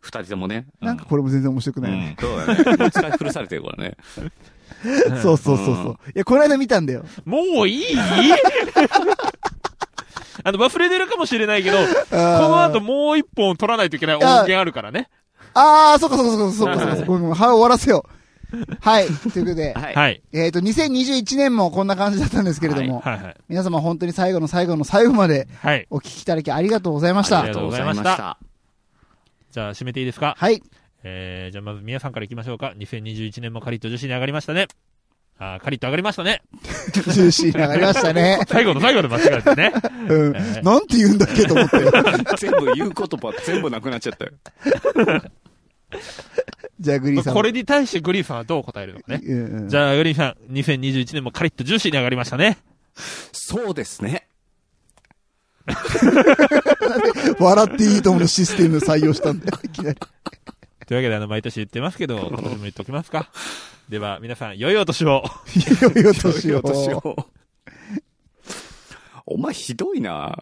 二人ともね。なんかこれも全然面白くうないよね。ん、そうだね。 もう使い古されてるからね。 そうそうそうそう。いや、この間見たんだよ。 もういい あの、忘れてるかもしれないけど、この後もう一本取らないといけない音源あるからね。あー、そっかそっかそっかそっかそっかそっか。ごめんごめんはい、終わらせよう。はい、ということで、はい。はい。えっと、2021年もこんな感じだったんですけれども、はいはい。皆様本当に最後の最後の最後まではい。お聞きいただきありがとうございましあたりが。とうございましありがた。じゃあ、締めていいですかはい。えー、じゃあまず宮さんから行きましょうか。2021年もカリッと女子に上がりましたね。あーカリッと上がりまし たね。ジューシーに上がりました 。ね最後の最後で間違えてね。うんえー。なんて言うんだっけと思って。 全部言う言葉全部なくなっちゃったよ。じゃあ、グリーンさん。これに対してグリーンさんはどう答えるのかね。うんうんじゃあ、グリーンさん、2021年もカリッとジューシーに上がりましたね。そうですね。笑っていいと思うシステム採用したんだよ、いきなり。というわけで、あの、毎年言っ てますけど、今年も言っておきますか。では、皆さん、良いお年を。いよいよ年を。お前ひどいな。